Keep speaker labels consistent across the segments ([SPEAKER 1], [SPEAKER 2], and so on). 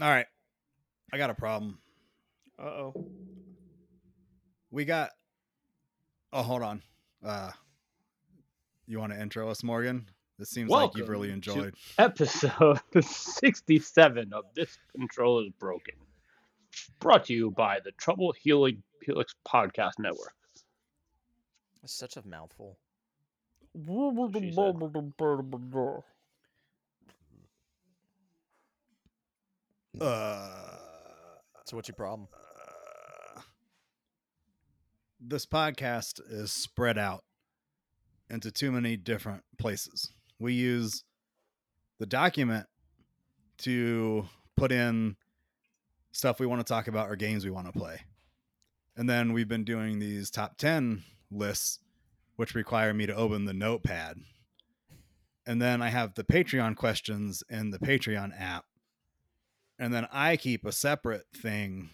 [SPEAKER 1] All right. I got a problem.
[SPEAKER 2] Uh oh.
[SPEAKER 1] We got Oh, hold on. Uh you want to intro us, Morgan? This seems like you've
[SPEAKER 2] Welcome
[SPEAKER 1] really
[SPEAKER 2] to-
[SPEAKER 1] enjoyed.
[SPEAKER 2] Episode 67 of This Control is Broken. Brought to you by the Trouble Healing Helix Podcast Network.
[SPEAKER 3] It's such a mouthful.
[SPEAKER 2] she
[SPEAKER 1] Uh
[SPEAKER 3] So what's your problem?
[SPEAKER 1] this podcast is spread out into too many different places. We use the document to put in stuff we want to talk about or games we want to play. And then we've been doing these top 10 lists, which require me to open the notepad. And then I have the Patreon questions in the Patreon app. And then I keep a separate thing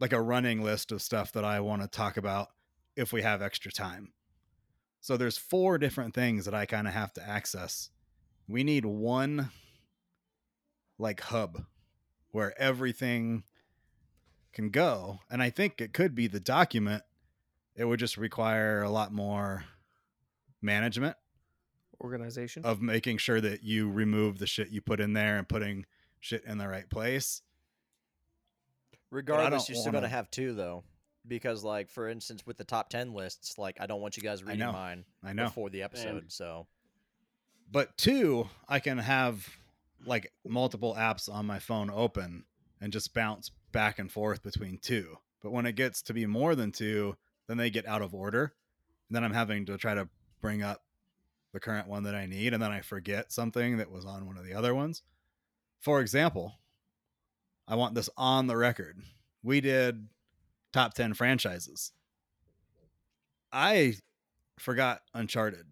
[SPEAKER 1] like a running list of stuff that I want to talk about if we have extra time. So there's four different things that I kind of have to access. We need one like hub where everything can go, and I think it could be the document. It would just require a lot more management
[SPEAKER 4] organization.
[SPEAKER 1] of making sure that you remove the shit you put in there and putting shit in the right place.
[SPEAKER 3] Regardless,
[SPEAKER 1] don't
[SPEAKER 3] you're still
[SPEAKER 1] wanna-
[SPEAKER 3] gonna have two though, because like for instance, with the top ten lists, like I don't want you guys reading
[SPEAKER 1] know.
[SPEAKER 3] mine
[SPEAKER 1] I know.
[SPEAKER 3] before the episode. So
[SPEAKER 1] but two i can have like multiple apps on my phone open and just bounce back and forth between two but when it gets to be more than two then they get out of order and then i'm having to try to bring up the current one that i need and then i forget something that was on one of the other ones for example i want this on the record we did top 10 franchises i forgot uncharted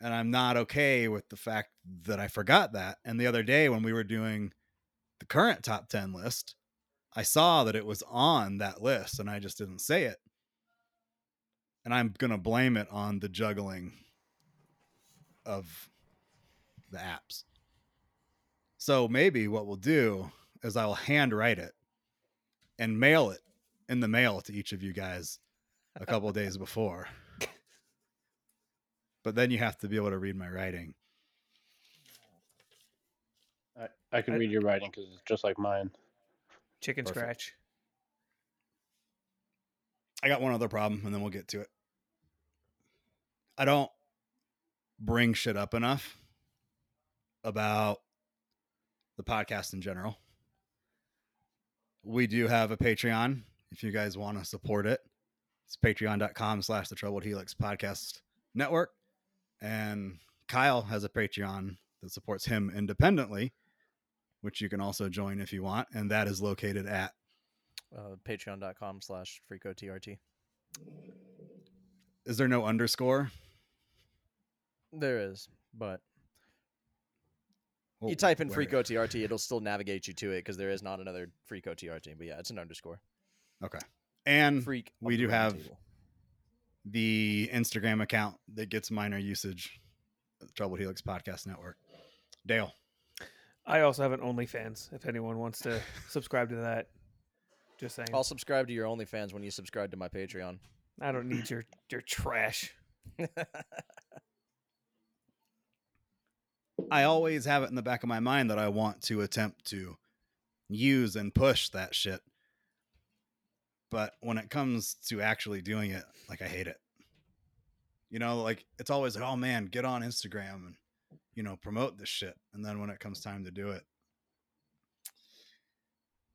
[SPEAKER 1] and I'm not okay with the fact that I forgot that. And the other day when we were doing the current top 10 list, I saw that it was on that list and I just didn't say it. And I'm going to blame it on the juggling of the apps. So maybe what we'll do is I will handwrite it and mail it in the mail to each of you guys a couple of days before but then you have to be able to read my writing.
[SPEAKER 2] I, I can
[SPEAKER 4] I-
[SPEAKER 2] read your writing because it's just like mine.
[SPEAKER 4] Chicken
[SPEAKER 1] Perfect.
[SPEAKER 4] scratch.
[SPEAKER 1] I got one other problem and then we'll get to it. I don't bring shit up enough about the podcast in general. We do have a Patreon if you guys want to support it. It's patreon.com slash the troubled helix podcast network. And Kyle has a Patreon that supports him independently, which you can also join if you want. And that is located at
[SPEAKER 3] uh, patreon.com slash freakotrt.
[SPEAKER 1] is there no underscore?
[SPEAKER 3] There is, but
[SPEAKER 1] Well,
[SPEAKER 3] you type in
[SPEAKER 1] where?
[SPEAKER 3] freakotrt, it'll still navigate you to it because there is not another freakotrt. But yeah, it's an underscore.
[SPEAKER 1] And
[SPEAKER 3] Freak.
[SPEAKER 1] Hmm. we
[SPEAKER 3] of
[SPEAKER 1] do
[SPEAKER 3] the round
[SPEAKER 1] have-
[SPEAKER 3] table.
[SPEAKER 1] the Instagram account that gets minor usage, Troubled Helix Podcast Network. Dale,
[SPEAKER 4] I also have an OnlyFans if anyone wants to subscribe to that. Just saying.
[SPEAKER 3] I'll subscribe to your OnlyFans when you subscribe to my Patreon.
[SPEAKER 4] I don't need your your trash.
[SPEAKER 1] I always have it in the back of my mind that I want to attempt to use and push that shit. But when it comes to actually doing it, like I hate it. You know, like it's always like, oh man, get on Instagram and you know, promote this shit. And then when it comes time to do it,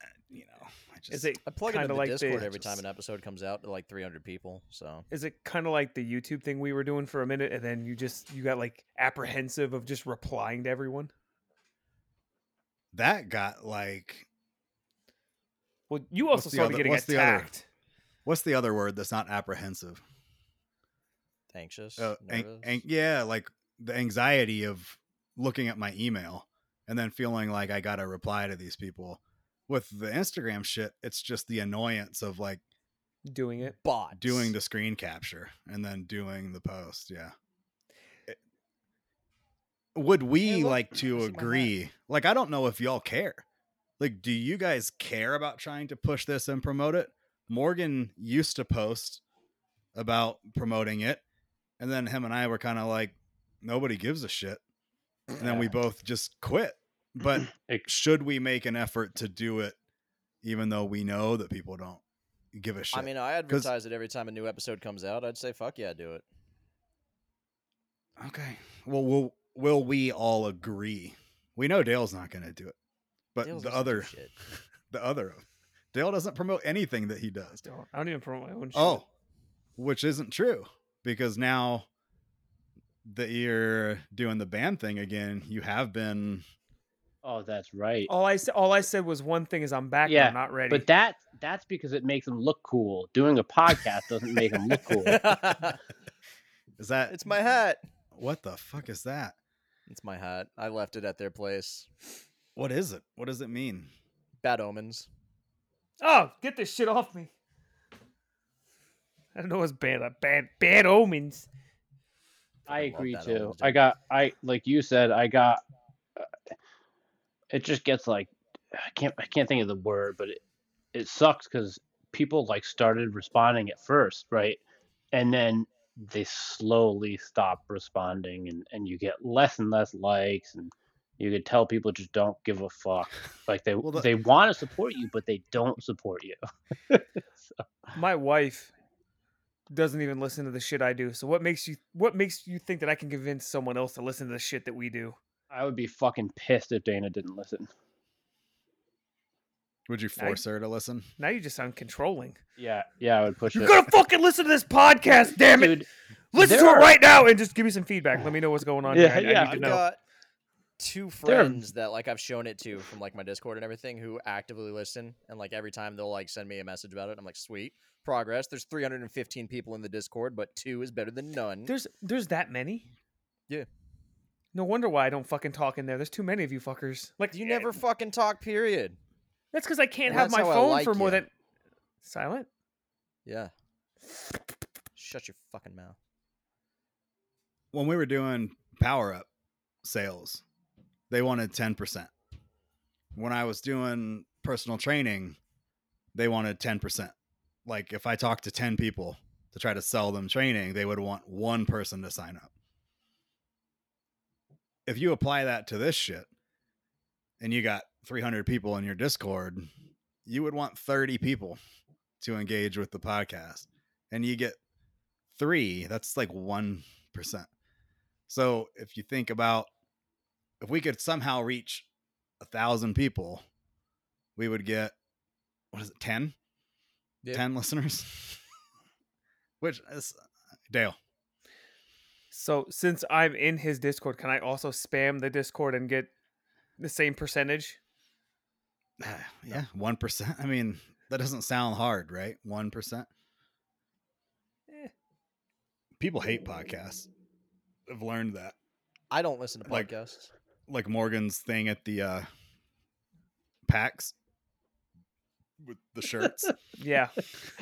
[SPEAKER 1] uh, you know, I just
[SPEAKER 4] Is it
[SPEAKER 3] I plug it
[SPEAKER 4] Kinda
[SPEAKER 3] into
[SPEAKER 4] like the-
[SPEAKER 3] Discord every time
[SPEAKER 1] Just-
[SPEAKER 3] an episode comes out to like 300 people. So
[SPEAKER 4] is it kind of like the YouTube thing we were doing for a minute and then you just you got like apprehensive of just replying to everyone?
[SPEAKER 1] that got like
[SPEAKER 4] Well, you
[SPEAKER 1] What's
[SPEAKER 4] also
[SPEAKER 1] the
[SPEAKER 4] started
[SPEAKER 1] other-
[SPEAKER 4] getting
[SPEAKER 1] what's the other?
[SPEAKER 4] attacked.
[SPEAKER 1] what's the other word that's not apprehensive?
[SPEAKER 3] anxious.
[SPEAKER 1] Uh, an-
[SPEAKER 3] nervous.
[SPEAKER 1] an- yeah, like the anxiety of looking at my email and then feeling like I got to reply to these people. With the Instagram shit, it's just the annoyance of like
[SPEAKER 4] Doing it.
[SPEAKER 3] Bots.
[SPEAKER 1] doing the screen capture and then doing the post. Yeah. It- Eh would we
[SPEAKER 4] look,
[SPEAKER 1] like to
[SPEAKER 4] it's in my hat.
[SPEAKER 1] agree? Like, I don't know if y'all care. Like, do you guys care about trying to push this and promote it? Morgan used to post about promoting it, and then him and I were kind of like, nobody gives a shit. And then we both just quit. But
[SPEAKER 2] Ex-
[SPEAKER 1] should we make an effort to do it, even though we know that people don't give a shit?
[SPEAKER 3] I mean, I advertise it every time a new episode comes out. I'd say, fuck yeah, do it.
[SPEAKER 1] okay. Well, will will we all agree? We know Dale's not going to do it, but
[SPEAKER 3] Dale's
[SPEAKER 1] the
[SPEAKER 3] listening to
[SPEAKER 1] other
[SPEAKER 3] shit.
[SPEAKER 1] the other of Dale doesn't promote anything that he does.
[SPEAKER 4] Don't- I don't even promote my own. Shit.
[SPEAKER 1] Oh, which isn't true because now that you're doing the band thing again, you have been.
[SPEAKER 2] Oh, that's right.
[SPEAKER 4] all I said, all I said was one thing: is I'm back. and
[SPEAKER 2] Yeah,
[SPEAKER 4] I'm not ready.
[SPEAKER 2] But that that's because it makes them look cool. Doing a podcast doesn't make them look cool.
[SPEAKER 1] Is that
[SPEAKER 3] it's my hat.
[SPEAKER 1] what the fuck is that?
[SPEAKER 3] It's my hat. I left it at their place.
[SPEAKER 1] What is it? What does it mean?
[SPEAKER 3] Bad omens.
[SPEAKER 4] oh, get this shit off me! I don't know what's bad. uh, Bad, bad omens.
[SPEAKER 2] I
[SPEAKER 3] Fucking love
[SPEAKER 2] agree
[SPEAKER 3] that
[SPEAKER 2] too.
[SPEAKER 3] old
[SPEAKER 2] I
[SPEAKER 3] dude.
[SPEAKER 2] got I like you said. I got. uh, It just gets like I can't I can't think of the word, but it it sucks because people like started responding at first, right, and then they slowly stop responding, and and you get less and less likes, and you could tell people just don't give a fuck. Like they
[SPEAKER 1] Well, the-
[SPEAKER 2] they want to support you, but they don't support you.
[SPEAKER 4] My wife doesn't even listen to the shit I do. So what makes you what makes you think that I can convince someone else to listen to the shit that we do?
[SPEAKER 2] I would be fucking pissed if Dana didn't listen.
[SPEAKER 1] Would you
[SPEAKER 4] I-
[SPEAKER 1] force her to listen?
[SPEAKER 4] Now you just sound controlling.
[SPEAKER 2] Yeah, yeah, I would push
[SPEAKER 4] You
[SPEAKER 2] it.
[SPEAKER 4] gotta fucking listen to this podcast, damn it!
[SPEAKER 2] Dude,
[SPEAKER 4] Listen to
[SPEAKER 2] there
[SPEAKER 4] it
[SPEAKER 2] are-
[SPEAKER 4] right now and just give me some feedback. Let me know what's going on.
[SPEAKER 2] Yeah,
[SPEAKER 4] here. I- I
[SPEAKER 2] yeah,
[SPEAKER 4] need to
[SPEAKER 3] I've
[SPEAKER 4] know.
[SPEAKER 3] got
[SPEAKER 2] They're-
[SPEAKER 3] two friends that like I've shown it to from like my Discord and everything who actively listen and like every time they'll like send me a message about it. I'm like, sweet progress. There's 315 people in the Discord, but two is better than none.
[SPEAKER 4] There's there's that many.
[SPEAKER 3] Yeah.
[SPEAKER 4] No wonder why I don't fucking talk in there. There's too many of you fuckers. Like
[SPEAKER 3] you
[SPEAKER 4] yeah,
[SPEAKER 3] never fucking talk. Period.
[SPEAKER 4] That's because I can't
[SPEAKER 3] and
[SPEAKER 4] have my
[SPEAKER 3] that's how I
[SPEAKER 4] phone
[SPEAKER 3] like
[SPEAKER 4] for more
[SPEAKER 3] ya.
[SPEAKER 4] than silent.
[SPEAKER 3] Yeah. Shut your fucking mouth.
[SPEAKER 1] When we were doing power up sales, they wanted 10%. When I was doing personal training, they wanted 10%. Like if I talked to 10 people to try to sell them training, they would want one person to sign up. If you apply that to this shit and you got 300 people in your Discord, you would want 30 people to engage with the podcast and you get 3, that's like 1%. So if you think about if we could somehow reach a thousand people, we would get what is it, 10?
[SPEAKER 3] Yeah.
[SPEAKER 1] 10 listeners? Which is Dale.
[SPEAKER 4] So since I'm in his Discord, can I also spam the Discord and get the same percentage?
[SPEAKER 1] ah, Yeah, 1%. I mean, that doesn't sound hard, right? 1%.
[SPEAKER 4] Eh.
[SPEAKER 1] People hate podcasts. I've learned that.
[SPEAKER 3] I don't listen to
[SPEAKER 1] Like-
[SPEAKER 3] podcasts.
[SPEAKER 1] like Morgan's thing at the uh PAX with the shirts.
[SPEAKER 4] Yeah.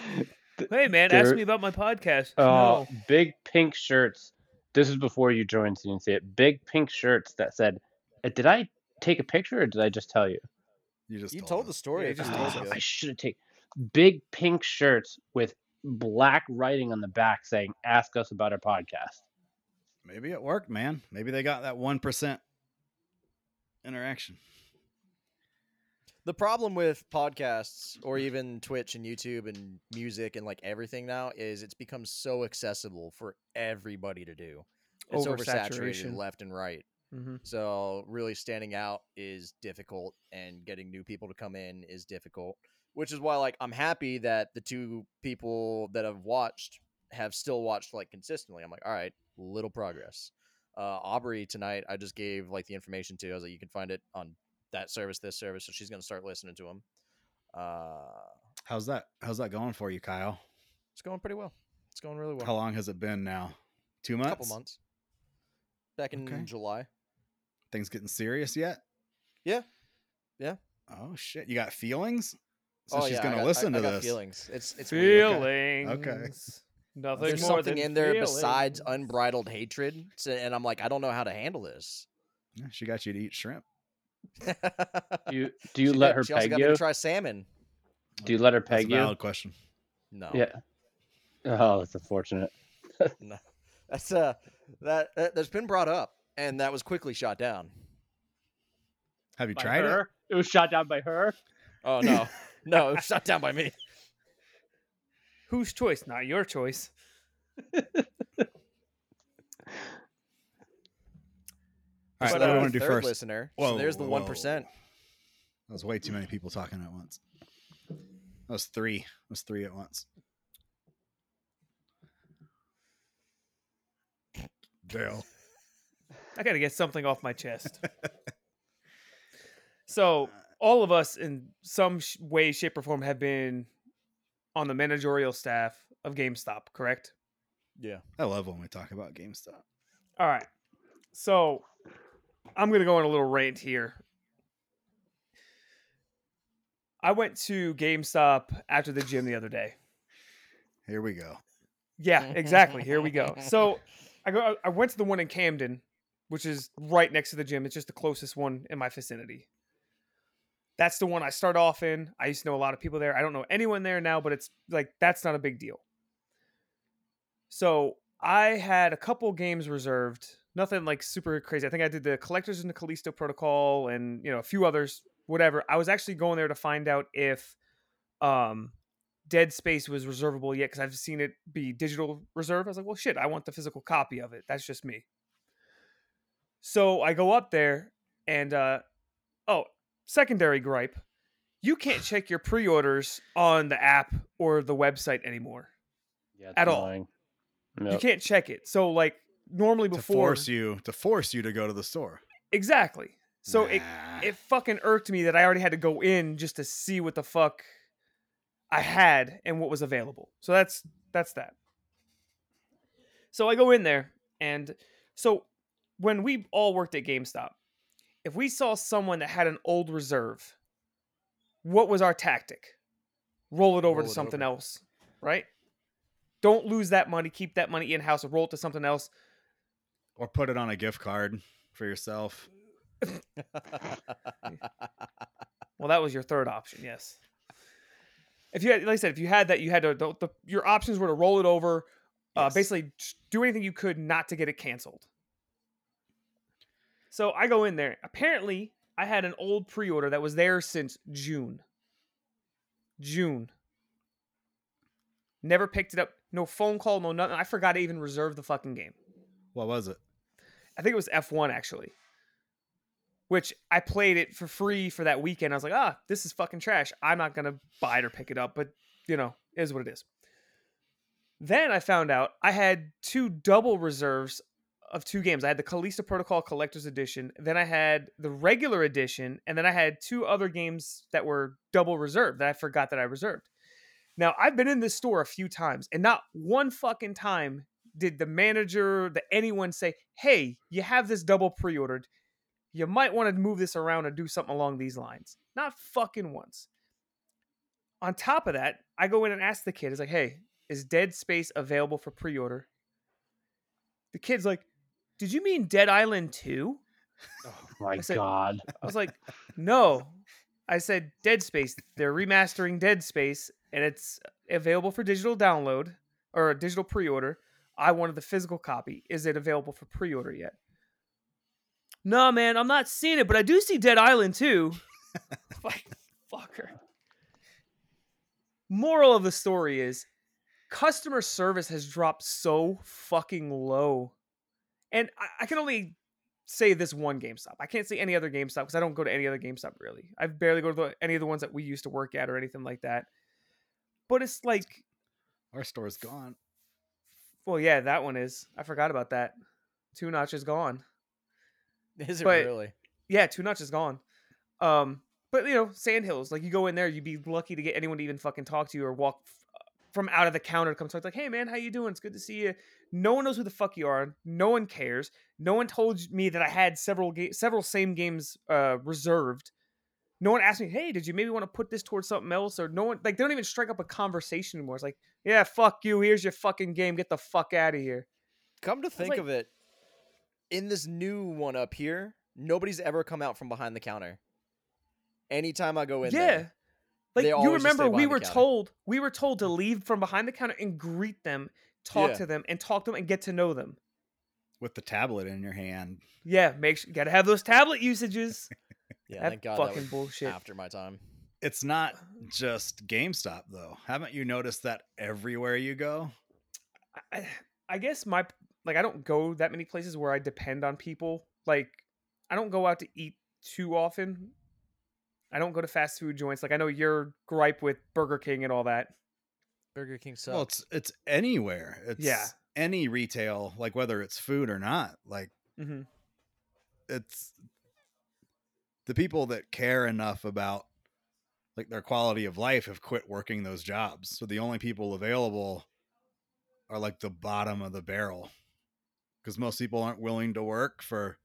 [SPEAKER 4] hey man, ask
[SPEAKER 2] There-
[SPEAKER 4] me about my podcast.
[SPEAKER 2] Oh,
[SPEAKER 4] no.
[SPEAKER 2] big pink shirts. This is before you joined, so you didn't see it. Big pink shirts that said, uh, "Did I take a picture or did I just tell you?" Ah,
[SPEAKER 1] you just
[SPEAKER 3] you told the
[SPEAKER 1] us.
[SPEAKER 3] story.
[SPEAKER 4] Yeah,
[SPEAKER 3] a few
[SPEAKER 4] just
[SPEAKER 3] days
[SPEAKER 4] told
[SPEAKER 3] ago.
[SPEAKER 2] I should have taken. Big pink shirts with black writing on the back saying, "Ask us about our podcast."
[SPEAKER 1] Maybe it worked, man. Maybe they got that one percent interaction.
[SPEAKER 3] The problem with podcasts or even Twitch and YouTube and music and like everything now is it's become so accessible for everybody to do. It's
[SPEAKER 4] Oversaturation.
[SPEAKER 3] oversaturated left and right.
[SPEAKER 4] Mhm.
[SPEAKER 3] So really standing out is difficult and getting new people to come in is difficult, which is why like I'm happy that the two people that have watched have still watched like consistently. I'm like, all right, little progress. Uh, Aubrey tonight, I just gave like the information to. I was like, you can find it on that service, this service. So she's gonna start listening to them. Uh,
[SPEAKER 1] How's that? How's that going for you, Kyle?
[SPEAKER 3] it's going pretty well. It's going really well.
[SPEAKER 1] How long has it been now? Two months.
[SPEAKER 3] couple months. Back in
[SPEAKER 1] Okay.
[SPEAKER 3] July.
[SPEAKER 1] Things getting serious yet?
[SPEAKER 3] Yeah. Yeah.
[SPEAKER 1] Oh shit! You got feelings? So
[SPEAKER 3] Oh,
[SPEAKER 1] she's
[SPEAKER 3] yeah, I
[SPEAKER 1] gonna
[SPEAKER 3] got- I-
[SPEAKER 1] listen
[SPEAKER 3] I
[SPEAKER 1] to
[SPEAKER 3] got
[SPEAKER 1] this.
[SPEAKER 3] Feelings. It's it's weird.
[SPEAKER 4] Feelings. Nothing
[SPEAKER 3] There's
[SPEAKER 4] more
[SPEAKER 3] something
[SPEAKER 4] than
[SPEAKER 3] in there besides
[SPEAKER 4] feelings.
[SPEAKER 3] unbridled hatred, so- and I'm like, I don't know how to handle this.
[SPEAKER 1] Yeah, she got you to eat shrimp.
[SPEAKER 2] Do you do you
[SPEAKER 3] She
[SPEAKER 2] let
[SPEAKER 3] did.
[SPEAKER 2] her
[SPEAKER 3] she also
[SPEAKER 2] peg
[SPEAKER 3] got me
[SPEAKER 2] you?
[SPEAKER 3] to try salmon.
[SPEAKER 2] Do you let her
[SPEAKER 1] That's
[SPEAKER 2] peg
[SPEAKER 1] a
[SPEAKER 2] you?
[SPEAKER 1] valid question.
[SPEAKER 3] No.
[SPEAKER 2] Yeah. Oh, that's unfortunate.
[SPEAKER 3] That's uh that, that that's been brought up and that was quickly shot down.
[SPEAKER 1] Have you
[SPEAKER 2] By
[SPEAKER 1] tried
[SPEAKER 2] her? It was shot down by her.
[SPEAKER 3] Oh no. no, it was shot down by me.
[SPEAKER 4] Whose choice? Not your choice.
[SPEAKER 1] it? All right,
[SPEAKER 3] So
[SPEAKER 1] what
[SPEAKER 4] But,
[SPEAKER 1] do
[SPEAKER 3] that
[SPEAKER 1] we
[SPEAKER 4] uh,
[SPEAKER 1] want to do
[SPEAKER 3] third
[SPEAKER 1] first?
[SPEAKER 3] listener.
[SPEAKER 1] Whoa,
[SPEAKER 3] so there's the
[SPEAKER 1] whoa,
[SPEAKER 3] one percent.
[SPEAKER 1] That was way too many people talking at once. That was three. That was three at once. Dale.
[SPEAKER 4] I got to get something off my chest. so, all of us in some sh- way, shape, or form have been on the managerial staff of GameStop, correct?
[SPEAKER 3] Yeah.
[SPEAKER 1] I love when we talk about GameStop.
[SPEAKER 4] All right. So, I'm going to go on a little rant here. I went to GameStop after the gym the other day.
[SPEAKER 1] Here we go.
[SPEAKER 4] Yeah, exactly. Here we go. So I go. I went to the one in Camden, which is right next to the gym. It's just the closest one in my vicinity. That's the one I start off in. I used to know a lot of people there. I don't know anyone there now, but it's like that's not a big deal. So I had a couple games reserved. Nothing like super crazy. I think I did the Collectors and the Callisto Protocol, and you know a few others. Whatever. I was actually going there to find out if um Dead Space was reservable yet because I've seen it be digital reserve. I was like, well, shit, I want the physical copy of it. That's just me. So I go up there and, uh, oh, secondary gripe. You can't check your pre orders on the app or the website anymore.
[SPEAKER 2] Yeah,
[SPEAKER 4] At all.
[SPEAKER 2] all.
[SPEAKER 4] You can't check it. So, like, normally
[SPEAKER 1] To
[SPEAKER 4] before.
[SPEAKER 1] force you to force you to go to the store.
[SPEAKER 4] Exactly. So it,
[SPEAKER 1] Nah.
[SPEAKER 4] it fucking irked me that I already had to go in just to see what the fuck I had and what was available. So that's that's that. So I go in there and so when we all worked at GameStop, if we saw someone that had an old reserve, what was our tactic? Roll it over
[SPEAKER 3] Roll
[SPEAKER 4] to
[SPEAKER 3] it
[SPEAKER 4] something
[SPEAKER 3] over.
[SPEAKER 4] else, right? Don't lose that money, keep that money in house, roll it to something else.
[SPEAKER 1] or put it on a gift card for yourself.
[SPEAKER 4] Well, that was your third option, yes. If you had, like I said, if you had that, you had to. The, the, your options were to roll it over, uh,
[SPEAKER 1] Yes.
[SPEAKER 4] basically just do anything you could not to get it canceled. So I go in there. Apparently, I had an old pre-order that was there since June. June. Never picked it up. No phone call. No nothing. I forgot to even reserve the fucking game.
[SPEAKER 1] What was it?
[SPEAKER 4] I think it was F1 actually, which I played it for free for that weekend. I was like, ah, this is fucking trash. I'm not going to buy it or pick it up, but you know, it is what it is. Then I found out I had two double reserves of two games. I had the Callisto Protocol Collector's Edition, then I had the regular edition, and then I had two other games that were double reserved that I forgot that I reserved. Now, I've been in this store a few times, and not one fucking time did the manager, the anyone say, "Hey, you have this double pre-ordered. You might want to move this around or do something along these lines." Not fucking once. On top of that, I go in and ask the kid, "Is like, hey, is Dead Space available for pre-order?" The kid's like, "Did you mean Dead Island 2?"
[SPEAKER 2] My
[SPEAKER 4] I said-
[SPEAKER 2] God.
[SPEAKER 4] I was like, "No." I said, "Dead Space. They're remastering Dead Space, and it's available for digital download or a digital pre-order. I wanted the physical copy. Is it available for pre-order yet?" No, man, I'm not seeing it, but I do see Dead Island too. like, fucker. Moral of the story is customer service has dropped so fucking low. And I, I can only say this one GameStop. I can't say any other GameStop because I don't go to any other GameStop really. I barely go to the, any of the ones that we used to work at or anything like that. But it's like,
[SPEAKER 1] Our store's gone.
[SPEAKER 4] well, yeah, that one is. I forgot about that. Two Notch is gone.
[SPEAKER 3] Is it
[SPEAKER 4] But-
[SPEAKER 3] really?
[SPEAKER 4] Yeah, Two Notch is gone. Um, but you know, Sandhills, like you go in there, you'd be lucky to get anyone to even fucking talk to you or walk f- uh, from out of the counter to come talk. Like, hey man, how you doing? It's good to see you. No one knows who the fuck you are. No one cares. No one told me that I had several ga- several same games uh, reserved. No one asked me, hey, did you maybe want to put this towards something else? Or no one like they don't even strike up a conversation anymore. It's like, yeah, fuck you. Here's your fucking game. Get the fuck out of here.
[SPEAKER 3] Come to think
[SPEAKER 4] like-
[SPEAKER 3] of it, in this new one up here, Nobody's ever come out from behind the counter. Anytime I go in
[SPEAKER 4] yeah.
[SPEAKER 3] there,
[SPEAKER 4] Like
[SPEAKER 3] they
[SPEAKER 4] you
[SPEAKER 3] always just
[SPEAKER 4] remember,
[SPEAKER 3] stay
[SPEAKER 4] we
[SPEAKER 3] behind the
[SPEAKER 4] were
[SPEAKER 3] counter. Mm.
[SPEAKER 4] told we were told to leave from behind the counter and greet them, talk
[SPEAKER 3] Yeah.
[SPEAKER 4] to them, and talk to them and get to know them.
[SPEAKER 1] with the tablet in your hand.
[SPEAKER 4] Yeah, make sure gotta have those tablet usages.
[SPEAKER 3] yeah,
[SPEAKER 4] That
[SPEAKER 3] thank God that
[SPEAKER 4] fucking
[SPEAKER 3] was
[SPEAKER 4] bullshit.
[SPEAKER 3] after my time.
[SPEAKER 1] It's not just GameStop though. Haven't you noticed that everywhere you go?
[SPEAKER 4] I, I guess my like I don't go that many places where I depend on people. Like I don't go out to eat too often. I don't go to fast food joints. Like I know your gripe with Burger King and all that.
[SPEAKER 3] Burger King sucks.
[SPEAKER 1] Well, it's it's anywhere. It's
[SPEAKER 4] Yeah.
[SPEAKER 1] any retail, like whether it's food or not. Like
[SPEAKER 4] Mm-hmm.
[SPEAKER 1] it's the people that care enough about like their quality of life have quit working those jobs. So the only people available are like the bottom of the barrel because most people aren't willing to work for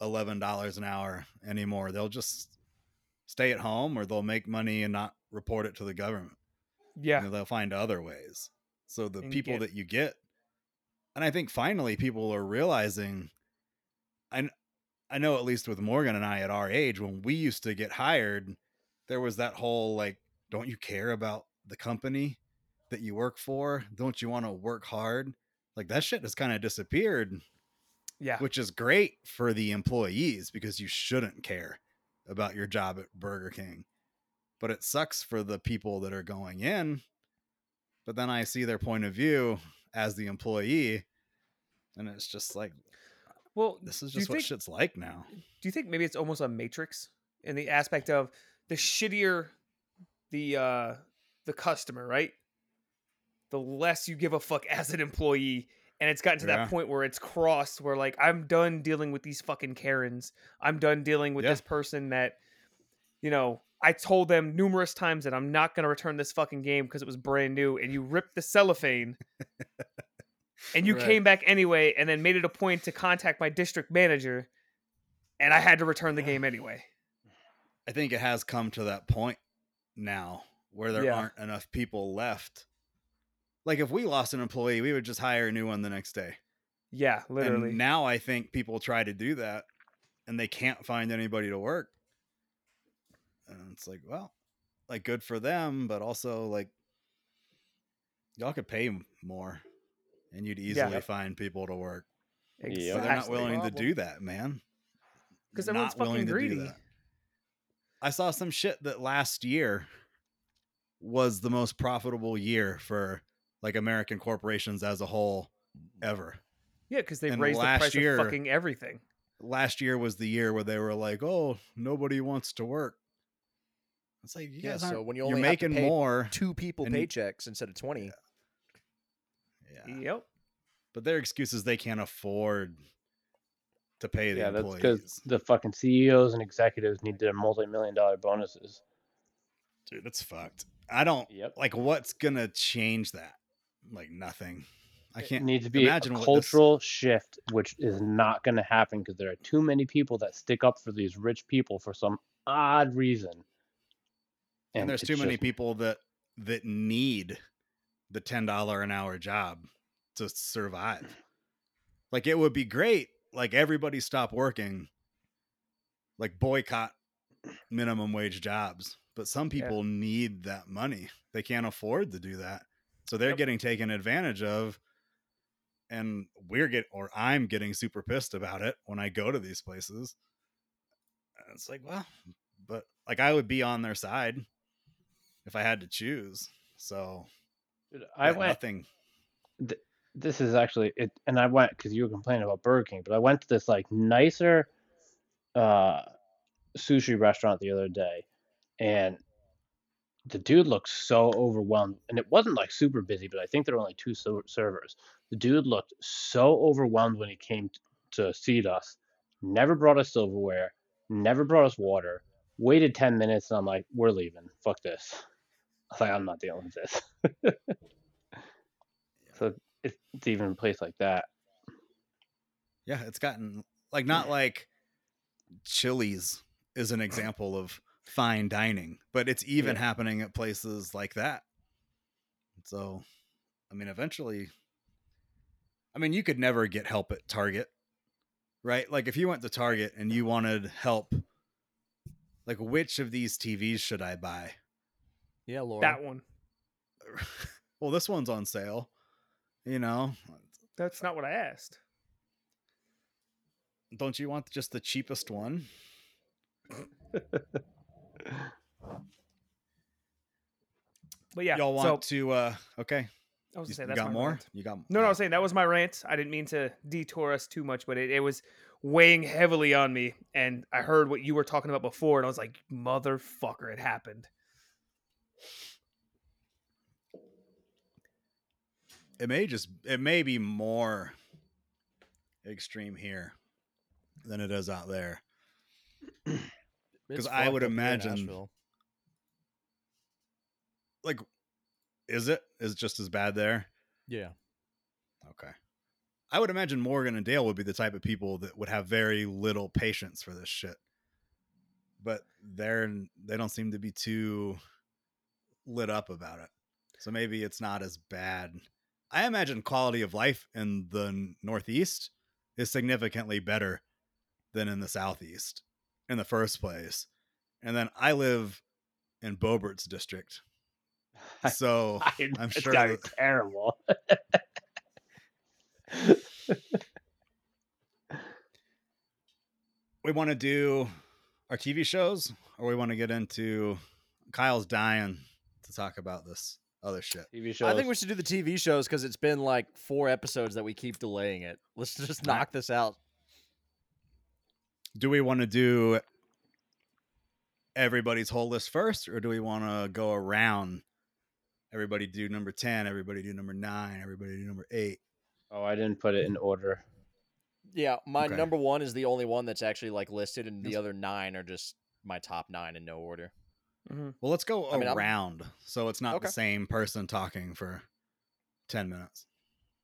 [SPEAKER 1] eleven dollars an hour anymore. They'll just stay at home or they'll make money and not report it to the government.
[SPEAKER 4] Yeah,
[SPEAKER 1] you know, they'll find other ways. So the
[SPEAKER 4] And
[SPEAKER 1] people
[SPEAKER 4] get-
[SPEAKER 1] that you get, and I think finally people are realizing, I, kn- I know at least with Morgan and I at our age, when we used to get hired, there was that whole like, don't you care about the company that you work for? Don't you want to work hard? Like that shit has kind of disappeared,
[SPEAKER 4] yeah,
[SPEAKER 1] which is great for the employees because you shouldn't care about your job at Burger King. But it sucks for the people that are going in. But then I see their point of view as the employee. And it's just like,
[SPEAKER 4] Well,
[SPEAKER 1] this is
[SPEAKER 4] do you
[SPEAKER 1] just what
[SPEAKER 4] think-
[SPEAKER 1] shit's like now.
[SPEAKER 4] do you think maybe it's almost a matrix in the aspect of the shittier the uh the customer right the less you give a fuck as an employee and it's gotten to
[SPEAKER 1] Yeah.
[SPEAKER 4] that point where it's crossed where like i'm done dealing with these fucking karens i'm done dealing with
[SPEAKER 1] Yeah.
[SPEAKER 4] this person that you know i told them numerous times that i'm not going to return this fucking game because it was brand new and you ripped the cellophane and you
[SPEAKER 3] Right.
[SPEAKER 4] came back anyway and then made it a point to contact my district manager and I had to return the game anyway.
[SPEAKER 1] I think it has come to that point now where there
[SPEAKER 4] Yeah.
[SPEAKER 1] aren't enough people left. Like if we lost an employee, we would just hire a new one the next day.
[SPEAKER 4] Yeah, literally.
[SPEAKER 1] And now I think people try to do that and they can't find anybody to work. And it's like, well, like good for them, but also like y'all could pay m- more and you'd easily
[SPEAKER 4] Yep.
[SPEAKER 1] find people to work.
[SPEAKER 2] Yeah.
[SPEAKER 1] But
[SPEAKER 3] That's
[SPEAKER 1] they're not
[SPEAKER 3] the
[SPEAKER 1] willing to
[SPEAKER 3] problem.
[SPEAKER 1] do that, man.
[SPEAKER 4] 'Cause
[SPEAKER 1] They're
[SPEAKER 4] everyone's
[SPEAKER 1] not willing
[SPEAKER 4] fucking
[SPEAKER 1] to do
[SPEAKER 4] greedy.
[SPEAKER 1] that. I saw some shit that last year was the most profitable year for like American corporations as a whole ever.
[SPEAKER 4] Yeah, because they've
[SPEAKER 1] And
[SPEAKER 4] raised the
[SPEAKER 1] last
[SPEAKER 4] price
[SPEAKER 1] year-
[SPEAKER 4] of fucking everything.
[SPEAKER 1] last year was the year where they were like, "Oh, nobody wants to work." It's like you
[SPEAKER 3] Yeah,
[SPEAKER 1] guys
[SPEAKER 3] so
[SPEAKER 1] aren't.
[SPEAKER 3] when you
[SPEAKER 1] you are
[SPEAKER 3] only have to
[SPEAKER 1] making
[SPEAKER 3] pay
[SPEAKER 1] more.
[SPEAKER 3] Two people
[SPEAKER 1] And-
[SPEAKER 3] paychecks instead of twenty.
[SPEAKER 1] Yeah.
[SPEAKER 4] Yep.
[SPEAKER 1] But their excuse is they can't afford to pay the
[SPEAKER 2] yeah, that's because
[SPEAKER 1] employees.
[SPEAKER 2] the fucking CEOs and executives need their multi-million dollar bonuses.
[SPEAKER 1] Dude, it's fucked. I don't
[SPEAKER 2] Yep.
[SPEAKER 1] like what's gonna change that. Like nothing. I
[SPEAKER 2] It
[SPEAKER 1] can't.
[SPEAKER 2] needs to be a
[SPEAKER 1] imagine what this-
[SPEAKER 2] cultural shift, which is not going to happen because there are too many people that stick up for these rich people for some odd reason.
[SPEAKER 1] And, there's
[SPEAKER 2] it's
[SPEAKER 1] too many
[SPEAKER 2] just-
[SPEAKER 1] people that that need the ten dollar an hour job to survive. Like it would be great. Like everybody stop working. Like boycott minimum wage jobs, but some
[SPEAKER 4] Yeah.
[SPEAKER 1] people need that money. They can't afford to do that, so they're
[SPEAKER 4] Yep.
[SPEAKER 1] getting taken advantage of. And we're get or I'm getting super pissed about it when I go to these places. And It's like, well, but like I would be on their side if I had to choose. So
[SPEAKER 2] Dude, I
[SPEAKER 1] yeah,
[SPEAKER 2] went.
[SPEAKER 1] nothing.
[SPEAKER 2] This is actually it, and I went because you were complaining about Burger King, but I went to this like nicer uh, sushi restaurant the other day, and the dude looked so overwhelmed. And it wasn't like super busy, but I think there were only two ser- servers. The dude looked so overwhelmed when he came t- to seat us. Never brought us silverware. Never brought us water. Waited ten minutes, and I'm like, "We're leaving. Fuck this." I was like, "I'm not dealing with this." so it's, it's even a place like that.
[SPEAKER 1] Yeah, it's gotten like not like Chili's is an example of fine dining, but it's even
[SPEAKER 2] Yeah.
[SPEAKER 1] happening at places like that. So, I mean, eventually, I mean, you could never get help at Target right? Like if you went to Target and you wanted help, like which of these TVs should I buy?
[SPEAKER 3] Yeah, Laura.
[SPEAKER 4] That one.
[SPEAKER 1] well, this one's on sale. You know,
[SPEAKER 4] That's not what I asked.
[SPEAKER 1] don't you want just the cheapest one?
[SPEAKER 4] But yeah,
[SPEAKER 1] Y'all want
[SPEAKER 4] so
[SPEAKER 1] to uh okay.
[SPEAKER 4] I was
[SPEAKER 1] You,
[SPEAKER 4] gonna say
[SPEAKER 1] you
[SPEAKER 4] that's
[SPEAKER 1] got
[SPEAKER 4] my
[SPEAKER 1] more?
[SPEAKER 4] rant.
[SPEAKER 1] You got uh,
[SPEAKER 4] No, no, I was saying that was my rant. I didn't mean to detour us too much, but it, it was weighing heavily on me. And I heard what you were talking about before, and I was like, motherfucker, it happened.
[SPEAKER 1] it may just it may be more extreme here than it is out there.
[SPEAKER 3] It's
[SPEAKER 1] 'Cause I
[SPEAKER 3] fucked
[SPEAKER 1] would
[SPEAKER 3] up here in
[SPEAKER 1] imagine-
[SPEAKER 3] Asheville.
[SPEAKER 1] Like is it is it just as bad there?
[SPEAKER 3] Yeah.
[SPEAKER 1] Okay. I would imagine Morgan and Dale would be the type of people that would have very little patience for this shit. But they're they don't seem to be too lit up about it. So maybe it's not as bad. I imagine quality of life in the n- Northeast is significantly better than in the Southeast in the first place. And then I live in Bobert's district. So
[SPEAKER 2] I'm
[SPEAKER 1] sure
[SPEAKER 2] sure
[SPEAKER 1] that-
[SPEAKER 2] terrible.
[SPEAKER 1] we want to do our TV shows, or we want to get into Kyle's dying to talk about this other shit.
[SPEAKER 2] TV shows.
[SPEAKER 3] I think we should do the TV shows because it's been like four episodes that we keep delaying it. Let's just
[SPEAKER 1] All right.
[SPEAKER 3] knock this out.
[SPEAKER 1] Do we want to do everybody's whole list first, or do we want to go around? Everybody do number ten. Everybody do number nine. Everybody do number eight.
[SPEAKER 2] Oh, I didn't put it in order.
[SPEAKER 3] Yeah, my
[SPEAKER 1] Okay.
[SPEAKER 3] number one is the only one that's actually like listed, and the
[SPEAKER 1] Yes.
[SPEAKER 3] other nine are just my top nine in no order.
[SPEAKER 4] Mm-hmm.
[SPEAKER 1] Well, let's go
[SPEAKER 3] I mean, I'm-
[SPEAKER 1] around, so it's not
[SPEAKER 3] Okay.
[SPEAKER 1] the same person talking for ten minutes.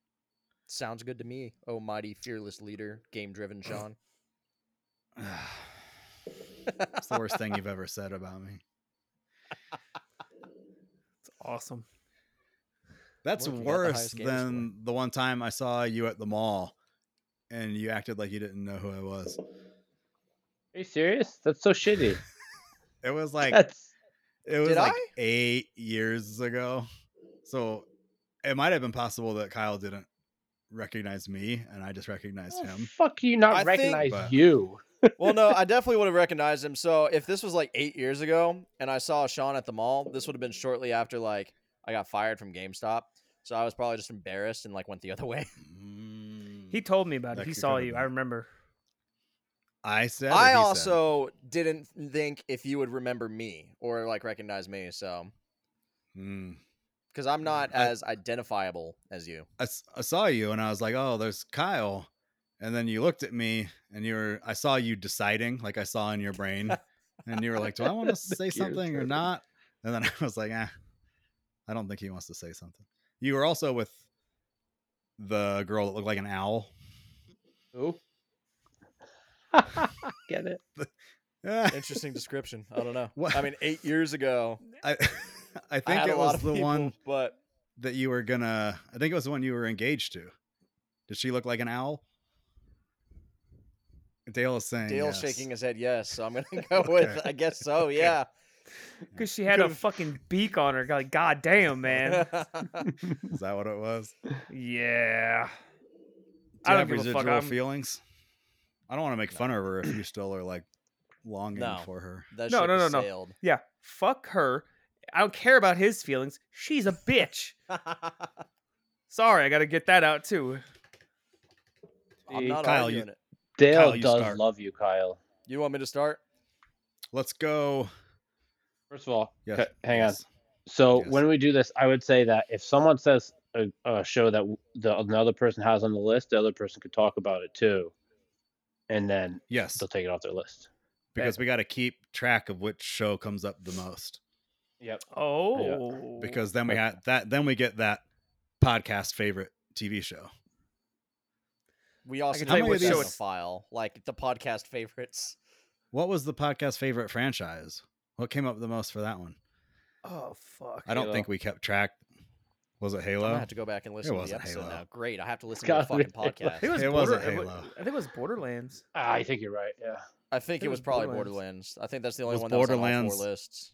[SPEAKER 3] Sounds good to me, oh mighty fearless leader, game driven Sean.
[SPEAKER 1] it's the worst thing you've ever said about me.
[SPEAKER 4] It's awesome.
[SPEAKER 1] That's
[SPEAKER 3] Look, you got the
[SPEAKER 1] worse
[SPEAKER 3] highest gamer
[SPEAKER 1] than the one time I saw you at the mall and you acted like you didn't know who I was.
[SPEAKER 2] Are you serious? That's so shitty.
[SPEAKER 1] It was like
[SPEAKER 2] That's
[SPEAKER 1] it was
[SPEAKER 3] Did
[SPEAKER 1] like
[SPEAKER 3] I?
[SPEAKER 1] 8 years ago. So it might have been possible that Kyle didn't recognize me and I just recognized
[SPEAKER 2] oh,
[SPEAKER 1] him.
[SPEAKER 2] fuck you not
[SPEAKER 3] I think-
[SPEAKER 2] recognize
[SPEAKER 1] But-
[SPEAKER 2] you.
[SPEAKER 3] well, no, I definitely would have recognized him. So if this was like eight years ago and I saw Sean at the mall, this would have been shortly after like I got fired from GameStop. So I was probably just embarrassed and like went the other way.
[SPEAKER 4] He told me about
[SPEAKER 1] That
[SPEAKER 4] it. He
[SPEAKER 1] could
[SPEAKER 4] saw
[SPEAKER 1] could've
[SPEAKER 4] you. I
[SPEAKER 1] been.
[SPEAKER 4] remember.
[SPEAKER 1] I said or he
[SPEAKER 3] I
[SPEAKER 1] said?
[SPEAKER 3] also didn't think if you would remember me or like recognize me. So
[SPEAKER 1] Mm.
[SPEAKER 3] because I'm not
[SPEAKER 1] I-
[SPEAKER 3] as identifiable as you.
[SPEAKER 1] I, s- I saw you and I was like, "Oh, there's Kyle." And then you looked at me and you were I saw you deciding like I saw in your brain and you were like, "Do I want to say
[SPEAKER 2] gears
[SPEAKER 1] something or
[SPEAKER 2] turning.
[SPEAKER 1] not?" And then I was like, "Ah, I don't think he wants to say something." You were also with the girl that looked like an owl.
[SPEAKER 2] Who? Get it?
[SPEAKER 1] Yeah,
[SPEAKER 3] Interesting description. I don't know.
[SPEAKER 1] What-
[SPEAKER 3] I mean, eight years ago,
[SPEAKER 1] I I
[SPEAKER 3] I
[SPEAKER 1] think
[SPEAKER 3] had
[SPEAKER 1] it
[SPEAKER 3] a lot
[SPEAKER 1] was
[SPEAKER 3] of
[SPEAKER 1] the
[SPEAKER 3] people,
[SPEAKER 1] one
[SPEAKER 3] but
[SPEAKER 1] that you were gonna. I think it was the one you were engaged to. Did she look like an owl? Dale is saying
[SPEAKER 3] Dale's
[SPEAKER 1] yes.
[SPEAKER 3] shaking his head yes. So I'm gonna go with.
[SPEAKER 1] Okay.
[SPEAKER 3] I guess so. Yeah.
[SPEAKER 4] Because she had a
[SPEAKER 3] Could've-
[SPEAKER 4] fucking beak on her. Like, god damn, man.
[SPEAKER 1] Is that what it was?
[SPEAKER 4] yeah.
[SPEAKER 1] Do you
[SPEAKER 4] I
[SPEAKER 1] have
[SPEAKER 4] don't give a fuck,
[SPEAKER 1] residual
[SPEAKER 4] I'm-
[SPEAKER 1] feelings? I don't want to make fun of her if you still are like longing
[SPEAKER 3] No.
[SPEAKER 1] for her.
[SPEAKER 3] that
[SPEAKER 4] No,
[SPEAKER 3] ship
[SPEAKER 4] no,
[SPEAKER 3] has
[SPEAKER 4] no, no.
[SPEAKER 3] sailed.
[SPEAKER 4] Yeah. Fuck her. I don't care about his feelings. She's a bitch. Sorry, I got to get that out too.
[SPEAKER 3] I'm not
[SPEAKER 1] Eh, Kyle, you-
[SPEAKER 3] arguing it.
[SPEAKER 2] Dale
[SPEAKER 1] Kyle, you
[SPEAKER 2] does
[SPEAKER 1] start.
[SPEAKER 2] love you, Kyle.
[SPEAKER 3] You want me to start?
[SPEAKER 1] Let's go.
[SPEAKER 2] First of all,
[SPEAKER 1] Yes.
[SPEAKER 2] c- hang on.
[SPEAKER 1] yes.
[SPEAKER 2] So
[SPEAKER 1] Yes.
[SPEAKER 2] when we do this, I would say that if someone says a, a show that w- the another person has on the list, the other person could talk about it too, and then
[SPEAKER 1] Yes.
[SPEAKER 2] they'll take it off their list.
[SPEAKER 1] Because we got to keep track of which show comes up the most.
[SPEAKER 2] Yep.
[SPEAKER 4] Oh.
[SPEAKER 1] Because then we
[SPEAKER 2] Okay.
[SPEAKER 1] had that. Then we get that podcast favorite TV show.
[SPEAKER 3] We also
[SPEAKER 4] can
[SPEAKER 3] need
[SPEAKER 1] tell you
[SPEAKER 3] to
[SPEAKER 1] what
[SPEAKER 3] put that in
[SPEAKER 1] show
[SPEAKER 3] a
[SPEAKER 1] it's-
[SPEAKER 3] file, like the podcast favorites.
[SPEAKER 1] What was the podcast favorite franchise? What came up the most for that one?
[SPEAKER 4] Oh fuck.
[SPEAKER 1] I don't
[SPEAKER 2] Halo.
[SPEAKER 1] think we kept track. Was it
[SPEAKER 3] I'm
[SPEAKER 1] Halo?
[SPEAKER 3] gonna have to go back and listen to the
[SPEAKER 1] wasn't
[SPEAKER 3] episode
[SPEAKER 1] Halo.
[SPEAKER 3] now. Great, I have to listen
[SPEAKER 2] gotta
[SPEAKER 3] to the fucking
[SPEAKER 2] be Halo.
[SPEAKER 4] I
[SPEAKER 3] podcast.
[SPEAKER 4] think it was,
[SPEAKER 1] It was
[SPEAKER 4] Border,
[SPEAKER 1] a
[SPEAKER 4] it wa-
[SPEAKER 1] Halo.
[SPEAKER 4] I think it was Borderlands.
[SPEAKER 2] Ah, I think you're right. Yeah.
[SPEAKER 3] I think
[SPEAKER 4] it
[SPEAKER 3] it
[SPEAKER 4] was
[SPEAKER 3] was probably
[SPEAKER 4] Borderlands.
[SPEAKER 3] Borderlands. I think that's the only
[SPEAKER 1] was
[SPEAKER 3] one that was on all
[SPEAKER 1] Borderlands.
[SPEAKER 3] four lists.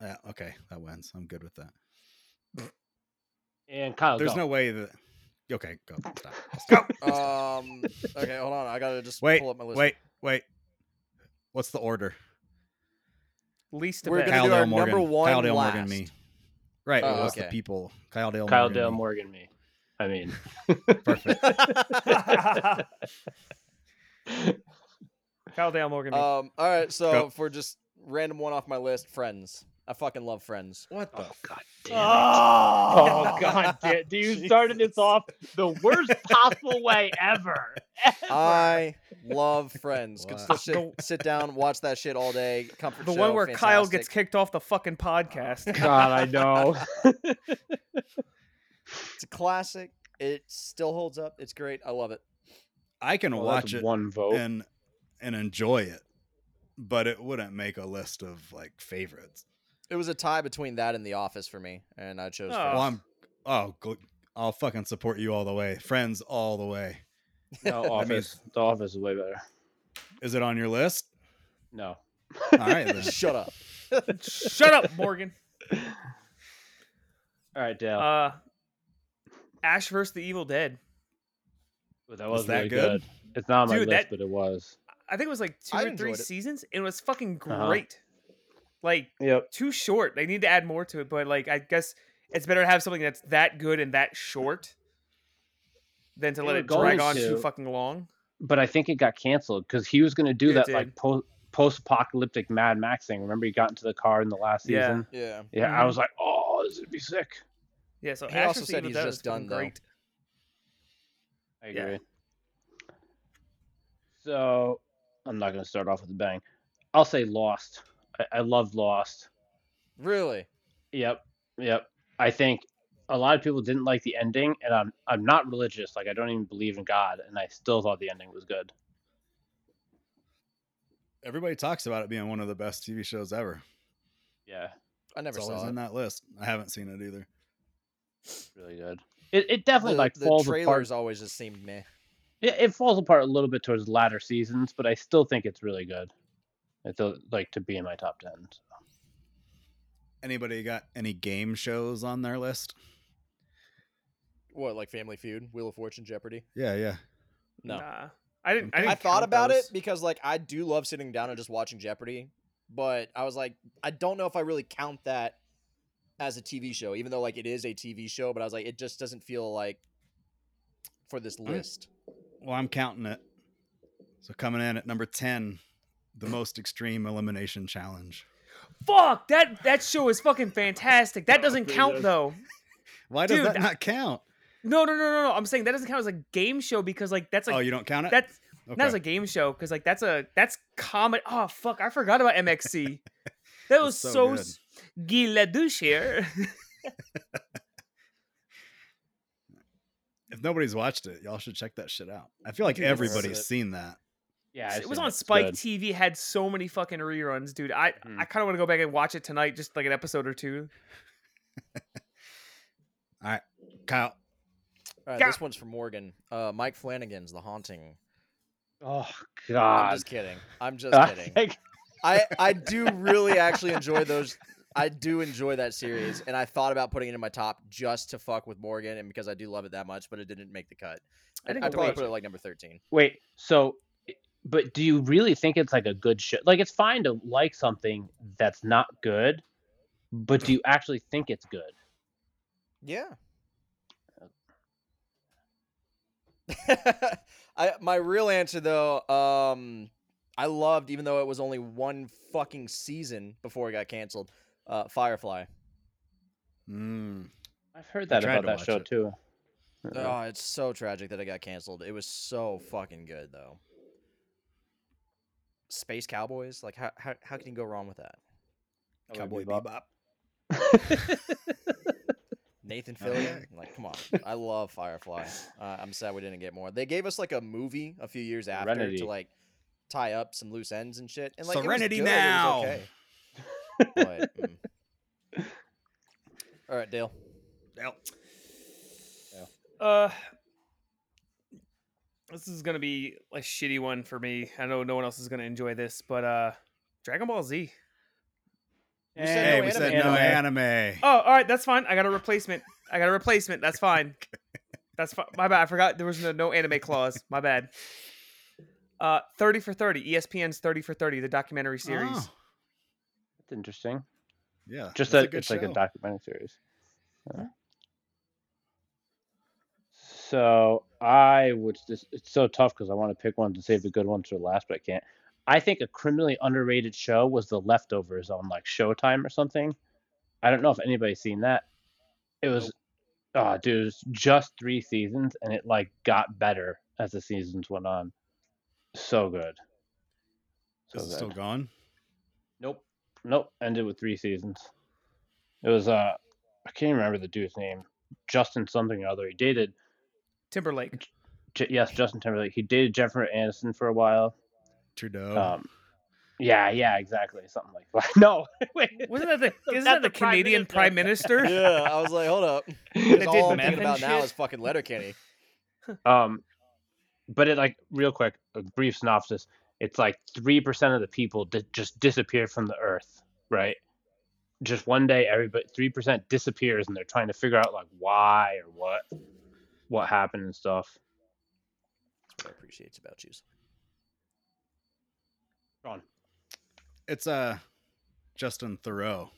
[SPEAKER 1] Yeah, okay, that wins. I'm good with that.
[SPEAKER 2] And Kyle,
[SPEAKER 1] There's
[SPEAKER 2] Oh, go.
[SPEAKER 1] no way that. Okay, go. Stop.
[SPEAKER 3] Um. okay, hold on. I gotta just
[SPEAKER 1] Wait,
[SPEAKER 3] pull up my list.
[SPEAKER 1] wait, wait. What's the order?
[SPEAKER 4] Least of
[SPEAKER 3] We're
[SPEAKER 4] it.
[SPEAKER 3] gonna
[SPEAKER 1] Kyle
[SPEAKER 3] do our
[SPEAKER 1] Dale Morgan.
[SPEAKER 3] number one
[SPEAKER 1] Kyle Dale Morgan,
[SPEAKER 3] last.
[SPEAKER 1] me. Right.
[SPEAKER 3] Oh,
[SPEAKER 1] what's
[SPEAKER 3] okay.
[SPEAKER 1] the people? Kyle Dale.
[SPEAKER 2] Kyle
[SPEAKER 1] Morgan,
[SPEAKER 2] Dale
[SPEAKER 1] me.
[SPEAKER 2] Morgan, me. I mean,
[SPEAKER 1] Perfect.
[SPEAKER 4] Kyle Dale Morgan.
[SPEAKER 3] Um. All right. So
[SPEAKER 1] Go.
[SPEAKER 3] for just random one off my list, Friends. I fucking love Friends.
[SPEAKER 1] What the?
[SPEAKER 2] oh god damn. it.
[SPEAKER 4] oh
[SPEAKER 2] Oh god damn! You started this off the worst possible way ever.
[SPEAKER 3] I love Friends. Can still
[SPEAKER 1] Wow.
[SPEAKER 3] sit, sit down, watch that shit all day. Comfort
[SPEAKER 4] The
[SPEAKER 3] show,
[SPEAKER 4] one where Kyle
[SPEAKER 3] fantastic. Uh,
[SPEAKER 4] gets kicked off the fucking podcast.
[SPEAKER 2] God, I know.
[SPEAKER 3] It's a classic. It still holds up. It's great. I love it.
[SPEAKER 1] I can
[SPEAKER 2] Well, Oh, that's
[SPEAKER 1] watch it
[SPEAKER 2] One vote.
[SPEAKER 1] and and enjoy it, but it wouldn't make a list of like favorites.
[SPEAKER 3] It was a tie between that and The Office for me, and I chose.
[SPEAKER 4] Oh.
[SPEAKER 3] Friends.
[SPEAKER 1] Well, I'm. Oh, gl- I'll fucking support you all the way. Friends, all the way.
[SPEAKER 2] No, office. the office is way better.
[SPEAKER 1] Is it on your list?
[SPEAKER 2] No.
[SPEAKER 1] All right.
[SPEAKER 2] Oh.
[SPEAKER 1] Then.
[SPEAKER 3] Shut up.
[SPEAKER 4] Shut up, Morgan.
[SPEAKER 2] All right, Dale.
[SPEAKER 4] Uh, Ash versus the Evil Dead.
[SPEAKER 2] But that
[SPEAKER 1] was
[SPEAKER 2] was
[SPEAKER 1] that
[SPEAKER 2] really
[SPEAKER 1] good?
[SPEAKER 2] good? It's not on my
[SPEAKER 4] Dude,
[SPEAKER 2] list,
[SPEAKER 4] that-
[SPEAKER 2] but it was.
[SPEAKER 4] I think it was like two
[SPEAKER 3] I
[SPEAKER 4] or three
[SPEAKER 3] enjoyed it.
[SPEAKER 4] seasons, and it was fucking
[SPEAKER 2] Uh-huh.
[SPEAKER 4] great. Like
[SPEAKER 2] Yep.
[SPEAKER 4] too short. They need to add more to it, but like I guess it's better to have something that's that good and that short than to
[SPEAKER 2] They
[SPEAKER 4] let
[SPEAKER 2] were
[SPEAKER 4] it drag
[SPEAKER 2] going
[SPEAKER 4] on too
[SPEAKER 2] to.
[SPEAKER 4] fucking long.
[SPEAKER 2] But I think it got canceled because he was going to do
[SPEAKER 4] It
[SPEAKER 2] that
[SPEAKER 4] did.
[SPEAKER 2] like po- post-apocalyptic Mad Max thing. Remember, he got into the car in the last
[SPEAKER 4] Yeah.
[SPEAKER 2] season.
[SPEAKER 3] Yeah.
[SPEAKER 2] Yeah. I
[SPEAKER 4] Mhm.
[SPEAKER 2] was like, oh, this would be sick.
[SPEAKER 4] Yeah, so
[SPEAKER 3] He
[SPEAKER 4] Ash
[SPEAKER 3] also
[SPEAKER 4] versus
[SPEAKER 3] said
[SPEAKER 4] Evil
[SPEAKER 3] he's
[SPEAKER 4] Dead
[SPEAKER 3] just
[SPEAKER 4] was fucking
[SPEAKER 3] done, though.
[SPEAKER 4] great.
[SPEAKER 2] I
[SPEAKER 4] Yeah.
[SPEAKER 2] agree. So I'm not going to start off with a bang. I'll say Lost. I, I love Lost.
[SPEAKER 3] Really?
[SPEAKER 2] Yep. Yep. I think a lot of people didn't like the ending, and I'm I'm not religious. Like I don't even believe in God, and I still thought the ending was good.
[SPEAKER 1] Everybody talks about it being one of the best TV shows ever.
[SPEAKER 2] Yeah,
[SPEAKER 3] I never
[SPEAKER 1] it's always
[SPEAKER 3] saw it.
[SPEAKER 1] on that list. I haven't seen it either.
[SPEAKER 2] really good. It, it definitely
[SPEAKER 3] the,
[SPEAKER 2] like
[SPEAKER 3] the
[SPEAKER 2] falls apart.
[SPEAKER 3] trailers always just seemed meh.
[SPEAKER 2] It, it falls apart a little bit towards the latter seasons, but I still think it's really good. It's a, like to be in my top ten.
[SPEAKER 1] Anybody got any game shows on their list?
[SPEAKER 3] What, like Family Feud, Wheel of Fortune, Jeopardy?
[SPEAKER 1] Yeah, yeah.
[SPEAKER 3] No.
[SPEAKER 4] Nah. I didn't. I, didn't
[SPEAKER 3] I thought
[SPEAKER 4] count
[SPEAKER 3] about
[SPEAKER 4] those.
[SPEAKER 3] it because like I do love sitting down and just watching Jeopardy, but I was like, I don't know if I really count that as a TV show, even though like it is a TV show. But I was like, it just doesn't feel like for this list.
[SPEAKER 1] Well, I'm counting it. So coming in at number 10, the most extreme elimination challenge.
[SPEAKER 4] Fuck that! That show is fucking fantastic. That
[SPEAKER 2] Oh,
[SPEAKER 4] doesn't
[SPEAKER 2] dude,
[SPEAKER 4] count
[SPEAKER 2] that's-
[SPEAKER 4] though.
[SPEAKER 1] Why does
[SPEAKER 4] Dude,
[SPEAKER 1] that
[SPEAKER 4] I-
[SPEAKER 1] not count?
[SPEAKER 4] No, no, no, no, no. I'm saying that doesn't count as a game show because like that's
[SPEAKER 1] oh,
[SPEAKER 4] like
[SPEAKER 1] you don't count it?
[SPEAKER 4] that's
[SPEAKER 1] okay.
[SPEAKER 4] That was a game show because like that's a that's comedy. Oh fuck, I forgot about MXC. That was
[SPEAKER 1] so
[SPEAKER 4] so,
[SPEAKER 1] good.
[SPEAKER 4] s Guy Ladouche here.
[SPEAKER 1] if nobody's watched it, y'all should check that shit out. I feel like
[SPEAKER 4] Dude, that's-
[SPEAKER 1] everybody's seen that.
[SPEAKER 2] Yeah,
[SPEAKER 4] it was on Spike TV. Had so many fucking reruns, dude. I
[SPEAKER 2] Mhm.
[SPEAKER 1] Mm.
[SPEAKER 4] I kind of want to go back and watch it tonight, just like an episode or two.
[SPEAKER 1] Kyle,
[SPEAKER 3] All right,
[SPEAKER 4] Yeah.
[SPEAKER 3] this one's for Morgan. Uh, Mike Flanagan's The Haunting.
[SPEAKER 2] Oh
[SPEAKER 3] I'm
[SPEAKER 2] God.
[SPEAKER 3] just kidding. I'm just
[SPEAKER 2] I
[SPEAKER 3] kidding.
[SPEAKER 2] think-
[SPEAKER 3] I I do really actually enjoy those. I do enjoy that series, and I thought about putting it in my top just to fuck with Morgan, and because I do love it that much, but it didn't make the cut.
[SPEAKER 4] I didn't
[SPEAKER 3] I
[SPEAKER 4] get to
[SPEAKER 3] probably
[SPEAKER 4] watch
[SPEAKER 3] put
[SPEAKER 4] it.
[SPEAKER 3] it like number thirteen.
[SPEAKER 2] Wait, so, but do you really think it's like a good show? Like, it's fine to like something that's not good, but do you actually think it's good?
[SPEAKER 3] Yeah. I my real answer though, um, I loved even though it was only one fucking season before it got canceled. Uh, Firefly.
[SPEAKER 1] mm,
[SPEAKER 2] I've heard
[SPEAKER 1] I
[SPEAKER 2] that
[SPEAKER 1] tried
[SPEAKER 2] about
[SPEAKER 1] to
[SPEAKER 2] that
[SPEAKER 1] watch
[SPEAKER 2] show
[SPEAKER 1] it.
[SPEAKER 2] too.
[SPEAKER 3] Oh, it's so tragic that it got canceled. It was so fucking good though. Space Cowboys, like how how, how can you go wrong with that?
[SPEAKER 1] Cowboy
[SPEAKER 2] Bebop.
[SPEAKER 1] Bebop.
[SPEAKER 3] Nathan
[SPEAKER 1] Oh, yeah.
[SPEAKER 3] Fillion, like come on. I love Firefly. Uh, I'm sad we didn't get more. They gave us like a movie a few years after
[SPEAKER 2] Serenity.
[SPEAKER 3] to like tie up some loose ends and shit. And like it was
[SPEAKER 1] Serenity
[SPEAKER 3] good, it was
[SPEAKER 1] now!
[SPEAKER 3] okay. But, mm. All right, Dale.
[SPEAKER 1] Well,
[SPEAKER 4] Uh, this is gonna be a shitty one for me. I know no one else is gonna enjoy this, but uh, Dragon Ball Z.
[SPEAKER 3] You said
[SPEAKER 1] Hey,
[SPEAKER 3] no
[SPEAKER 1] we
[SPEAKER 3] anime.
[SPEAKER 1] said no anime.
[SPEAKER 4] Oh, all right, that's fine. I got a replacement. I got a replacement. That's fine. That's fine. My bad. I forgot there was no, no anime clause. My bad. Uh, thirty for thirty. ESPN's thirty for thirty, the documentary series.
[SPEAKER 1] Oh,
[SPEAKER 2] That's interesting.
[SPEAKER 1] yeah.
[SPEAKER 2] Just
[SPEAKER 1] that's a
[SPEAKER 2] that
[SPEAKER 1] good
[SPEAKER 2] it's like a
[SPEAKER 1] show.
[SPEAKER 2] documentary series. Yeah. So I would. Just, it's so tough because I want to pick one to save the good ones for last, but I can't. I think a criminally underrated show was The Leftovers on like Showtime or something. I don't know if anybody's seen that. It was, oh, dude, it's just three seasons, and it like got better as the seasons went on. So good. So
[SPEAKER 1] Is it
[SPEAKER 2] good.
[SPEAKER 1] still gone?
[SPEAKER 2] Nope. Nope. Ended with three seasons. It was uh I can't remember the dude's name. Justin something or other. He dated
[SPEAKER 4] Timberlake.
[SPEAKER 2] J- yes, Justin Timberlake. He dated Jennifer Aniston for a while.
[SPEAKER 1] Trudeau.
[SPEAKER 2] Um yeah, yeah, exactly. Something like that. No. Wait.
[SPEAKER 4] Wasn't that the
[SPEAKER 2] So
[SPEAKER 4] isn't
[SPEAKER 2] that's
[SPEAKER 4] that the
[SPEAKER 2] the Prime
[SPEAKER 4] Canadian
[SPEAKER 2] Minister.
[SPEAKER 4] Prime Minister?
[SPEAKER 3] yeah, I was like, hold up.
[SPEAKER 4] They
[SPEAKER 3] Because
[SPEAKER 4] did
[SPEAKER 3] all I'm
[SPEAKER 4] meth
[SPEAKER 3] thinking
[SPEAKER 4] and
[SPEAKER 3] about now
[SPEAKER 4] shit?
[SPEAKER 3] is fucking Letterkenny.
[SPEAKER 2] Um but it like real quick, a brief synopsis. It's like 3% of the people that just disappeared from the earth, right? Just one day everybody 3% disappears and they're trying to figure out like why or what what happened and stuff.
[SPEAKER 3] I appreciate about yous.
[SPEAKER 2] Ron.
[SPEAKER 1] it's uh Justin Thoreau.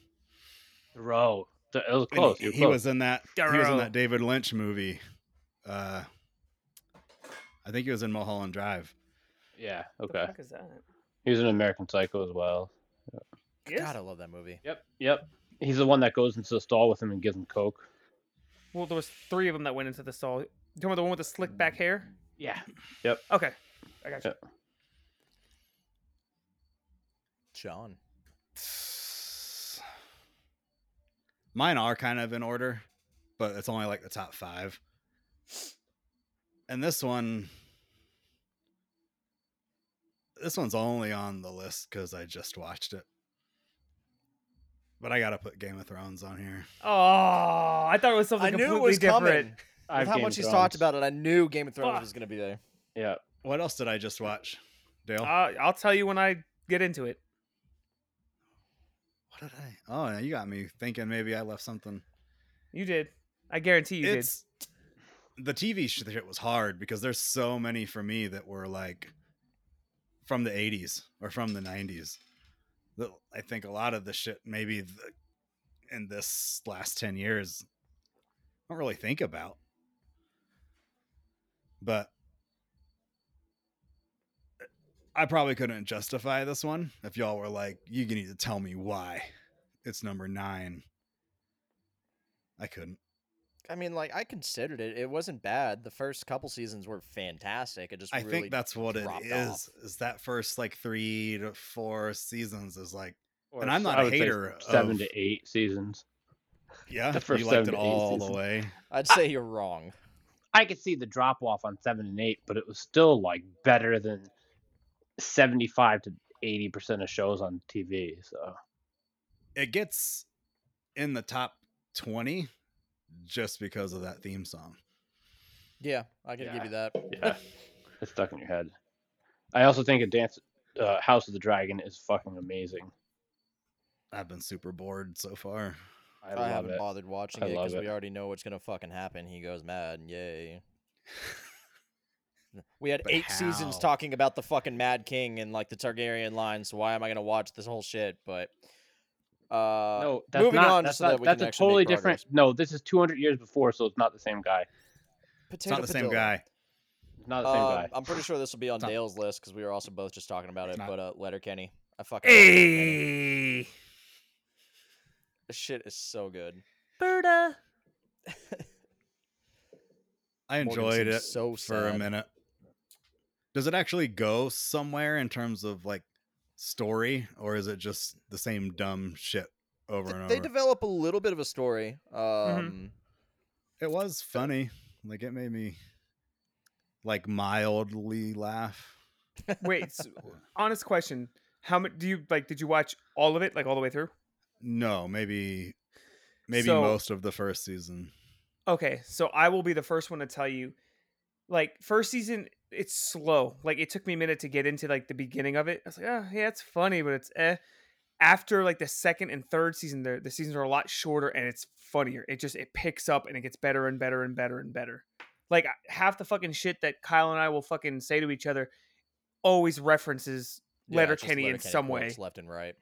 [SPEAKER 2] Thoreau. Th- It was
[SPEAKER 1] And
[SPEAKER 2] close.
[SPEAKER 1] he,
[SPEAKER 2] You're
[SPEAKER 1] he
[SPEAKER 2] close.
[SPEAKER 1] was in that. He was in
[SPEAKER 4] Thoreau.
[SPEAKER 1] that David Lynch movie. Uh, I think he was in Mulholland Drive.
[SPEAKER 2] yeah.
[SPEAKER 4] What
[SPEAKER 2] Okay.
[SPEAKER 4] The fuck is that?
[SPEAKER 2] He was an American Psycho as well.
[SPEAKER 4] Yes?
[SPEAKER 3] God, I love that movie.
[SPEAKER 2] Yep. Yep. He's the one that goes into the stall with him and gives him coke.
[SPEAKER 4] Well, there was three of them that went into the stall. You talking about the one with the slick back hair?
[SPEAKER 2] Yeah.
[SPEAKER 4] Okay, I got you.
[SPEAKER 3] John.
[SPEAKER 1] Mine are kind of in order, but it's only like the top five. And this one, this one's only on the list because I just watched it. But I gotta put Game of Thrones on here.
[SPEAKER 4] Oh, I thought it was something
[SPEAKER 3] I knew
[SPEAKER 4] completely
[SPEAKER 3] it was
[SPEAKER 4] different.
[SPEAKER 3] coming.
[SPEAKER 2] I have
[SPEAKER 3] With how
[SPEAKER 2] Game
[SPEAKER 3] much
[SPEAKER 2] of
[SPEAKER 3] he's talked
[SPEAKER 2] Thrones.
[SPEAKER 3] about it, I knew Game of Thrones
[SPEAKER 4] Fuck.
[SPEAKER 3] was going to be there.
[SPEAKER 2] Yeah.
[SPEAKER 1] What else did I just watch, Dale?
[SPEAKER 4] Uh, I'll tell you when I get into it.
[SPEAKER 1] what did I? Oh, now you got me thinking maybe I left something.
[SPEAKER 4] You did. I guarantee you did.
[SPEAKER 1] it's the TV sh- shit was hard because there's so many for me that were like from the 80s or from the 90s. That I think a lot of the shit maybe the, in this last 10 years I don't really think about. But I probably couldn't justify this one if y'all were like, you need to tell me why it's number nine. I couldn't.
[SPEAKER 3] I mean, like, I considered it. It wasn't bad. The first couple seasons were fantastic. It just
[SPEAKER 1] I
[SPEAKER 3] really
[SPEAKER 1] think that's what it
[SPEAKER 3] dropped
[SPEAKER 1] is.
[SPEAKER 3] off.
[SPEAKER 1] Is that first like three to four seasons is like,
[SPEAKER 2] Or
[SPEAKER 1] And I'm
[SPEAKER 2] s-
[SPEAKER 1] not
[SPEAKER 2] I
[SPEAKER 1] a
[SPEAKER 2] would say
[SPEAKER 1] hater
[SPEAKER 2] Seven
[SPEAKER 1] of-
[SPEAKER 2] to eight seasons.
[SPEAKER 1] yeah,
[SPEAKER 2] The first
[SPEAKER 1] you liked
[SPEAKER 2] seven
[SPEAKER 1] it
[SPEAKER 2] to eight
[SPEAKER 1] all the
[SPEAKER 2] seasons.
[SPEAKER 1] way.
[SPEAKER 3] I'd say you're wrong.
[SPEAKER 2] I could see the drop off on seven and eight, but it was still like better than seventy-five to eighty percent of shows on TV. So
[SPEAKER 1] It gets in the top twenty just because of that theme song.
[SPEAKER 3] Yeah, I can
[SPEAKER 2] Yeah.
[SPEAKER 3] give you that.
[SPEAKER 2] yeah, it's stuck in your head. I also think a dance, uh, House of the Dragon, is fucking amazing.
[SPEAKER 1] I've been super bored so far.
[SPEAKER 2] I,
[SPEAKER 3] I,
[SPEAKER 2] love
[SPEAKER 3] haven't
[SPEAKER 2] it.
[SPEAKER 3] bothered watching
[SPEAKER 2] I
[SPEAKER 3] it
[SPEAKER 2] love
[SPEAKER 3] because we
[SPEAKER 2] it.
[SPEAKER 3] already know what's going to fucking happen. He goes mad. Yay. We had
[SPEAKER 1] But
[SPEAKER 3] eight seasons
[SPEAKER 1] how?
[SPEAKER 3] talking about the fucking Mad King and like the Targaryen line, so why am I going to watch this whole shit? But uh,
[SPEAKER 2] no, that's
[SPEAKER 3] moving
[SPEAKER 2] not,
[SPEAKER 3] on
[SPEAKER 2] that's
[SPEAKER 3] so
[SPEAKER 2] not-
[SPEAKER 3] that we
[SPEAKER 2] that's
[SPEAKER 3] can
[SPEAKER 2] a
[SPEAKER 3] actually make
[SPEAKER 2] totally
[SPEAKER 3] progress.
[SPEAKER 2] different. No, this is 200 years before, so it's not the same guy.
[SPEAKER 1] It's not the same guy.
[SPEAKER 2] It's not the same
[SPEAKER 3] Um,
[SPEAKER 2] guy.
[SPEAKER 3] I'm pretty sure this will be on
[SPEAKER 1] It's not-
[SPEAKER 3] Dale's list because we were also both just talking about
[SPEAKER 1] It's
[SPEAKER 3] it.
[SPEAKER 1] not.
[SPEAKER 3] But uh, Letterkenny, I fucking love Letterkenny.
[SPEAKER 4] Hey,
[SPEAKER 3] This shit is so good.
[SPEAKER 4] Berta.
[SPEAKER 1] I
[SPEAKER 3] Morgan
[SPEAKER 1] enjoyed
[SPEAKER 3] seems
[SPEAKER 1] it
[SPEAKER 3] so
[SPEAKER 1] for a
[SPEAKER 3] sad.
[SPEAKER 1] minute. Does it actually go somewhere in terms of like story, or is it just the same dumb shit over
[SPEAKER 3] Th-
[SPEAKER 1] and over?
[SPEAKER 3] they
[SPEAKER 1] Mm-hmm.
[SPEAKER 3] develop a little bit of a story. Um,
[SPEAKER 1] It was funny. Like it made me like mildly laugh.
[SPEAKER 4] Wait, s honest question. How much do you like? Did you watch all of it, like all the way through?
[SPEAKER 1] No, maybe maybe
[SPEAKER 4] So-
[SPEAKER 1] most of the first season.
[SPEAKER 4] Okay, so I will be the first one to tell you, like first season, it's slow. Like it took me a minute to get into like the beginning of it. I was like, oh yeah, it's funny, but it's eh. After like the second and third season, the the seasons are a lot shorter and it's funnier. It just it picks up and it gets better and better and better and better. Like half the fucking shit that Kyle and I will fucking say to each other always references Letterkenny in some way.
[SPEAKER 3] quotes left and right.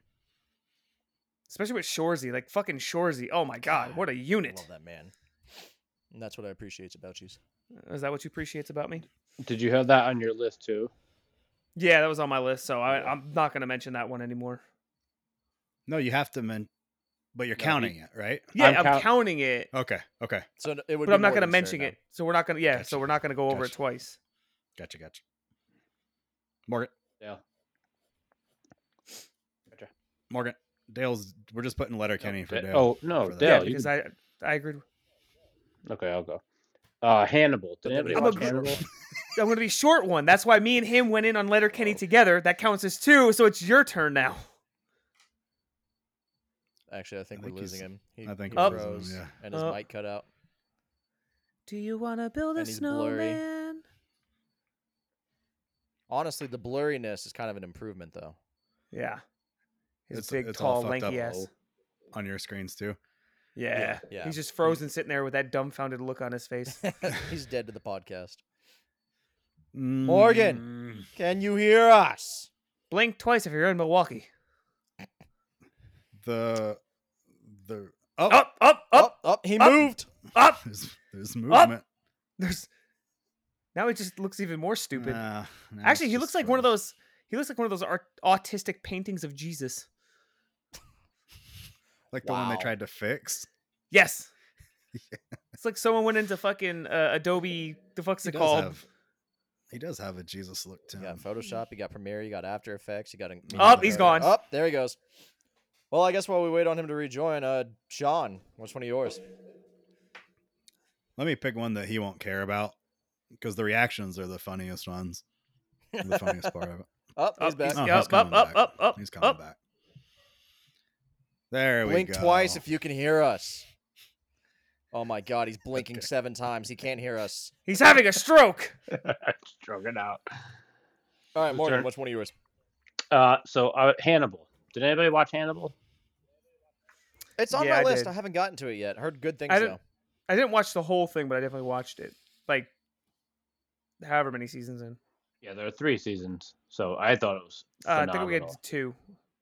[SPEAKER 4] especially with Shorzy, like fucking Shorzy. Oh my god,
[SPEAKER 3] God,
[SPEAKER 4] what a
[SPEAKER 3] I
[SPEAKER 4] unit!
[SPEAKER 3] love that man. And that's what I appreciate about you.
[SPEAKER 4] Is that what you appreciate about me?
[SPEAKER 2] Did you have that on your list too?
[SPEAKER 4] Yeah, that was on my list, so I, I'm not gonna mention that one anymore.
[SPEAKER 1] No, you have to, men- but you're
[SPEAKER 2] No, he-
[SPEAKER 1] counting it, right?
[SPEAKER 4] Yeah,
[SPEAKER 2] I'm
[SPEAKER 4] I'm,
[SPEAKER 2] count-
[SPEAKER 4] counting it,
[SPEAKER 1] Okay, okay,
[SPEAKER 3] So it would
[SPEAKER 4] but
[SPEAKER 3] be
[SPEAKER 4] I'm not
[SPEAKER 3] more
[SPEAKER 4] gonna
[SPEAKER 3] than
[SPEAKER 4] mention
[SPEAKER 3] fair
[SPEAKER 4] it. So we're not gonna, yeah,
[SPEAKER 1] Gotcha.
[SPEAKER 4] so we're not gonna go over it
[SPEAKER 1] Gotcha.
[SPEAKER 4] twice.
[SPEAKER 1] gotcha, gotcha. Morgan,
[SPEAKER 2] Yeah.
[SPEAKER 1] Morgan, Dale's. We're just putting Letterkenny for
[SPEAKER 2] Da-
[SPEAKER 1] Dale.
[SPEAKER 2] oh no,
[SPEAKER 1] for that.
[SPEAKER 4] Yeah,
[SPEAKER 2] Dale. you
[SPEAKER 4] because
[SPEAKER 2] can-
[SPEAKER 4] I I agreed.
[SPEAKER 2] Okay, I'll go. Uh, Hannibal. Did
[SPEAKER 3] now.
[SPEAKER 2] anybody
[SPEAKER 4] I'm
[SPEAKER 2] watch
[SPEAKER 4] agree-
[SPEAKER 2] Hannibal?
[SPEAKER 4] I'm gonna be short one. That's why me and him went in on Letterkenny together. That counts as two, so it's your turn now.
[SPEAKER 3] Actually, I think,
[SPEAKER 1] think
[SPEAKER 3] we're losing
[SPEAKER 1] he's-
[SPEAKER 3] him. He,
[SPEAKER 1] I think
[SPEAKER 3] he
[SPEAKER 4] we're
[SPEAKER 1] losing him,
[SPEAKER 3] froze,
[SPEAKER 1] yeah. Oh.
[SPEAKER 3] and his
[SPEAKER 4] Up.
[SPEAKER 3] mic cut out.
[SPEAKER 4] Do you wanna build a
[SPEAKER 3] And he's blurry.
[SPEAKER 4] snowman?
[SPEAKER 3] Honestly, the blurriness is kind of an improvement, though.
[SPEAKER 4] Yeah, his
[SPEAKER 1] It's-
[SPEAKER 4] big,
[SPEAKER 1] it's all
[SPEAKER 4] tall,
[SPEAKER 1] fucked up,
[SPEAKER 4] lanky
[SPEAKER 1] though.
[SPEAKER 4] ass.
[SPEAKER 1] on your screens too.
[SPEAKER 4] Yeah.
[SPEAKER 3] yeah.
[SPEAKER 4] he's just frozen, sitting there with that dumbfounded look on his face.
[SPEAKER 3] He's dead to the podcast.
[SPEAKER 1] Morgan,
[SPEAKER 3] Can you hear us?
[SPEAKER 4] Blink twice if you're in Milwaukee.
[SPEAKER 1] the the oh,
[SPEAKER 4] Up, up, up,
[SPEAKER 3] Up, up. He
[SPEAKER 4] up.
[SPEAKER 3] moved.
[SPEAKER 4] up.
[SPEAKER 1] There's, there's movement.
[SPEAKER 4] There's now he just looks even more stupid.
[SPEAKER 1] Nah, nah,
[SPEAKER 4] Actually,
[SPEAKER 1] it's
[SPEAKER 4] he
[SPEAKER 1] just
[SPEAKER 4] looks like one of
[SPEAKER 1] froze.
[SPEAKER 4] those. He looks like one of those art, autistic paintings of Jesus.
[SPEAKER 1] like the one they
[SPEAKER 3] Wow.
[SPEAKER 1] tried to fix.
[SPEAKER 4] Yes. It's like someone went into fucking uh, Adobe. The fuck's
[SPEAKER 1] He
[SPEAKER 4] it
[SPEAKER 1] does
[SPEAKER 4] called?
[SPEAKER 1] have he does have a Jesus look to
[SPEAKER 3] You
[SPEAKER 1] him.
[SPEAKER 3] got Photoshop. You got Premiere. You got After Effects. You got an-
[SPEAKER 1] Up,
[SPEAKER 4] Oh, he's
[SPEAKER 3] There we go.
[SPEAKER 4] gone.
[SPEAKER 3] Up, there he goes. Well, I guess while we wait on him to rejoin, uh, Sean, which one of yours?
[SPEAKER 1] Let me pick one that he won't care about because the reactions are the funniest ones. The funniest part of it.
[SPEAKER 3] Up, he's
[SPEAKER 4] Up,
[SPEAKER 3] back.
[SPEAKER 4] he's-
[SPEAKER 1] Oh,
[SPEAKER 4] up,
[SPEAKER 1] he's
[SPEAKER 4] up,
[SPEAKER 1] coming
[SPEAKER 4] up,
[SPEAKER 1] back.
[SPEAKER 4] up, up,
[SPEAKER 1] He's coming
[SPEAKER 4] up.
[SPEAKER 1] back. There we
[SPEAKER 3] Blink
[SPEAKER 1] go.
[SPEAKER 3] twice if you can hear us. Oh my God, he's blinking seven times. He can't hear us.
[SPEAKER 4] He's having a stroke.
[SPEAKER 2] Drug it out.
[SPEAKER 3] All right, Morgan,
[SPEAKER 2] turn.
[SPEAKER 3] which one of yours?
[SPEAKER 2] Uh, so uh, Hannibal. Did anybody watch Hannibal?
[SPEAKER 3] It's on
[SPEAKER 4] Yeah,
[SPEAKER 3] my
[SPEAKER 4] I
[SPEAKER 3] list.
[SPEAKER 4] did.
[SPEAKER 3] I haven't gotten to it yet. Heard good things
[SPEAKER 4] I
[SPEAKER 3] though.
[SPEAKER 4] didn't- I didn't watch the whole thing, but I definitely watched it. Like, however many seasons in.
[SPEAKER 2] Yeah, there are three seasons, so I thought it was.
[SPEAKER 4] Uh, I think
[SPEAKER 2] Phenomenal.
[SPEAKER 4] we had two.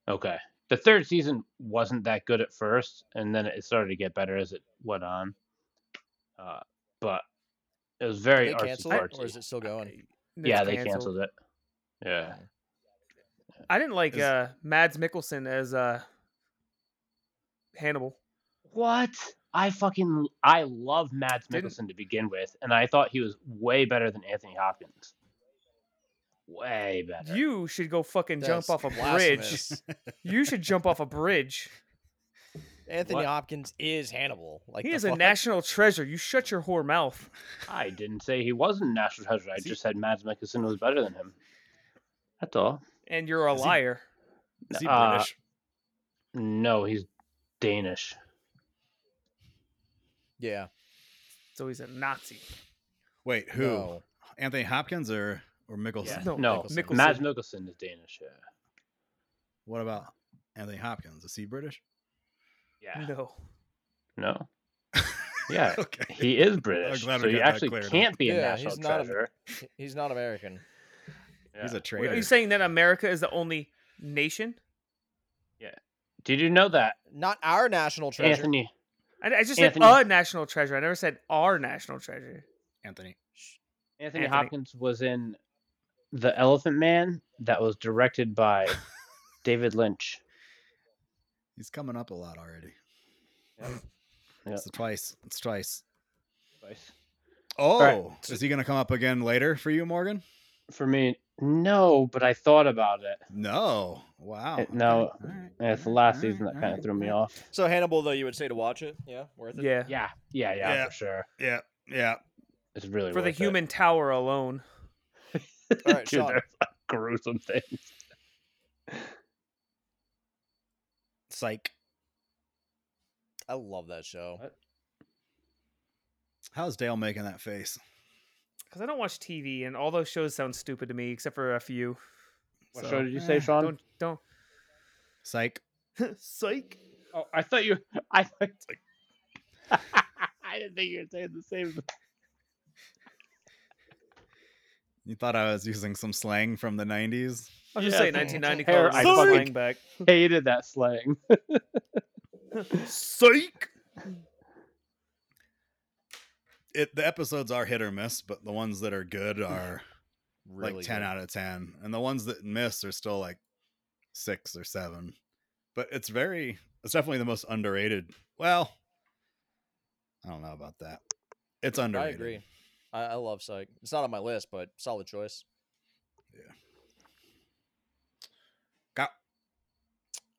[SPEAKER 2] Okay. The third season wasn't that good at first, and then it started to get better as it went on. Uh, but it was
[SPEAKER 3] Did
[SPEAKER 2] very
[SPEAKER 3] they
[SPEAKER 2] artsy
[SPEAKER 3] cancel it,
[SPEAKER 2] fartsy.
[SPEAKER 3] or is it still going?
[SPEAKER 4] It was
[SPEAKER 2] yeah, they canceled it. Yeah.
[SPEAKER 4] I didn't like
[SPEAKER 1] Is-
[SPEAKER 4] uh, Mads Mikkelsen as uh, Hannibal.
[SPEAKER 2] What? I fucking I love Mads
[SPEAKER 4] Didn't-
[SPEAKER 2] Mikkelsen to begin with, and I thought he was way better than Anthony Hopkins. Way better.
[SPEAKER 4] You should go fucking jump
[SPEAKER 3] That's
[SPEAKER 4] off a bridge.
[SPEAKER 3] blasphemous.
[SPEAKER 4] you should jump off a bridge.
[SPEAKER 3] Anthony
[SPEAKER 2] What?
[SPEAKER 3] Hopkins is Hannibal. Like
[SPEAKER 4] he
[SPEAKER 3] the
[SPEAKER 4] is a
[SPEAKER 3] fuck?
[SPEAKER 4] national treasure. You shut your whore mouth.
[SPEAKER 2] I didn't say he wasn't national treasure. I
[SPEAKER 1] Is he-
[SPEAKER 2] just said Mads Mikkelsen was better than him. That's all.
[SPEAKER 4] And you're a
[SPEAKER 1] Is he-
[SPEAKER 4] liar.
[SPEAKER 1] Is he
[SPEAKER 2] Uh,
[SPEAKER 1] British?
[SPEAKER 2] No, he's Danish.
[SPEAKER 3] Yeah.
[SPEAKER 4] So he's a Nazi.
[SPEAKER 1] Wait, who?
[SPEAKER 3] no.
[SPEAKER 1] Anthony Hopkins or or Mickelson?
[SPEAKER 2] Yeah.
[SPEAKER 4] No,
[SPEAKER 2] No,
[SPEAKER 3] Mikkelsen.
[SPEAKER 2] Mads Mikkelsen is Danish. Yeah.
[SPEAKER 1] What about Anthony Hopkins? Is he British?
[SPEAKER 2] Yeah.
[SPEAKER 4] No.
[SPEAKER 2] No. Yeah.
[SPEAKER 1] okay.
[SPEAKER 2] He is British.
[SPEAKER 1] glad
[SPEAKER 2] so
[SPEAKER 1] we
[SPEAKER 2] he
[SPEAKER 1] got that
[SPEAKER 2] actually
[SPEAKER 1] cleared up.
[SPEAKER 2] can't be a
[SPEAKER 3] Yeah,
[SPEAKER 2] national
[SPEAKER 3] he's not a-
[SPEAKER 2] treasure.
[SPEAKER 3] He- He's not American.
[SPEAKER 1] He's
[SPEAKER 2] Yeah.
[SPEAKER 1] a
[SPEAKER 4] Wait,
[SPEAKER 1] traitor.
[SPEAKER 4] are you saying that America is the only nation?
[SPEAKER 2] Did you know that
[SPEAKER 3] Not our national treasure.
[SPEAKER 2] Anthony?
[SPEAKER 4] I, I just
[SPEAKER 2] Anthony.
[SPEAKER 4] said a national treasure. I never said our national treasure.
[SPEAKER 1] Anthony.
[SPEAKER 2] Anthony
[SPEAKER 4] Anthony.
[SPEAKER 2] Hopkins was in The Elephant Man that was directed by David Lynch.
[SPEAKER 1] He's coming up a lot already.
[SPEAKER 2] Yep.
[SPEAKER 1] It's twice. It's twice.
[SPEAKER 2] Twice.
[SPEAKER 1] Oh,
[SPEAKER 2] right.
[SPEAKER 1] is he going to come up again later for you, Morgan?
[SPEAKER 2] For me, no, but I thought about it.
[SPEAKER 1] No. Wow.
[SPEAKER 2] Uh, no.
[SPEAKER 1] Oh, All right.
[SPEAKER 2] And it's the
[SPEAKER 1] all
[SPEAKER 2] last
[SPEAKER 1] right,
[SPEAKER 2] season
[SPEAKER 1] all
[SPEAKER 2] that kind
[SPEAKER 1] right,
[SPEAKER 2] of threw me
[SPEAKER 1] all right.
[SPEAKER 2] off.
[SPEAKER 3] So Hannibal, though, you would say to watch it? Yeah, worth it.
[SPEAKER 4] Yeah.
[SPEAKER 2] Yeah, yeah, yeah,
[SPEAKER 1] Yeah.
[SPEAKER 2] for sure.
[SPEAKER 1] Yeah. Yeah.
[SPEAKER 2] It's really
[SPEAKER 4] For the
[SPEAKER 2] worth it.
[SPEAKER 4] human tower alone.
[SPEAKER 3] All right,
[SPEAKER 2] Dude,
[SPEAKER 3] Sean.
[SPEAKER 2] there's like gruesome things.
[SPEAKER 1] Psych.
[SPEAKER 3] I love that show.
[SPEAKER 2] What?
[SPEAKER 1] How's Dale making that face?
[SPEAKER 4] because I don't watch TV, and all those shows sound stupid to me, except for a few.
[SPEAKER 2] What
[SPEAKER 1] So-
[SPEAKER 2] show did you say,
[SPEAKER 1] Eh,
[SPEAKER 2] Sean?
[SPEAKER 4] Don't don't
[SPEAKER 1] Psych.
[SPEAKER 4] psych.
[SPEAKER 2] Oh, I thought you. I thought. I didn't think you were saying the same.
[SPEAKER 1] You thought I was using some slang from the 90s?
[SPEAKER 4] I was just
[SPEAKER 2] Yeah,
[SPEAKER 4] saying,
[SPEAKER 2] it's-
[SPEAKER 4] 1990
[SPEAKER 2] hair
[SPEAKER 4] called
[SPEAKER 2] I
[SPEAKER 4] slang back.
[SPEAKER 2] Hated that slang.
[SPEAKER 4] Psych.
[SPEAKER 1] It, the episodes are hit or miss, but the ones that are good are
[SPEAKER 3] Really
[SPEAKER 1] like 10
[SPEAKER 3] good.
[SPEAKER 1] out of 10. And the ones that miss are still like six or seven. But it's very, it's definitely the most underrated. Well, I don't know about that. It's
[SPEAKER 3] I
[SPEAKER 1] underrated.
[SPEAKER 3] agree. I, I love Psych. It's not on my list, but solid choice.
[SPEAKER 1] Go.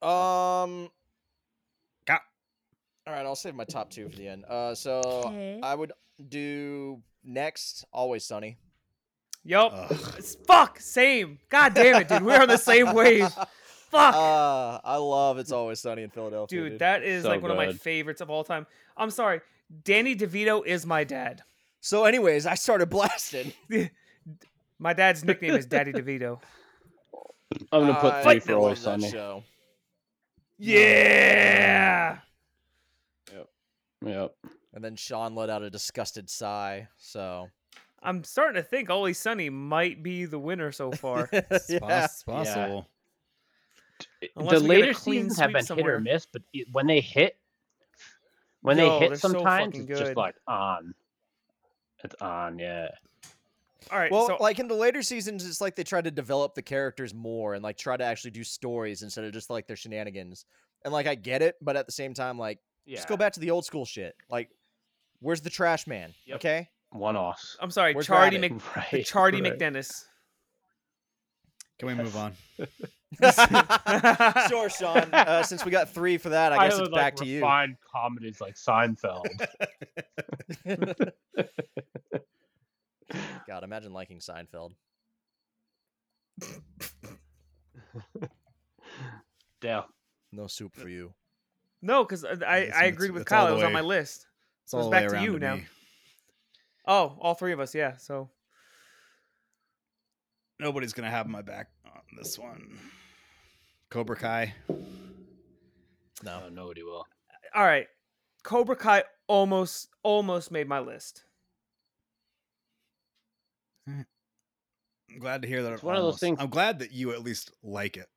[SPEAKER 3] Um.
[SPEAKER 1] Go.
[SPEAKER 3] All right, I'll save my top two for the end. Uh, so I would do next. Always Sunny.
[SPEAKER 4] Yup.
[SPEAKER 1] Ugh.
[SPEAKER 4] It's- Fuck. Same. God damn it, dude. We're on the same wave. Fuck.
[SPEAKER 3] Uh, I love It's Always Sunny in Philadelphia. Dude,
[SPEAKER 4] dude, that is
[SPEAKER 2] So
[SPEAKER 4] like one of my
[SPEAKER 2] good.
[SPEAKER 4] favorites of all time. I'm sorry. Danny DeVito is my dad.
[SPEAKER 3] So, anyways, I started blasting.
[SPEAKER 4] My dad's nickname is Daddy DeVito.
[SPEAKER 2] I'm gonna put
[SPEAKER 3] Uh, I
[SPEAKER 2] three for
[SPEAKER 3] love
[SPEAKER 2] always
[SPEAKER 3] that
[SPEAKER 2] sunny.
[SPEAKER 3] show.
[SPEAKER 4] Yeah.
[SPEAKER 2] Yep.
[SPEAKER 3] And then Sean let out a disgusted sigh. So
[SPEAKER 4] I'm starting to think Always Sunny might be the winner so far.
[SPEAKER 1] It's poss- it's possible.
[SPEAKER 4] Unless
[SPEAKER 2] the
[SPEAKER 4] we get a
[SPEAKER 2] later
[SPEAKER 4] clean
[SPEAKER 2] seasons have
[SPEAKER 4] sweep
[SPEAKER 2] been hit
[SPEAKER 4] somewhere.
[SPEAKER 2] or miss, but it- when they hit, when
[SPEAKER 4] Yo,
[SPEAKER 2] they
[SPEAKER 4] they're
[SPEAKER 2] hit,
[SPEAKER 4] so
[SPEAKER 2] sometimes
[SPEAKER 4] fucking
[SPEAKER 2] it's just
[SPEAKER 4] good.
[SPEAKER 2] like on. It's on, yeah.
[SPEAKER 4] All right.
[SPEAKER 3] Well,
[SPEAKER 4] so
[SPEAKER 3] like in the later seasons, it's like they try to develop the characters more and like try to actually do stories instead of just like their shenanigans. And like I get it, but at the same time, like
[SPEAKER 2] Yeah.
[SPEAKER 3] just go back to the old school shit. Like, where's the trash man?
[SPEAKER 2] Yep.
[SPEAKER 3] Okay,
[SPEAKER 2] One offs.
[SPEAKER 4] I'm sorry,
[SPEAKER 3] Where's
[SPEAKER 4] Charlie
[SPEAKER 3] Rabbit?
[SPEAKER 4] Mc
[SPEAKER 2] Right.
[SPEAKER 4] the Charlie
[SPEAKER 2] right.
[SPEAKER 4] McDennis.
[SPEAKER 1] Can we move on?
[SPEAKER 3] sure, Sean. Uh, since we got three for that, I guess
[SPEAKER 2] would
[SPEAKER 3] it's back to
[SPEAKER 2] like
[SPEAKER 3] you.
[SPEAKER 2] refined comedies like Seinfeld.
[SPEAKER 3] God, imagine liking Seinfeld.
[SPEAKER 2] yeah.
[SPEAKER 3] No soup for you.
[SPEAKER 4] No, because I,
[SPEAKER 1] It's-
[SPEAKER 4] I
[SPEAKER 1] it's-
[SPEAKER 4] agreed with
[SPEAKER 1] it's all
[SPEAKER 4] Kyle.
[SPEAKER 1] the
[SPEAKER 4] It was on
[SPEAKER 1] way-
[SPEAKER 4] my list.
[SPEAKER 1] It's all
[SPEAKER 4] Goes
[SPEAKER 1] the way
[SPEAKER 4] back to
[SPEAKER 1] around
[SPEAKER 4] you
[SPEAKER 1] to
[SPEAKER 4] now.
[SPEAKER 1] me.
[SPEAKER 4] Oh, all three of us. Yeah. So
[SPEAKER 1] Nobody's gonna have my back on this one. Cobra Kai.
[SPEAKER 2] I
[SPEAKER 3] No,
[SPEAKER 2] don't know what he will.
[SPEAKER 4] all right, Cobra Kai almost almost made my list.
[SPEAKER 1] I'm glad to hear that.
[SPEAKER 2] It's
[SPEAKER 1] it
[SPEAKER 2] one of those
[SPEAKER 1] almost-
[SPEAKER 2] things-
[SPEAKER 1] I'm glad that you at least like it.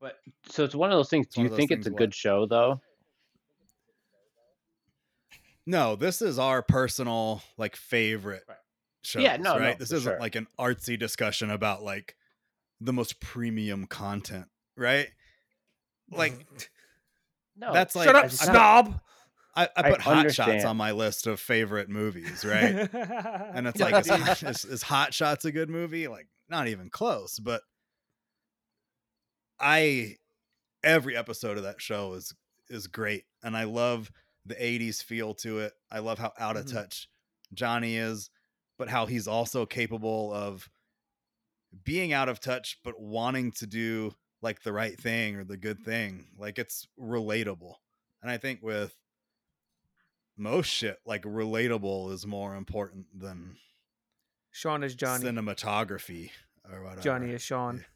[SPEAKER 2] But so it's one of those things.
[SPEAKER 1] It's
[SPEAKER 2] Do
[SPEAKER 1] one
[SPEAKER 2] you
[SPEAKER 1] of those
[SPEAKER 2] think it's
[SPEAKER 1] things
[SPEAKER 2] a
[SPEAKER 1] what?
[SPEAKER 2] good show though?
[SPEAKER 1] No, this is our personal like favorite
[SPEAKER 2] Right.
[SPEAKER 1] show.
[SPEAKER 2] Yeah, no, no,
[SPEAKER 1] right. this
[SPEAKER 2] for
[SPEAKER 1] isn't
[SPEAKER 2] sure.
[SPEAKER 1] like an artsy discussion about like the most premium content, right?
[SPEAKER 2] Mm-hmm.
[SPEAKER 1] Like
[SPEAKER 2] No.
[SPEAKER 1] that's like
[SPEAKER 4] Shut
[SPEAKER 2] I
[SPEAKER 4] up,
[SPEAKER 2] just-
[SPEAKER 4] snob.
[SPEAKER 1] I, I
[SPEAKER 2] I
[SPEAKER 1] put Hot Shots
[SPEAKER 2] understand.
[SPEAKER 1] on my list of favorite movies, right? and it's like is, is, is Hot Shots a good movie? Like not even close. But I every episode of that show is is great, and I love the '80s feel to it. I love how out of
[SPEAKER 4] Mhm.
[SPEAKER 1] touch Johnny is, but how he's also capable of being out of touch, but wanting to do like the right thing or the good thing. Like it's relatable, and I think with most shit like relatable is more important than
[SPEAKER 4] Sean is Johnny.
[SPEAKER 1] cinematography or whatever.
[SPEAKER 4] Johnny is Sean.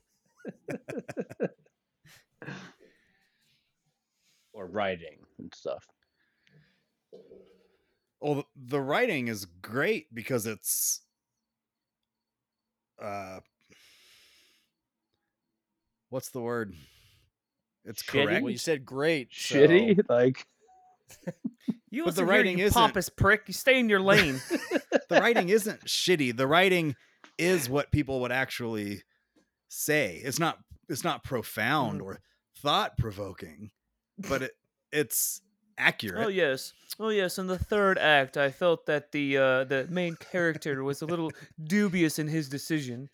[SPEAKER 2] or writing and stuff.
[SPEAKER 1] Well, th- the writing is great because it's uh what's the word? It's
[SPEAKER 2] Shitty?
[SPEAKER 1] correct.
[SPEAKER 3] well, you said great. so-
[SPEAKER 2] Shitty, like
[SPEAKER 4] You
[SPEAKER 1] But
[SPEAKER 4] listen
[SPEAKER 1] the
[SPEAKER 4] here,
[SPEAKER 1] writing
[SPEAKER 4] you
[SPEAKER 1] isn't-
[SPEAKER 4] pompous prick. You stay in your lane.
[SPEAKER 1] the writing isn't shitty. The writing is what people would actually say. It's not it's not profound
[SPEAKER 4] Mhm.
[SPEAKER 2] Mm-hmm.
[SPEAKER 1] or thought provoking, but it it's accurate.
[SPEAKER 4] Oh yes, oh yes. In the third act, I felt that the uh, the main character was a little dubious in his decision.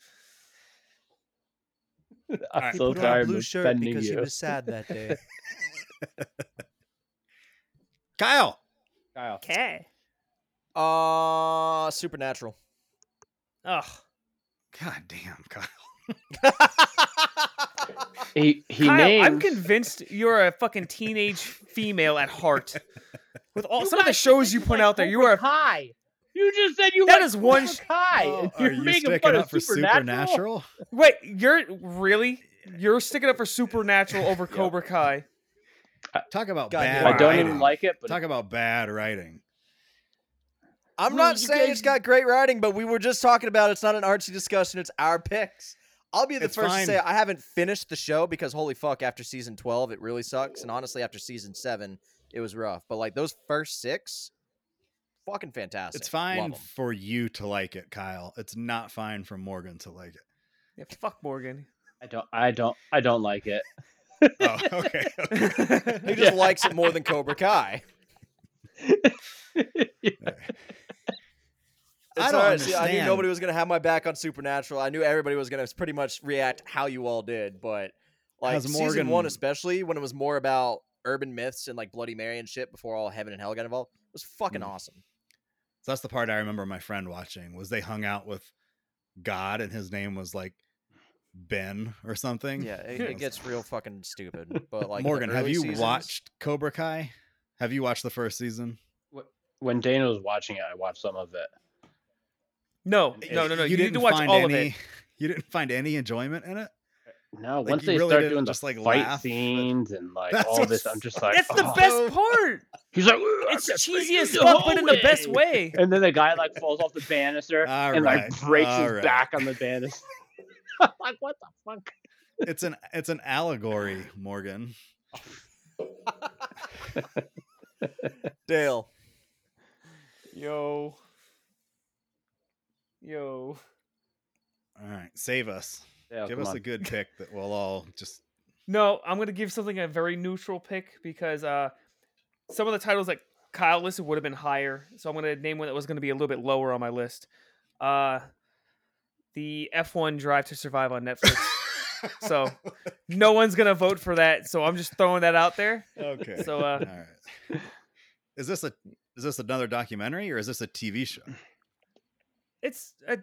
[SPEAKER 2] I'm
[SPEAKER 1] right,
[SPEAKER 3] He
[SPEAKER 2] so
[SPEAKER 3] put on a
[SPEAKER 2] tired
[SPEAKER 3] blue
[SPEAKER 2] of
[SPEAKER 3] shirt
[SPEAKER 2] defending
[SPEAKER 3] because
[SPEAKER 2] you.
[SPEAKER 3] he was sad that day.
[SPEAKER 1] Kyle.
[SPEAKER 2] Kyle.
[SPEAKER 4] Okay.
[SPEAKER 3] uh, Supernatural.
[SPEAKER 4] Ugh.
[SPEAKER 1] God damn, Kyle.
[SPEAKER 2] He he
[SPEAKER 4] Kyle,
[SPEAKER 2] named
[SPEAKER 4] I'm convinced you're a fucking teenage female at heart. With all some of the shows you put out there, you are
[SPEAKER 2] high. You just said you
[SPEAKER 4] That
[SPEAKER 2] like
[SPEAKER 4] is one
[SPEAKER 2] Cobra
[SPEAKER 4] sh-
[SPEAKER 2] Kai, and
[SPEAKER 1] are
[SPEAKER 2] Oh, you're
[SPEAKER 1] you
[SPEAKER 2] making
[SPEAKER 1] sticking
[SPEAKER 2] fun of
[SPEAKER 1] up for Supernatural?
[SPEAKER 4] wait. You're really you're sticking up for Supernatural over Cobra Kai.
[SPEAKER 1] Talk about
[SPEAKER 3] God,
[SPEAKER 1] bad.
[SPEAKER 3] yeah.
[SPEAKER 2] I don't even
[SPEAKER 1] writing.
[SPEAKER 2] like it, but
[SPEAKER 1] Talk about bad writing.
[SPEAKER 3] I'm
[SPEAKER 2] Well,
[SPEAKER 3] not
[SPEAKER 2] you
[SPEAKER 3] saying
[SPEAKER 2] guys-
[SPEAKER 3] it's got great writing, but we were just talking about it's not an artsy discussion. It's our picks. I'll be the
[SPEAKER 1] It's
[SPEAKER 3] first
[SPEAKER 1] fine.
[SPEAKER 3] to say I haven't finished the show because holy fuck, after season 12, it really sucks. And honestly, after season seven, it was rough. But like those first six, fucking fantastic.
[SPEAKER 1] It's
[SPEAKER 3] Love
[SPEAKER 1] fine
[SPEAKER 3] 'em.
[SPEAKER 1] for you to like it, Kyle. It's not fine for Morgan to like it.
[SPEAKER 4] Yeah, fuck Morgan.
[SPEAKER 2] I don't, I don't, I don't like it.
[SPEAKER 1] Oh, okay.
[SPEAKER 3] He
[SPEAKER 4] Dude,
[SPEAKER 2] Yeah.
[SPEAKER 3] just likes it more than Cobra Kai.
[SPEAKER 1] I
[SPEAKER 3] It's
[SPEAKER 1] don't
[SPEAKER 3] all right. See, I knew
[SPEAKER 1] understand.
[SPEAKER 3] nobody was gonna have my back on Supernatural. I knew everybody was gonna pretty much react how you all did, but like
[SPEAKER 1] Has
[SPEAKER 3] season
[SPEAKER 1] Morgan-
[SPEAKER 3] one, especially when it was more about urban myths and like Bloody Mary and shit before all heaven and hell got involved, was fucking
[SPEAKER 1] Mm.
[SPEAKER 3] awesome.
[SPEAKER 1] So that's the part I remember my friend watching was they hung out with God and his name was like Ben or something.
[SPEAKER 3] Yeah, it, it gets real fucking stupid. But like the
[SPEAKER 1] Morgan, have
[SPEAKER 3] early
[SPEAKER 1] you
[SPEAKER 3] seasons-
[SPEAKER 1] watched Cobra Kai? Have you watched the first season?
[SPEAKER 2] When Dana was watching it, I watched some of it.
[SPEAKER 4] no, Eh,
[SPEAKER 1] eh,
[SPEAKER 4] no, no, no. You, need to watch all of
[SPEAKER 1] any,
[SPEAKER 4] it.
[SPEAKER 1] You didn't find any enjoyment in it.
[SPEAKER 2] No,
[SPEAKER 1] Like,
[SPEAKER 2] once
[SPEAKER 1] you
[SPEAKER 2] they
[SPEAKER 1] really
[SPEAKER 2] start
[SPEAKER 1] didn't
[SPEAKER 2] doing the
[SPEAKER 1] just, like,
[SPEAKER 2] fight
[SPEAKER 1] laugh at-
[SPEAKER 2] scenes and like
[SPEAKER 1] That's
[SPEAKER 2] all this,
[SPEAKER 1] what's-
[SPEAKER 2] I'm just like,
[SPEAKER 4] That's the
[SPEAKER 2] "Oh."
[SPEAKER 4] best part.
[SPEAKER 2] He's like,
[SPEAKER 4] It's cheesy as fuck, but in the best way.
[SPEAKER 2] And then the guy like falls off the banister
[SPEAKER 1] All
[SPEAKER 2] and
[SPEAKER 1] right,
[SPEAKER 2] like breaks
[SPEAKER 1] all
[SPEAKER 2] his
[SPEAKER 1] right.
[SPEAKER 2] back on the banister. I'm like, what the fuck?
[SPEAKER 1] It's an it's an allegory, Morgan.
[SPEAKER 3] Dale?
[SPEAKER 4] Yo. Yo.
[SPEAKER 1] All right, save us.
[SPEAKER 2] Yeah,
[SPEAKER 1] Give
[SPEAKER 2] Oh, come
[SPEAKER 1] us
[SPEAKER 2] on.
[SPEAKER 1] a good pick that we'll all just.
[SPEAKER 4] No, I'm gonna give something a very neutral pick because uh, some of the titles that Kyle listed would have been higher. So I'm gonna name one that was gonna be a little bit lower on my list. Uh, the F1 Drive to Survive on Netflix. so no one's gonna vote for that. So I'm just throwing that out there.
[SPEAKER 1] okay.
[SPEAKER 4] So uh,
[SPEAKER 1] all right. Is this a is this another documentary or is this a TV show?
[SPEAKER 4] it's a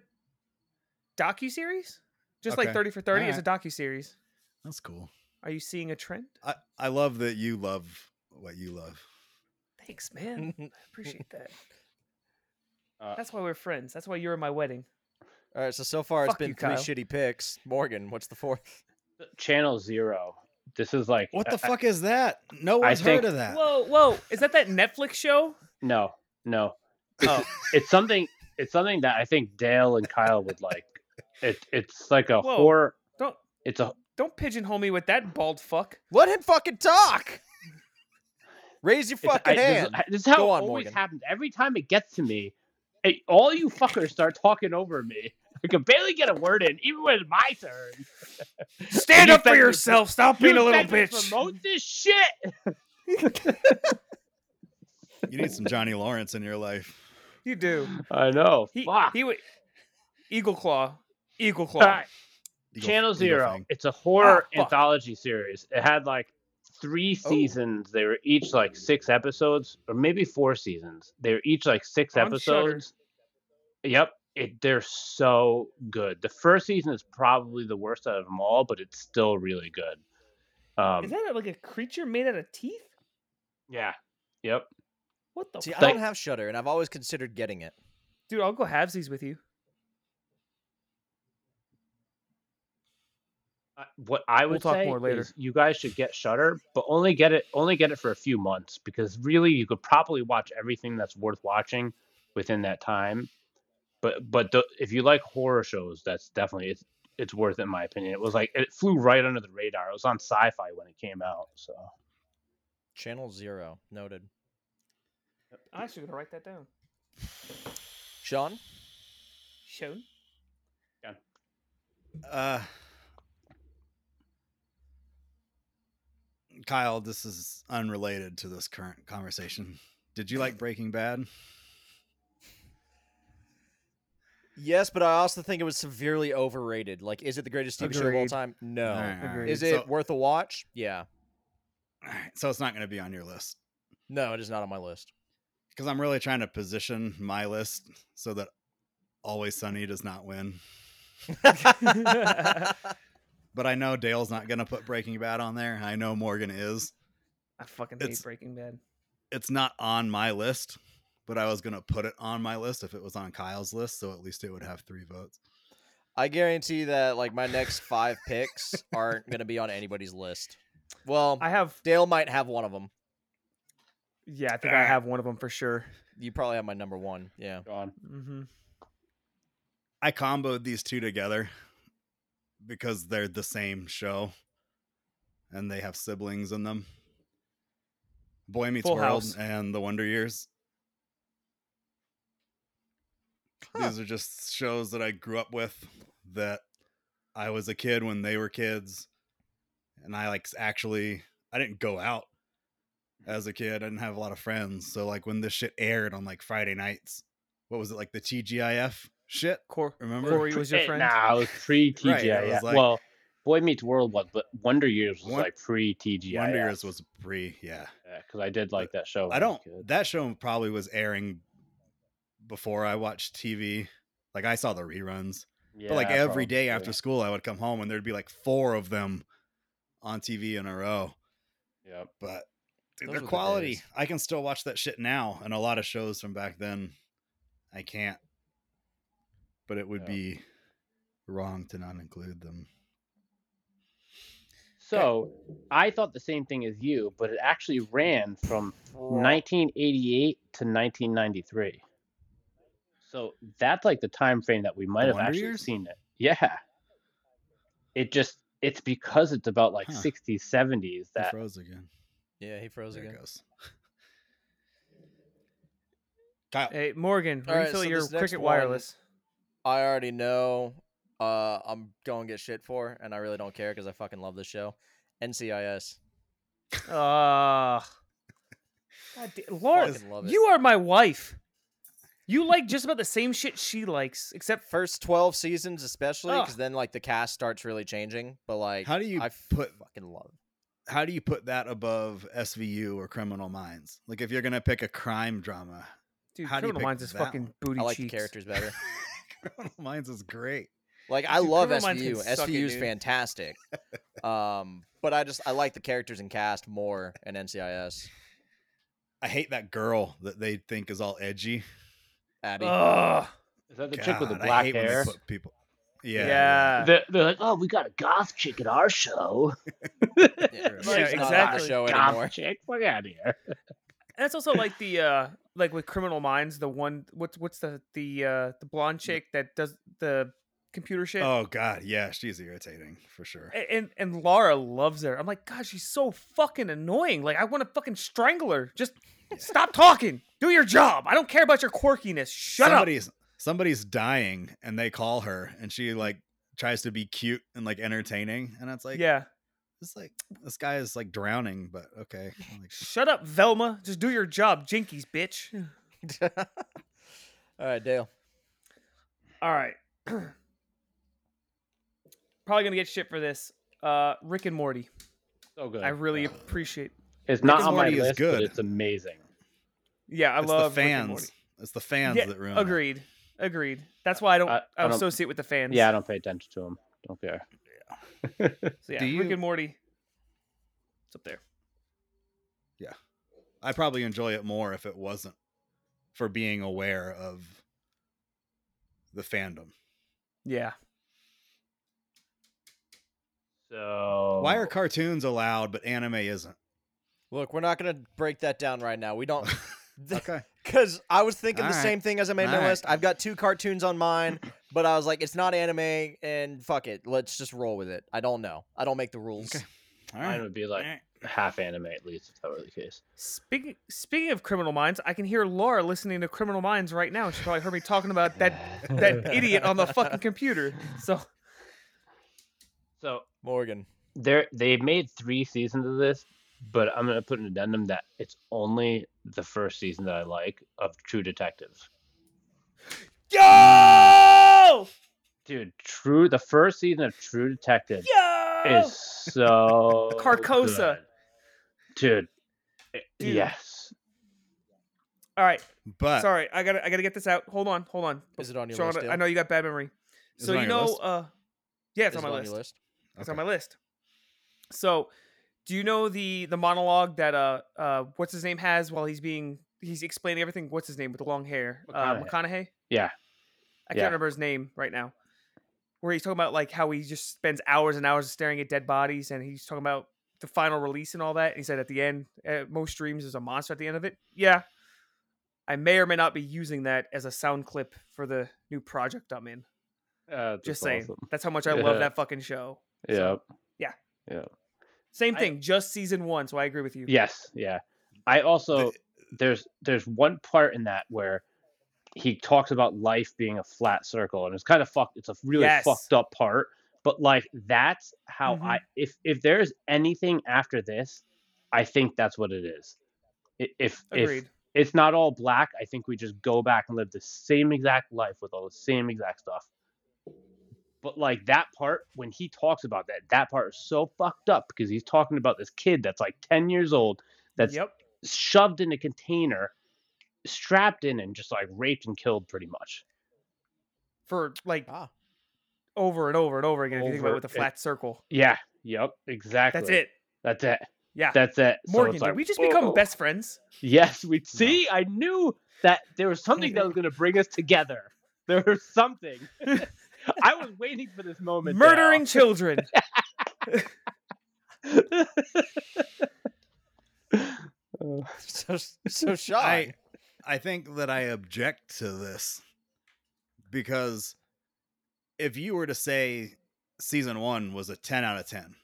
[SPEAKER 4] docu series, just like
[SPEAKER 1] Okay.
[SPEAKER 4] 30 for 30 is a
[SPEAKER 1] Alright.
[SPEAKER 4] docu series.
[SPEAKER 1] That's cool.
[SPEAKER 4] Are you seeing a trend?
[SPEAKER 1] I I love that you love what you love.
[SPEAKER 4] Thanks, man.
[SPEAKER 3] all
[SPEAKER 4] I appreciate that.
[SPEAKER 2] Uh,
[SPEAKER 4] That's why we're friends. That's why you're at my wedding.
[SPEAKER 3] right, so so far it's
[SPEAKER 4] Fuck
[SPEAKER 3] been
[SPEAKER 4] you,
[SPEAKER 3] three
[SPEAKER 4] Kyle.
[SPEAKER 3] shitty picks. Morgan, what's the fourth?
[SPEAKER 2] Channel Zero. This is like uh,
[SPEAKER 1] What
[SPEAKER 2] I-
[SPEAKER 1] the
[SPEAKER 2] I-
[SPEAKER 1] fuck is that? No one's
[SPEAKER 2] think-
[SPEAKER 1] heard of that.
[SPEAKER 4] Whoa, whoa! Is that that Netflix show?
[SPEAKER 2] No, no.
[SPEAKER 4] Oh.
[SPEAKER 2] It's something. It's something that I think Dale and Kyle would like. It, it's like a
[SPEAKER 4] Whoa.
[SPEAKER 2] horror.
[SPEAKER 4] Don't
[SPEAKER 2] It's a
[SPEAKER 4] don't pigeonhole me with that bald fuck.
[SPEAKER 3] Let him fucking talk. Raise your
[SPEAKER 2] It's-
[SPEAKER 3] fucking
[SPEAKER 2] I- this is-
[SPEAKER 3] hand.
[SPEAKER 2] I- This, is how
[SPEAKER 3] Go
[SPEAKER 2] it
[SPEAKER 3] on,
[SPEAKER 2] always
[SPEAKER 3] Morgan.
[SPEAKER 2] happens. Every time it gets to me, it, all you fuckers start talking over me. I can barely get a word in, even when it's my turn.
[SPEAKER 4] Stand
[SPEAKER 2] You
[SPEAKER 4] up for
[SPEAKER 2] think-
[SPEAKER 4] yourself. Stop being a
[SPEAKER 2] You
[SPEAKER 4] little
[SPEAKER 2] said you
[SPEAKER 4] bitch.
[SPEAKER 2] Promote this shit.
[SPEAKER 1] You need some Johnny Lawrence in your life.
[SPEAKER 4] You do.
[SPEAKER 2] I know.
[SPEAKER 4] He
[SPEAKER 2] Fuck.
[SPEAKER 4] he would. Eagle claw. Eagle claw.
[SPEAKER 2] all right.
[SPEAKER 1] Eagle-
[SPEAKER 2] Channel
[SPEAKER 1] Eagle
[SPEAKER 2] Zero.
[SPEAKER 1] Fang.
[SPEAKER 2] It's a horror
[SPEAKER 4] Ah, fuck.
[SPEAKER 2] anthology series. It had like three
[SPEAKER 3] Oh.
[SPEAKER 2] seasons. They were each like six episodes, or maybe four seasons. They were each like six
[SPEAKER 4] On Shudder.
[SPEAKER 2] episodes. Yep. It, they're so good. The first season is probably the worst out of them all, but it's still really good. Um,
[SPEAKER 4] Is that like a creature made out of teeth?
[SPEAKER 2] yeah. Yep.
[SPEAKER 4] What the
[SPEAKER 3] See, I
[SPEAKER 4] fuck?
[SPEAKER 3] don't have Shutter, and I've always considered getting it.
[SPEAKER 4] Dude, I'll go halvesies with you.
[SPEAKER 2] I- What I
[SPEAKER 4] We'll
[SPEAKER 2] would
[SPEAKER 4] talk
[SPEAKER 2] say
[SPEAKER 4] more later.
[SPEAKER 2] is you guys should get Shutter, but only get it only get it for a few months because really you could probably watch everything that's worth watching within that time. But but the, if you like horror shows, that's definitely it's it's worth it in my opinion. It was like it flew right under the radar. It was on Sci-Fi when it came out, so
[SPEAKER 3] Channel Zero, noted.
[SPEAKER 4] I'm actually gonna write that down.
[SPEAKER 3] Sean,
[SPEAKER 4] Shown.
[SPEAKER 1] Uh, Kyle, this is unrelated to this current conversation. Did you like Breaking Bad?
[SPEAKER 3] Yes, but I also think it was severely overrated. Like, is it the greatest TV show of all
[SPEAKER 4] Agreed.
[SPEAKER 3] time? No.
[SPEAKER 1] Alright, alright.
[SPEAKER 4] Agreed.
[SPEAKER 3] Is it
[SPEAKER 1] So,
[SPEAKER 3] worth a watch? Yeah.
[SPEAKER 1] alright, so it's not going to be on your list
[SPEAKER 3] No, it is not on my list.
[SPEAKER 1] because I'm really trying to position my list so that Always Sunny does not win.
[SPEAKER 3] I
[SPEAKER 1] But I know Dale's not going to put Breaking Bad on there. I know Morgan is.
[SPEAKER 4] I fucking
[SPEAKER 1] It's-
[SPEAKER 4] hate Breaking Bad.
[SPEAKER 1] it's not on my list, but I was gonna put it on my list if it was on Kyle's list, so at least it would have three votes.
[SPEAKER 3] I guarantee that like my next five picks aren't going to be on anybody's list. Well,
[SPEAKER 4] I have
[SPEAKER 3] Dale might have one of them.
[SPEAKER 4] yeah, I think
[SPEAKER 3] Ah.
[SPEAKER 4] I have one of them for sure.
[SPEAKER 3] You probably have my number one. Yeah.
[SPEAKER 2] God.
[SPEAKER 4] hmm
[SPEAKER 1] I comboed these two together because they're the same show and they have siblings in them. Boy Meets
[SPEAKER 4] Full
[SPEAKER 1] World
[SPEAKER 4] House.
[SPEAKER 1] and The Wonder Years.
[SPEAKER 3] Huh.
[SPEAKER 1] These are just shows that I grew up with that I was a kid when they were kids. And I like actually I didn't go out as a kid. I didn't have a lot of friends. So like when this shit aired on like Friday nights, what was it like the TGIF shit?
[SPEAKER 4] Cor-
[SPEAKER 1] Remember?
[SPEAKER 4] Corey was your
[SPEAKER 2] Eh,
[SPEAKER 4] friend.
[SPEAKER 2] Nah, it was pre TGI.
[SPEAKER 1] Right, it was like-
[SPEAKER 2] well, Boy Meets World was, but Wonder Years was
[SPEAKER 1] Won-
[SPEAKER 2] like pre TGI.
[SPEAKER 1] Wonder Years was pre, yeah.
[SPEAKER 2] because I did like that show. when
[SPEAKER 1] I
[SPEAKER 2] was
[SPEAKER 1] don't.
[SPEAKER 2] a kid.
[SPEAKER 1] That show probably was airing before I watched TV. Like I saw the reruns, but like
[SPEAKER 2] Yeah,
[SPEAKER 1] every day
[SPEAKER 2] probably.
[SPEAKER 1] after school, I would come home and there'd be like four of them on TV in a row.
[SPEAKER 2] Yep.
[SPEAKER 1] But dude, their
[SPEAKER 3] Those were the
[SPEAKER 1] quality,
[SPEAKER 3] days.
[SPEAKER 1] I can still watch that shit now, and a lot of shows from back then, I can't. But it would
[SPEAKER 2] Yeah.
[SPEAKER 1] be wrong to not include them.
[SPEAKER 2] So I thought the same thing as you, but it actually ran from 1988 to 1993. So that's like the time frame that we might
[SPEAKER 1] The
[SPEAKER 2] have
[SPEAKER 1] Wonder
[SPEAKER 2] actually
[SPEAKER 1] Years?
[SPEAKER 2] seen it. Yeah. It just it's because it's about like
[SPEAKER 1] Huh.
[SPEAKER 2] 60s, 70s
[SPEAKER 1] He
[SPEAKER 2] that
[SPEAKER 1] froze again.
[SPEAKER 3] Yeah, he froze
[SPEAKER 1] There it
[SPEAKER 3] again.
[SPEAKER 1] goes. Kyle,
[SPEAKER 4] Hey Morgan,
[SPEAKER 3] All right,
[SPEAKER 4] refill
[SPEAKER 3] so
[SPEAKER 4] your
[SPEAKER 3] this next
[SPEAKER 4] cricket
[SPEAKER 3] one-
[SPEAKER 4] wireless.
[SPEAKER 3] I already know uh, I'm going to get shit for, and I really don't care because I fucking love this show. NCIS.
[SPEAKER 4] Ah, God da- Lauren,
[SPEAKER 3] Fucking love it.
[SPEAKER 4] you are my wife. You like just about the same shit she likes, except for
[SPEAKER 3] First 12 seasons, especially, because
[SPEAKER 4] Ugh.
[SPEAKER 3] then like the cast starts really changing. But like,
[SPEAKER 1] how do you
[SPEAKER 3] I
[SPEAKER 1] put
[SPEAKER 3] fucking love it.
[SPEAKER 1] how do you put that above SVU or Criminal Minds? Like, if you're gonna pick a crime drama,
[SPEAKER 4] dude,
[SPEAKER 1] How do you
[SPEAKER 4] Criminal
[SPEAKER 1] pick
[SPEAKER 4] Minds is
[SPEAKER 1] that
[SPEAKER 4] fucking
[SPEAKER 1] one?
[SPEAKER 4] booty
[SPEAKER 3] I like
[SPEAKER 4] cheeks.
[SPEAKER 3] the characters better.
[SPEAKER 1] Criminal Minds is great.
[SPEAKER 3] Like I
[SPEAKER 4] Dude,
[SPEAKER 3] love
[SPEAKER 4] Criminal Minds can
[SPEAKER 3] SVU.
[SPEAKER 4] suck it,
[SPEAKER 3] SVU is
[SPEAKER 4] dude.
[SPEAKER 3] fantastic. um, but I just I like the characters and cast more in NCIS.
[SPEAKER 1] I hate that girl that they think is all edgy.
[SPEAKER 3] Abby,
[SPEAKER 4] Ugh.
[SPEAKER 2] is that the chick with the
[SPEAKER 1] God, I
[SPEAKER 2] black
[SPEAKER 1] hate when they
[SPEAKER 2] hair?
[SPEAKER 1] put people. Yeah,
[SPEAKER 4] Yeah.
[SPEAKER 2] They're, they're like, oh, we got a goth chick at our show.
[SPEAKER 3] yeah,
[SPEAKER 1] Yeah,
[SPEAKER 3] she's not on the
[SPEAKER 4] exactly.
[SPEAKER 3] show anymore.
[SPEAKER 2] goth chick, fuck out of here.
[SPEAKER 4] And it's also like the uh like with Criminal Minds, the one what's what's the the uh the blonde chick that does the computer shit.
[SPEAKER 1] Oh God, yeah, she's irritating for sure.
[SPEAKER 4] A- And and Laura loves her. I'm like, God, she's so fucking annoying. Like I want to fucking strangle her. Just stop talking. Do your job. I don't care about your quirkiness. Shut up.
[SPEAKER 1] somebody's somebody's dying, and they call her, and she like tries to be cute and like entertaining, and it's like,
[SPEAKER 4] yeah.
[SPEAKER 1] it's like this guy is like drowning, but okay. I'm like,
[SPEAKER 4] Shut up, Velma. Just do your job, Jinkies, bitch.
[SPEAKER 3] All right, Dale.
[SPEAKER 4] All right. Probably gonna get shit for this. Uh, Rick and Morty.
[SPEAKER 2] So good.
[SPEAKER 4] I really appreciate.
[SPEAKER 2] it's not
[SPEAKER 1] and
[SPEAKER 2] on my
[SPEAKER 1] Morty is
[SPEAKER 2] list,
[SPEAKER 1] good.
[SPEAKER 2] but it's amazing.
[SPEAKER 4] Yeah, I
[SPEAKER 1] it's
[SPEAKER 4] love
[SPEAKER 1] the
[SPEAKER 4] Rick and Morty.
[SPEAKER 1] fans. It's the fans
[SPEAKER 4] Yeah,
[SPEAKER 1] that ruin. it.
[SPEAKER 4] Agreed. Agreed. That's why I don't.
[SPEAKER 2] I-
[SPEAKER 4] I,
[SPEAKER 2] I don't-
[SPEAKER 4] associate with the fans.
[SPEAKER 2] Yeah, I don't pay attention to him. Don't care.
[SPEAKER 4] So, yeah,
[SPEAKER 1] Do
[SPEAKER 4] Rick
[SPEAKER 1] you-
[SPEAKER 4] and Morty. It's up there.
[SPEAKER 1] I probably enjoy it more if it wasn't for being aware of the fandom.
[SPEAKER 4] Yeah.
[SPEAKER 2] So
[SPEAKER 1] Why
[SPEAKER 4] Oh.
[SPEAKER 1] are cartoons allowed but anime isn't?
[SPEAKER 3] Look, we're not gonna break that down right now. We don't.
[SPEAKER 1] Okay.
[SPEAKER 3] Because I was thinking
[SPEAKER 1] All
[SPEAKER 3] the
[SPEAKER 1] right.
[SPEAKER 3] same thing as I made my
[SPEAKER 1] All right.
[SPEAKER 3] list. I've got two cartoons on mine, but I was like, it's not anime, and fuck it, let's just roll with it. I don't know. I don't make the rules.
[SPEAKER 1] Okay. All
[SPEAKER 2] mine
[SPEAKER 1] right.
[SPEAKER 2] would be like half anime at least if that were the case.
[SPEAKER 4] Speaking speaking of Criminal Minds, I can hear Laura listening to Criminal Minds right now. and She probably heard me talking about that that idiot on the fucking computer. So
[SPEAKER 2] so
[SPEAKER 3] Morgan.
[SPEAKER 2] there they made three seasons of this, but I'm gonna put an addendum that it's only the first season that I like of True Detective.
[SPEAKER 4] yo
[SPEAKER 2] Dude, True the first season of True Detective
[SPEAKER 4] yo.
[SPEAKER 2] is so
[SPEAKER 4] Carcosa.
[SPEAKER 2] good. Dude, eh,
[SPEAKER 4] Dude.
[SPEAKER 2] yes.
[SPEAKER 4] All right,
[SPEAKER 1] But
[SPEAKER 4] sorry, I gotta I gotta get this out. Hold on, hold on.
[SPEAKER 3] Is it on your
[SPEAKER 4] Sean,
[SPEAKER 3] list? Dale?
[SPEAKER 4] I know you got bad memory.
[SPEAKER 1] Is it
[SPEAKER 4] so
[SPEAKER 1] on
[SPEAKER 4] you
[SPEAKER 1] your
[SPEAKER 4] know,
[SPEAKER 1] list?
[SPEAKER 4] uh, yeah, it's
[SPEAKER 3] Is
[SPEAKER 4] on my
[SPEAKER 3] it
[SPEAKER 4] list.
[SPEAKER 3] your list?
[SPEAKER 4] It's on
[SPEAKER 1] Okay.
[SPEAKER 4] my list. So Do you know the the monologue that uh uh what's his name has while he's being he's explaining everything? What's his name with the long hair? Uh,
[SPEAKER 2] McConaughey.
[SPEAKER 4] McConaughey. I
[SPEAKER 2] Yeah. Yeah.
[SPEAKER 4] can't remember his name right now. Where he's talking about like how he just spends hours and hours staring at dead bodies, and he's talking about the final release and all that. And he said at the end, uh, most dreams is a monster at the end of it. Yeah, I may or may not be using that as a sound clip for the new project I'm in.
[SPEAKER 2] Uh, that's
[SPEAKER 4] Just saying,
[SPEAKER 2] awesome.
[SPEAKER 4] that's how much I love
[SPEAKER 2] Yeah.
[SPEAKER 4] that fucking show.
[SPEAKER 2] Yeah.
[SPEAKER 4] Same
[SPEAKER 2] I-
[SPEAKER 4] thing, just season one. So I agree with you.
[SPEAKER 2] Yes, yeah. I also there's there's one part in that where he talks about life being a flat circle, and it's kind of fucked. It's a really
[SPEAKER 4] Yes. Mm-hmm.
[SPEAKER 2] fucked up part, but like that's how I. If if there's anything after this, I think that's what it is. I- If
[SPEAKER 4] agreed.
[SPEAKER 2] if it's not all black, I think we just go back and live the same exact life with all the same exact stuff. But like that part, when he talks about that, that part is so fucked up because he's talking about this kid that's like ten years old that's
[SPEAKER 4] yep.
[SPEAKER 2] shoved in a container, strapped in, and just like raped and killed pretty much.
[SPEAKER 4] For like
[SPEAKER 3] Ah.
[SPEAKER 4] over and over and over again. If you think about it
[SPEAKER 2] Over
[SPEAKER 4] with a
[SPEAKER 2] and-
[SPEAKER 4] flat circle,
[SPEAKER 2] Yeah. Yep. Exactly.
[SPEAKER 4] that's it.
[SPEAKER 2] That's it.
[SPEAKER 4] Yeah.
[SPEAKER 2] That's it. So
[SPEAKER 4] Morgan,
[SPEAKER 2] it's
[SPEAKER 4] did
[SPEAKER 2] like,
[SPEAKER 4] we just
[SPEAKER 1] Oh,
[SPEAKER 2] whoa.
[SPEAKER 4] become best friends?
[SPEAKER 2] Yes. We see. I knew that there was something that was going to bring us together. There was something. I was waiting for this moment. now.
[SPEAKER 4] Murdering children.
[SPEAKER 3] So so shy.
[SPEAKER 1] I I think that I object to this because if you were to say season 1 was a 10 out of 10,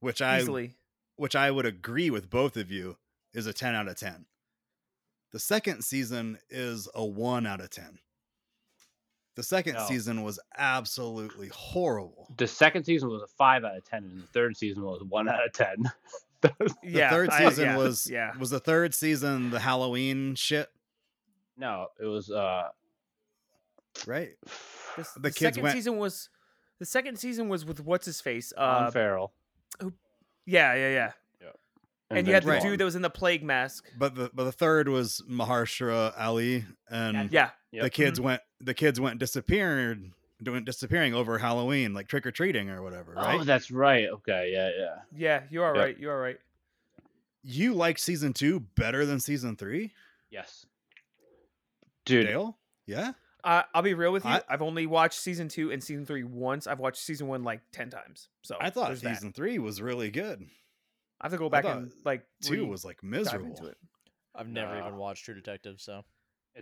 [SPEAKER 1] which I
[SPEAKER 4] Easily.
[SPEAKER 1] which I would agree with both of you is a 10 out of 10. The second season is a 1 out of 10. The second
[SPEAKER 2] No.
[SPEAKER 1] season was absolutely horrible.
[SPEAKER 2] the second season was a five out of ten, and the third season was one out of ten. That was-
[SPEAKER 1] The
[SPEAKER 4] yeah.
[SPEAKER 1] third
[SPEAKER 4] I-
[SPEAKER 1] season
[SPEAKER 4] yeah,
[SPEAKER 1] was
[SPEAKER 4] Yeah.
[SPEAKER 1] was the third season the Halloween shit,
[SPEAKER 2] no, it was uh,
[SPEAKER 1] right?
[SPEAKER 4] Uh, The, s-
[SPEAKER 1] the
[SPEAKER 4] the
[SPEAKER 1] kids
[SPEAKER 4] second
[SPEAKER 1] went-
[SPEAKER 4] season was. The second season was with what's his face.
[SPEAKER 2] Colin
[SPEAKER 4] Uh,
[SPEAKER 2] Farrell,
[SPEAKER 4] yeah, yeah, yeah. And, you had
[SPEAKER 2] then Mm-hmm.
[SPEAKER 4] the
[SPEAKER 1] Right.
[SPEAKER 2] Sean.
[SPEAKER 4] dude that was in the plague mask.
[SPEAKER 1] But the but the third was Maharshra Ali and
[SPEAKER 4] Yeah,
[SPEAKER 1] the
[SPEAKER 2] Yep.
[SPEAKER 1] kids went the kids went disappeared doing disappearing over Halloween, like trick or treating or whatever, right?
[SPEAKER 2] Oh, that's right. Okay, yeah, yeah.
[SPEAKER 4] yeah. You are
[SPEAKER 2] Yep.
[SPEAKER 4] right. You are right.
[SPEAKER 1] you liked season two better than season three,
[SPEAKER 2] Yes. Dude,
[SPEAKER 1] Dale? Yeah?
[SPEAKER 4] Uh, I'll be real with you.
[SPEAKER 1] I-
[SPEAKER 4] I've only watched season two and season three once. I've watched season one like ten times. So
[SPEAKER 1] I thought
[SPEAKER 4] Oh, there's that.
[SPEAKER 1] season three was really good.
[SPEAKER 4] I have to go back
[SPEAKER 1] thought
[SPEAKER 4] and like
[SPEAKER 1] Two
[SPEAKER 4] re-
[SPEAKER 1] was like
[SPEAKER 4] dive
[SPEAKER 1] miserable.
[SPEAKER 4] into it.
[SPEAKER 3] I've never
[SPEAKER 2] Nah.
[SPEAKER 3] even watched True Detective, so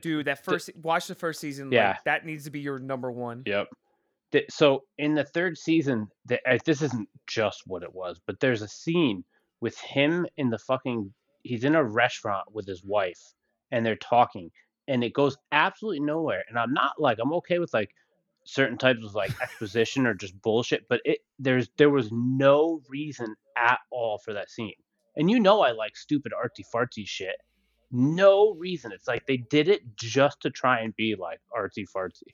[SPEAKER 4] Dude, that first se- watch the first season.
[SPEAKER 2] Yeah.
[SPEAKER 4] like, that needs to be your number one.
[SPEAKER 2] Yep. Th- So in the third season, the, uh, this isn't just what it was, but there's a scene with him in the fucking. He's in a restaurant with his wife, and they're talking, and it goes absolutely nowhere. And I'm not like I'm okay with like certain types of like exposition or just bullshit, but it there's there was no reason at all for that scene. And you know I like stupid artsy fartsy shit. No reason. It's like they did it just to try and be like artsy fartsy.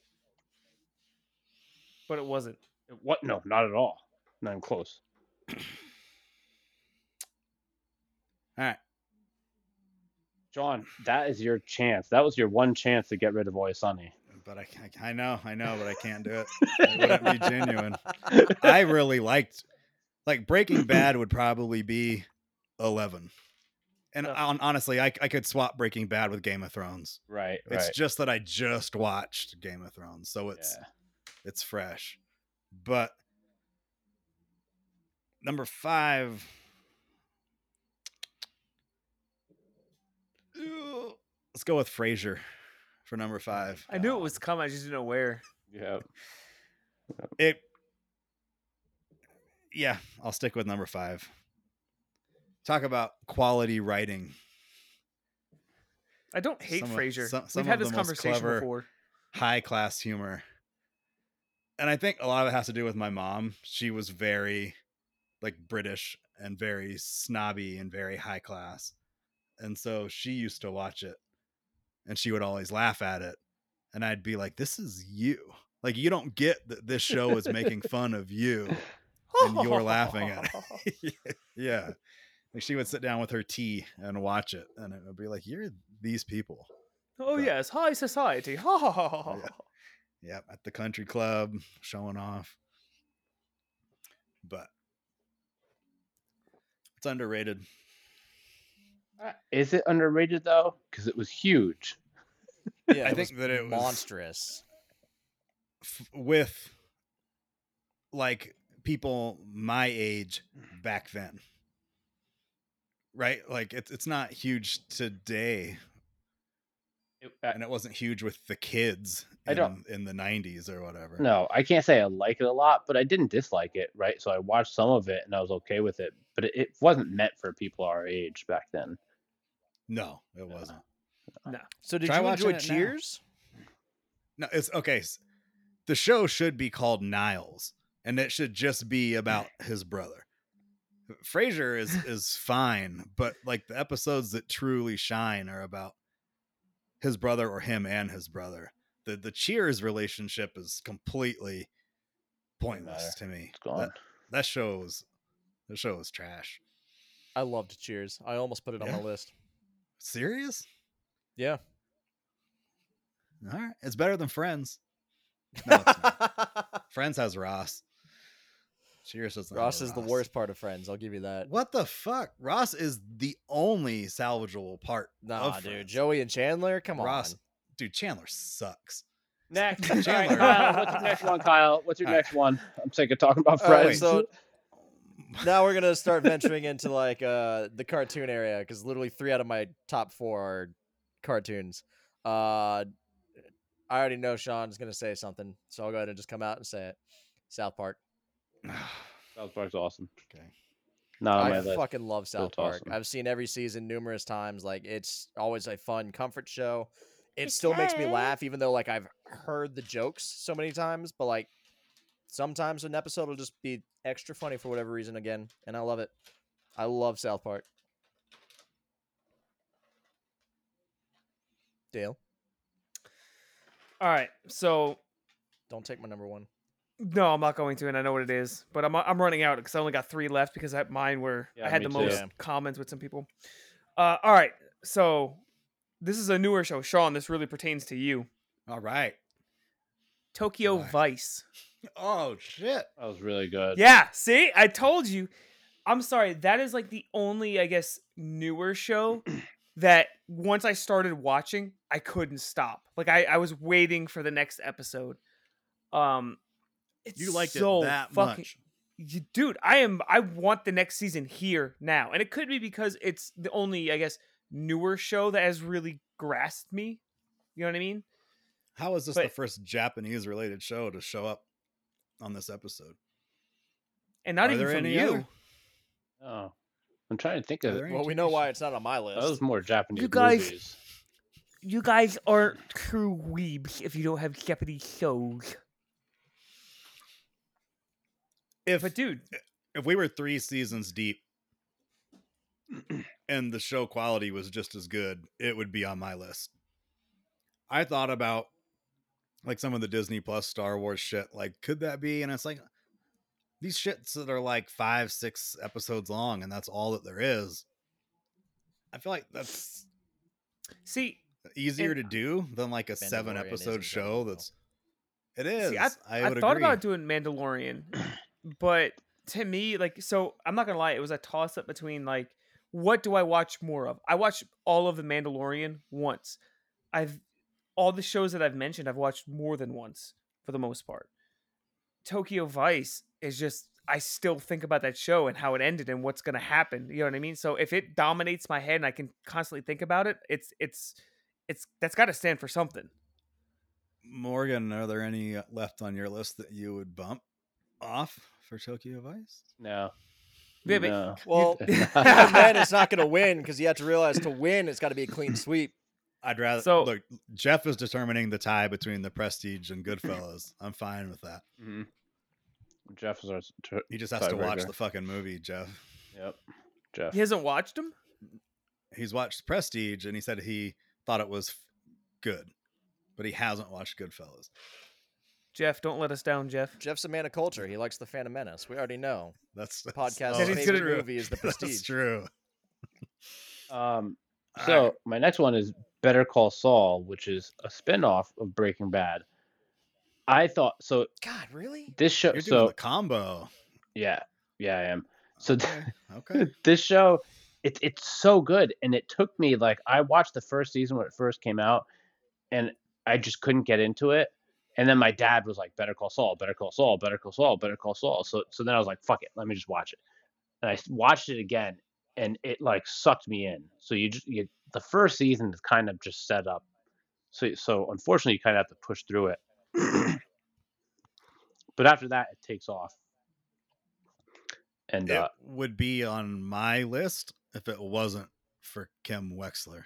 [SPEAKER 4] But it wasn't.
[SPEAKER 2] What? No, not at all. Not even close.
[SPEAKER 1] All right.
[SPEAKER 2] John, that is your chance. That was your one chance to get rid of Oi Sunny.
[SPEAKER 1] But I, can't- I know, I know, but I can't do it. It wouldn't be genuine. I really liked, like Breaking Bad would probably be eleven, and
[SPEAKER 4] Yeah.
[SPEAKER 1] hon- honestly, I I could swap Breaking Bad with Game of Thrones.
[SPEAKER 2] Right, right.
[SPEAKER 1] It's just that I just watched Game of Thrones, so it's
[SPEAKER 2] yeah.
[SPEAKER 1] it's fresh. But number five. Ew. Let's go with Frasier for number five.
[SPEAKER 4] I knew it was coming. I just didn't know where.
[SPEAKER 2] Yeah.
[SPEAKER 1] It Yeah, I'll stick with number five. Talk about quality writing.
[SPEAKER 4] I don't hate
[SPEAKER 1] Some of-
[SPEAKER 4] Frasier.
[SPEAKER 1] some- some
[SPEAKER 4] We've had
[SPEAKER 1] of the
[SPEAKER 4] this
[SPEAKER 1] most
[SPEAKER 4] conversation
[SPEAKER 1] clever-
[SPEAKER 4] before.
[SPEAKER 1] high class humor. And I think a lot of it has to do with my mom. She was very like British and very snobby and very high class. And so she used to watch it and she would always laugh at it. And I'd be like, this is you. Like, you don't get that this show is making fun of you. And you're laughing at
[SPEAKER 4] it.
[SPEAKER 1] yeah. Like, she would sit down with her tea and watch it. And it would be like, you're these people.
[SPEAKER 4] oh
[SPEAKER 1] But-
[SPEAKER 4] yes, high society. Ha ha ha ha. ha.
[SPEAKER 1] Yeah. Yep, at the country club, showing off. But It's underrated.
[SPEAKER 2] Uh, Is it underrated though? Because it was huge.
[SPEAKER 3] Yeah,
[SPEAKER 1] I
[SPEAKER 3] it
[SPEAKER 1] think
[SPEAKER 3] was
[SPEAKER 1] that it was
[SPEAKER 3] monstrous.
[SPEAKER 1] f- with like people my age back then. Right? Like it's it's not huge today
[SPEAKER 2] It- uh, I-
[SPEAKER 1] and it wasn't huge with the kids in,
[SPEAKER 2] I don't-
[SPEAKER 1] in the 90s or whatever.
[SPEAKER 2] no, I can't say I like it a lot, but I didn't dislike it, right? So I watched some of it and I was okay with it, but it, it wasn't meant for people our age back then.
[SPEAKER 1] No, it wasn't.
[SPEAKER 3] So did
[SPEAKER 1] Try
[SPEAKER 3] you
[SPEAKER 1] watching
[SPEAKER 3] enjoy
[SPEAKER 1] it now.
[SPEAKER 3] Cheers?
[SPEAKER 1] No, it's okay. s- The show should be called Niles, and it should just be about his brother. Frasier is is fine, but like the episodes that truly shine are about his brother or him and his brother. The the Cheers relationship is completely pointless to me.
[SPEAKER 2] It's gone.
[SPEAKER 1] That, that show is the show is trash.
[SPEAKER 3] I loved Cheers. I almost put it on
[SPEAKER 1] Yeah.
[SPEAKER 3] my list.
[SPEAKER 1] Serious?
[SPEAKER 3] Yeah.
[SPEAKER 1] All right, it's better than Friends. No, it's not. Friends has Ross. Cheers doesn't. have a
[SPEAKER 3] Ross is the
[SPEAKER 1] Ross.
[SPEAKER 3] worst part of Friends. I'll give you that.
[SPEAKER 1] What the fuck? Ross is the only salvageable part.
[SPEAKER 3] Nah,
[SPEAKER 1] of
[SPEAKER 3] dude.
[SPEAKER 1] Friends.
[SPEAKER 3] Joey and Chandler. Come
[SPEAKER 1] Ross,
[SPEAKER 3] on.
[SPEAKER 1] dude, Chandler sucks.
[SPEAKER 2] Next,
[SPEAKER 1] All right, Chandler.
[SPEAKER 2] Kyle, what's your next one, Kyle? What's your
[SPEAKER 1] All right.
[SPEAKER 2] next one? I'm sick of talking about
[SPEAKER 3] All right,
[SPEAKER 2] friends.
[SPEAKER 3] Oh, so now we're gonna start venturing into like uh the cartoon area because literally three out of my top four are cartoons. Uh, I already know Sean's gonna say something, so I'll go ahead and just come out and say it. South Park.
[SPEAKER 2] South Park's awesome.
[SPEAKER 1] okay.
[SPEAKER 2] Not on Oh, my
[SPEAKER 3] I
[SPEAKER 2] list.
[SPEAKER 3] fucking love South
[SPEAKER 2] Still
[SPEAKER 3] Park.
[SPEAKER 2] awesome.
[SPEAKER 3] I've seen every season numerous times. Like it's always a fun comfort show. It still makes me laugh, even though like I've heard the jokes so many times. But like sometimes an episode will just be extra funny for whatever reason again, and I love it. I love South Park. Dale,
[SPEAKER 4] All right, so
[SPEAKER 3] don't take my number one.
[SPEAKER 4] no, I'm not going to, and I know what it is, but I'm I'm running out because I only got three left because I, mine were
[SPEAKER 2] Yeah,
[SPEAKER 4] I had
[SPEAKER 2] me
[SPEAKER 4] the
[SPEAKER 2] too.
[SPEAKER 4] most
[SPEAKER 3] Yeah.
[SPEAKER 4] comments with some people. Uh, all right, so this is a newer show, Sean. This really pertains to you.
[SPEAKER 1] All right.
[SPEAKER 4] Tokyo
[SPEAKER 1] Right.
[SPEAKER 4] Vice.
[SPEAKER 1] Oh shit.
[SPEAKER 2] That was really good.
[SPEAKER 4] Yeah, see, I told you. I'm sorry, that is like the only, I guess, newer show that once I started watching, I couldn't stop. Like I, I was waiting for the next episode. Um, it's
[SPEAKER 1] You liked
[SPEAKER 4] so
[SPEAKER 1] it that
[SPEAKER 4] fucking,
[SPEAKER 1] much.
[SPEAKER 4] you, dude. I am. I want the next season here now, and it could be because it's the only, I guess, newer show that has really grasped me. You know what I mean?
[SPEAKER 1] How is this the
[SPEAKER 4] but-
[SPEAKER 1] first Japanese related show to show up on this episode?
[SPEAKER 4] And not
[SPEAKER 1] Are
[SPEAKER 4] even
[SPEAKER 1] there
[SPEAKER 4] from
[SPEAKER 1] any
[SPEAKER 4] you.
[SPEAKER 1] other?
[SPEAKER 2] Oh, I'm trying to think
[SPEAKER 1] Are
[SPEAKER 2] of
[SPEAKER 1] there
[SPEAKER 2] it.
[SPEAKER 1] any
[SPEAKER 3] Well, we know why
[SPEAKER 1] Japanese-
[SPEAKER 3] it's not on my
[SPEAKER 2] That was
[SPEAKER 3] list.
[SPEAKER 2] more Japanese
[SPEAKER 4] guys-
[SPEAKER 2] movies.
[SPEAKER 4] You guys aren't true weebs if you don't have Jeopardy shows.
[SPEAKER 1] If
[SPEAKER 4] But dude,
[SPEAKER 1] if we were three seasons deep and the show quality was just as good, it would be on my list. I thought about like some of the Disney Plus Star Wars shit, like, could that be? And it's like these shits that are like five, six episodes long and that's all that there is. I feel like that's
[SPEAKER 4] see,
[SPEAKER 1] easier
[SPEAKER 4] And-
[SPEAKER 1] to do than like a seven
[SPEAKER 3] Mandalorian
[SPEAKER 1] episode
[SPEAKER 3] isn't
[SPEAKER 1] show
[SPEAKER 3] that
[SPEAKER 1] that's it is.
[SPEAKER 4] see,
[SPEAKER 1] I,
[SPEAKER 4] I, I,
[SPEAKER 1] would
[SPEAKER 4] thought
[SPEAKER 1] agree.
[SPEAKER 4] about doing Mandalorian, but to me, like, so I'm not gonna lie, it was a toss up between like, what do I watch more of? I watched all of the Mandalorian once. I've all the shows that I've mentioned, I've watched more than once for the most part. Tokyo Vice is just I still think about that show and how it ended and what's gonna happen. You know what I mean? So if it dominates my head and I can constantly think about it, it's it's it's that's gotta stand for something.
[SPEAKER 1] Morgan, are there any uh, left on your list that you would bump off for Tokyo Vice?
[SPEAKER 2] No. Mm-hmm.
[SPEAKER 4] Yeah, but-
[SPEAKER 2] No.
[SPEAKER 3] Well,
[SPEAKER 4] Well,
[SPEAKER 3] then it's not going to win because you have to realize to win, it's got to be a clean sweep.
[SPEAKER 1] I'd rather
[SPEAKER 4] So-
[SPEAKER 1] look. Jeff is determining the tie between the Prestige and Goodfellas. I'm fine with that.
[SPEAKER 2] Mhm. Jeff is our. Ter-
[SPEAKER 1] He just has to watch
[SPEAKER 2] Tiebreaker.
[SPEAKER 1] the fucking movie, Jeff.
[SPEAKER 2] yep. Jeff.
[SPEAKER 4] He hasn't watched them?
[SPEAKER 1] He's watched Prestige and he said he thought it was f- good, but he hasn't watched Goodfellas.
[SPEAKER 4] Jeff, don't let us down, Jeff.
[SPEAKER 3] Jeff's a man of culture. He likes the Phantom Menace. We already know.
[SPEAKER 1] That's, that's
[SPEAKER 3] Podcast's
[SPEAKER 4] That is
[SPEAKER 3] favorite
[SPEAKER 4] true.
[SPEAKER 3] movie is The
[SPEAKER 1] That's
[SPEAKER 3] Prestige.
[SPEAKER 1] true.
[SPEAKER 2] Um,
[SPEAKER 1] All
[SPEAKER 2] so
[SPEAKER 1] right.
[SPEAKER 2] my next one is Better Call Saul, which is a spinoff of Breaking Bad. I thought so.
[SPEAKER 3] God, really?
[SPEAKER 2] This show.
[SPEAKER 1] you're doing
[SPEAKER 2] So
[SPEAKER 1] the combo.
[SPEAKER 2] yeah, yeah, I am. So
[SPEAKER 1] Okay.
[SPEAKER 2] this show it, it's so good and it took me like i watched the first season when it first came out and i just couldn't get into it and then my dad was like better call saul better call saul better call saul better call saul so, so then i was like fuck it let me just watch it and i s- watched it again and it like sucked me in so you just you, the first season is kind of just set up so so unfortunately you kind of have to push through it but after that it takes off and uh
[SPEAKER 1] It would be on my list if it wasn't for Kim Wexler.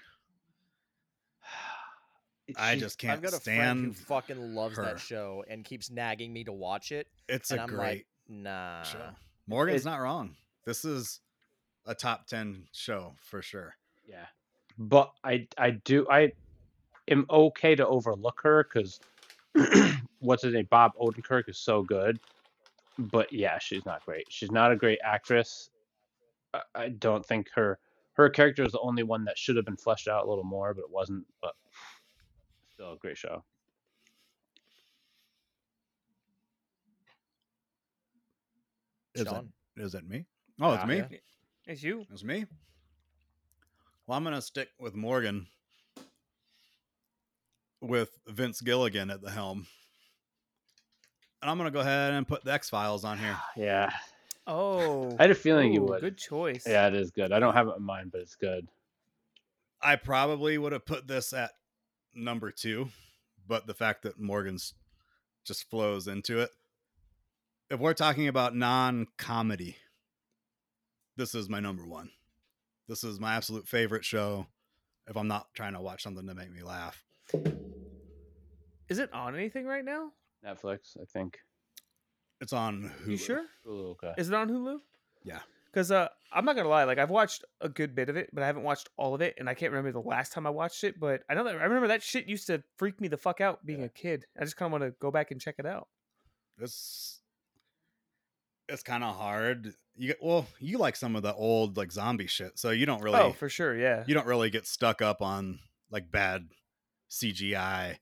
[SPEAKER 1] I
[SPEAKER 2] she's-
[SPEAKER 1] just can't
[SPEAKER 3] I've got a friend who
[SPEAKER 1] stand.
[SPEAKER 3] fucking loves
[SPEAKER 1] her.
[SPEAKER 3] that show and keeps nagging me to watch it.
[SPEAKER 1] It's
[SPEAKER 3] and
[SPEAKER 1] a
[SPEAKER 3] I'm
[SPEAKER 1] great
[SPEAKER 3] like, "Uh, nah.
[SPEAKER 1] show. Morgan's
[SPEAKER 2] It-
[SPEAKER 1] not wrong. This is a top ten show for sure.
[SPEAKER 2] Yeah, but I I do I am okay to overlook her because what's his name Bob Odenkirk is so good, but yeah, she's not great. She's not a great actress. I, I don't think her her character is the only one that should have been fleshed out a little more, but it wasn't. But still a great show.
[SPEAKER 1] Is it,
[SPEAKER 3] Sean.
[SPEAKER 1] is it me? Oh, it's
[SPEAKER 2] Yeah.
[SPEAKER 1] me.
[SPEAKER 3] Yeah.
[SPEAKER 4] It's you.
[SPEAKER 1] It's me. Well, I'm gonna stick with Morgan with Vince Gilligan at the helm. And I'm gonna go ahead and put the X Files on here.
[SPEAKER 2] Yeah,
[SPEAKER 4] Oh,
[SPEAKER 2] I had a feeling you
[SPEAKER 4] Ooh,
[SPEAKER 2] would.
[SPEAKER 4] Good choice.
[SPEAKER 2] Yeah, it is good. I don't have it in mind, but it's good.
[SPEAKER 1] I probably would have put this at number two, but the fact that Morgan's just flows into it. If we're talking about non comedy, this is my number one. This is my absolute favorite show if I'm not trying to watch something to make me laugh.
[SPEAKER 4] Is it on anything right now?
[SPEAKER 2] Netflix, I think.
[SPEAKER 1] It's on Hulu.
[SPEAKER 4] You sure?
[SPEAKER 2] Ooh, okay.
[SPEAKER 4] Is it on Hulu?
[SPEAKER 1] Yeah.
[SPEAKER 4] Because uh, I'm not gonna lie, like I've watched a good bit of it, but I haven't watched all of it, and I can't remember the last time I watched it. But I know that I remember that shit used to freak me the fuck out being
[SPEAKER 1] Yeah.
[SPEAKER 4] a kid. I just kind of want to go back and check it out.
[SPEAKER 1] It's it's kind of hard. You get, well, you like some of the old like zombie shit, so you don't really
[SPEAKER 4] Oh, for sure, yeah.
[SPEAKER 1] you don't really get stuck up on like bad CGI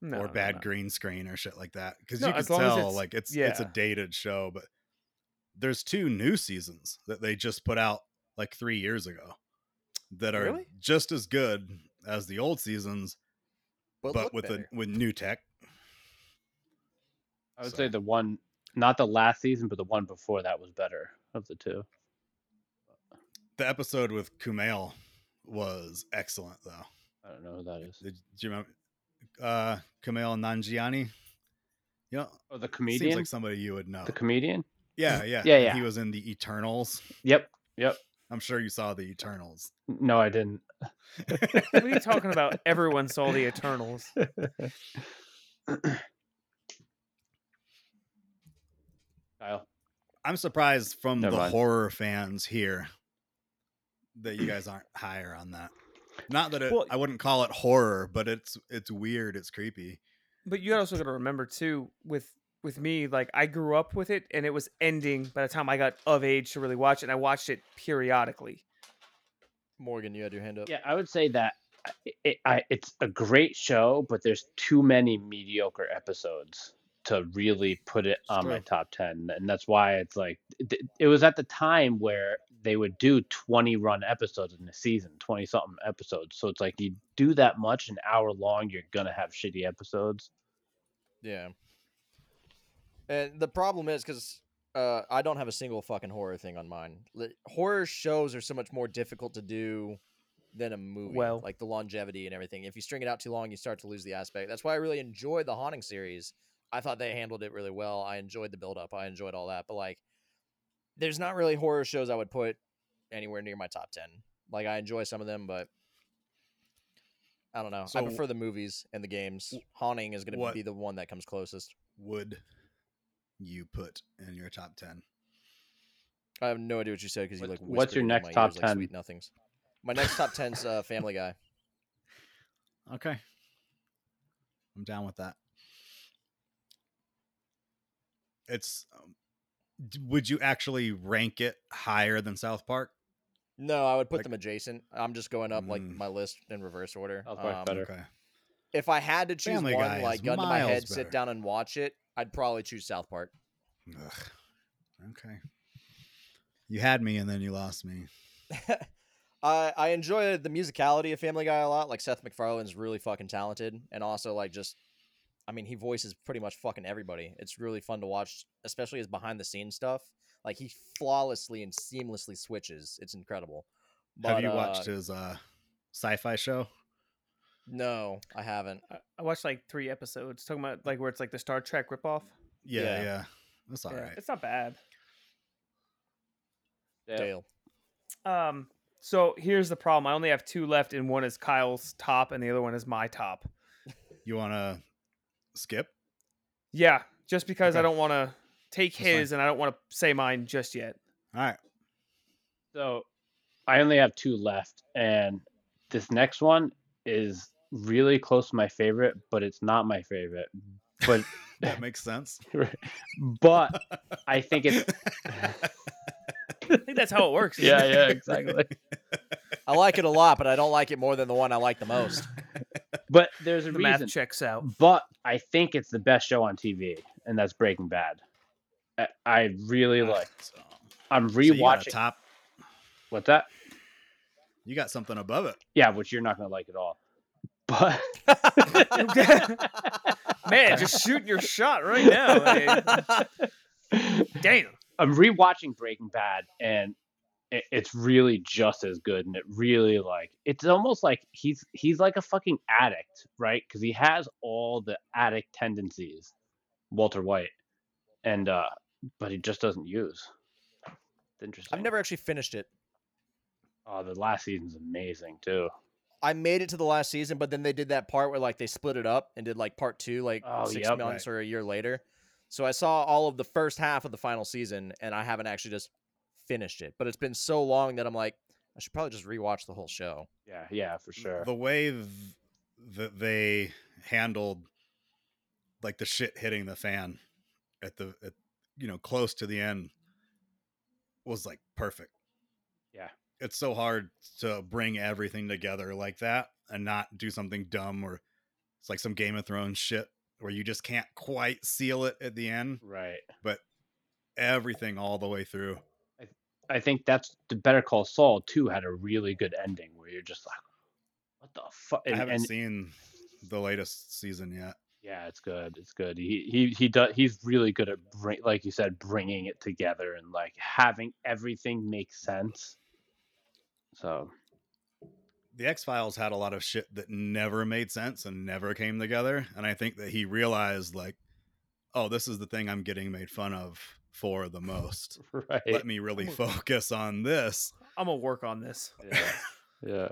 [SPEAKER 4] No,
[SPEAKER 1] or
[SPEAKER 4] no,
[SPEAKER 1] bad
[SPEAKER 4] no.
[SPEAKER 1] green screen or shit like that. Because
[SPEAKER 4] No,
[SPEAKER 1] you can
[SPEAKER 4] as long as
[SPEAKER 1] tell
[SPEAKER 4] it's-
[SPEAKER 1] like it's it's a
[SPEAKER 4] yeah.
[SPEAKER 1] dated show, but there's two new seasons that they just put out like three years ago that are
[SPEAKER 4] Really?
[SPEAKER 1] just as good as the old seasons,
[SPEAKER 3] But,
[SPEAKER 1] but
[SPEAKER 3] look
[SPEAKER 1] with
[SPEAKER 3] better.
[SPEAKER 1] a with new tech.
[SPEAKER 2] I would
[SPEAKER 1] So-
[SPEAKER 2] say the one, not the last season, but the one before that was better of the two.
[SPEAKER 1] The episode with Kumail was excellent though.
[SPEAKER 2] I don't know who that is.
[SPEAKER 1] Did, do you remember uh Kumail Nanjiani? You know,
[SPEAKER 2] Oh, the
[SPEAKER 1] seems
[SPEAKER 2] comedian.
[SPEAKER 1] like somebody you would know.
[SPEAKER 2] The comedian.
[SPEAKER 1] yeah, yeah,
[SPEAKER 2] Yeah,
[SPEAKER 1] and
[SPEAKER 2] yeah.
[SPEAKER 1] He was in the Eternals.
[SPEAKER 2] Yep.
[SPEAKER 1] I'm sure you saw the Eternals.
[SPEAKER 2] No, I didn't.
[SPEAKER 4] What are you talking about? Everyone saw the Eternals.
[SPEAKER 2] Kyle.
[SPEAKER 1] I'm surprised from
[SPEAKER 2] Never
[SPEAKER 1] the
[SPEAKER 2] mind.
[SPEAKER 1] horror fans here that you guys aren't higher on that. Not that it,
[SPEAKER 4] Well-
[SPEAKER 1] I wouldn't call it horror, but it's it's weird, it's creepy.
[SPEAKER 4] But you also got to remember too with with me like I grew up with it and it was ending by the time I got of age to really watch it and I watched it periodically.
[SPEAKER 3] Morgan, you had your hand up.
[SPEAKER 2] Yeah, I would say that I- it, I, it's a great show, but there's too many mediocre episodes to really put it on my
[SPEAKER 1] true.
[SPEAKER 2] top 10. And that's why it's like, it, it was at the time where they would do 20 run episodes in a season, 20 something episodes. So it's like you do that much, an hour long, you're going to have shitty episodes.
[SPEAKER 3] Yeah. And the problem is because uh, I don't have a single fucking horror thing on mine. Li- Horror shows are so much more difficult to do than a movie.
[SPEAKER 4] Well-
[SPEAKER 3] like the longevity and everything. If you string it out too long, you start to lose the aspect. That's why I really enjoyed the Haunting series. I thought they handled it really well. I enjoyed the build up. I enjoyed all that. But like, there's not really horror shows I would put anywhere near my top ten. Like I enjoy some of them, but I don't know. I
[SPEAKER 1] So-
[SPEAKER 3] prefer the movies and the games. Haunting is going to
[SPEAKER 1] What-
[SPEAKER 3] be the one that comes closest.
[SPEAKER 1] Would you put in your top ten?
[SPEAKER 3] I have no idea what you said because you like.
[SPEAKER 2] What's- what's your
[SPEAKER 3] whispered it in
[SPEAKER 2] next
[SPEAKER 3] my
[SPEAKER 2] top
[SPEAKER 3] ears like
[SPEAKER 2] 10?
[SPEAKER 3] sweet nothings. My next top ten's uh, Family Guy.
[SPEAKER 1] Okay. I'm down with that. It's um, d- would you actually rank it higher than South Park?
[SPEAKER 3] No, I would put
[SPEAKER 1] Like-
[SPEAKER 3] them adjacent. I'm just going up like
[SPEAKER 1] Mm.
[SPEAKER 3] my list in reverse order. Um,
[SPEAKER 2] South Park's better.
[SPEAKER 1] Okay.
[SPEAKER 3] If I had to choose
[SPEAKER 1] Family
[SPEAKER 3] one,
[SPEAKER 1] Guy is
[SPEAKER 3] like gun to my
[SPEAKER 1] miles
[SPEAKER 3] head,
[SPEAKER 1] better.
[SPEAKER 3] sit down and watch it, I'd probably choose South Park.
[SPEAKER 1] Ugh. Okay. You had me and then you lost me.
[SPEAKER 3] I I enjoy the musicality of Family Guy a lot. Like Seth MacFarlane's really fucking talented, and also like just, I mean, he voices pretty much fucking everybody. It's really fun to watch, especially his behind the scenes stuff. Like he flawlessly and seamlessly switches. It's incredible.
[SPEAKER 1] Have
[SPEAKER 3] But,
[SPEAKER 1] you
[SPEAKER 3] uh,
[SPEAKER 1] watched his uh, sci-fi show?
[SPEAKER 3] No, I haven't.
[SPEAKER 4] I- I watched like three episodes talking about like where it's like the Star Trek ripoff.
[SPEAKER 1] Yeah, yeah.
[SPEAKER 3] Yeah.
[SPEAKER 1] That's all
[SPEAKER 4] Yeah,
[SPEAKER 1] right.
[SPEAKER 4] It's not bad.
[SPEAKER 2] Yeah.
[SPEAKER 3] Dale.
[SPEAKER 4] Um, so here's the problem. I only have two left, and one is Kyle's top, and the other one is my top.
[SPEAKER 1] You want to skip?
[SPEAKER 4] Yeah, just because I
[SPEAKER 1] Okay.
[SPEAKER 4] don't want to take
[SPEAKER 1] That's fine.
[SPEAKER 4] his, and I don't want to say mine just yet.
[SPEAKER 1] All right.
[SPEAKER 2] So I only have two left, and this next one is really close to my favorite, but it's not my favorite. But
[SPEAKER 1] That makes sense.
[SPEAKER 2] but I think it's
[SPEAKER 4] I think that's how it works. isn't
[SPEAKER 2] yeah
[SPEAKER 4] it?
[SPEAKER 2] yeah exactly.
[SPEAKER 3] I like it a lot, but I don't like it more than the one I like the most.
[SPEAKER 2] But there's a
[SPEAKER 4] The
[SPEAKER 2] reason.
[SPEAKER 4] math checks out.
[SPEAKER 2] But I think it's the best show on TV, and that's Breaking Bad. I, I really like.
[SPEAKER 1] So- so
[SPEAKER 2] I'm
[SPEAKER 1] you got a
[SPEAKER 2] rewatching.
[SPEAKER 1] top.
[SPEAKER 2] What's that?
[SPEAKER 1] You got something above it.
[SPEAKER 2] Yeah, which you're not gonna like at all. But
[SPEAKER 4] Man, just shooting your shot right now. like, damn.
[SPEAKER 2] I'm rewatching Breaking Bad, and it, it's really just as good. And it really like it's almost like he's he's like a fucking addict, right? Because he has all the addict tendencies, Walter White, and uh, but he just doesn't use. It's interesting.
[SPEAKER 3] I've never actually finished it.
[SPEAKER 2] Oh, the last season's amazing too.
[SPEAKER 3] I made it to the last season, but then they did that part where like they split it up and did like part two like
[SPEAKER 2] Oh,
[SPEAKER 3] six
[SPEAKER 2] yep.
[SPEAKER 3] months or a year later. So I saw all of the first half of the final season and I haven't actually just finished it. But it's been so long that I'm like, I should probably just rewatch the whole show.
[SPEAKER 2] Yeah, yeah, for sure.
[SPEAKER 1] The way th- that they handled like the shit hitting the fan at the at, you know close to the end was like perfect.
[SPEAKER 2] Yeah.
[SPEAKER 1] It's so hard to bring everything together like that and not do something dumb or it's like some Game of Thrones shit where you just can't quite seal it at the end,
[SPEAKER 2] Right.
[SPEAKER 1] but everything all the way through.
[SPEAKER 2] I think that's the Better Call Saul too had a really good ending where you're just like, what the fuck?
[SPEAKER 1] I haven't seen the latest season yet.
[SPEAKER 2] Yeah, it's good. It's good. He he he does. He's really good at bring, like you said, bringing it together and like having everything make sense. So
[SPEAKER 1] the X Files had a lot of shit that never made sense and never came together. And I think that he realized, like, oh, this is the thing I'm getting made fun of for the most.
[SPEAKER 2] right.
[SPEAKER 1] Let me really focus on this.
[SPEAKER 4] I'm gonna work on this.
[SPEAKER 2] yeah. yeah.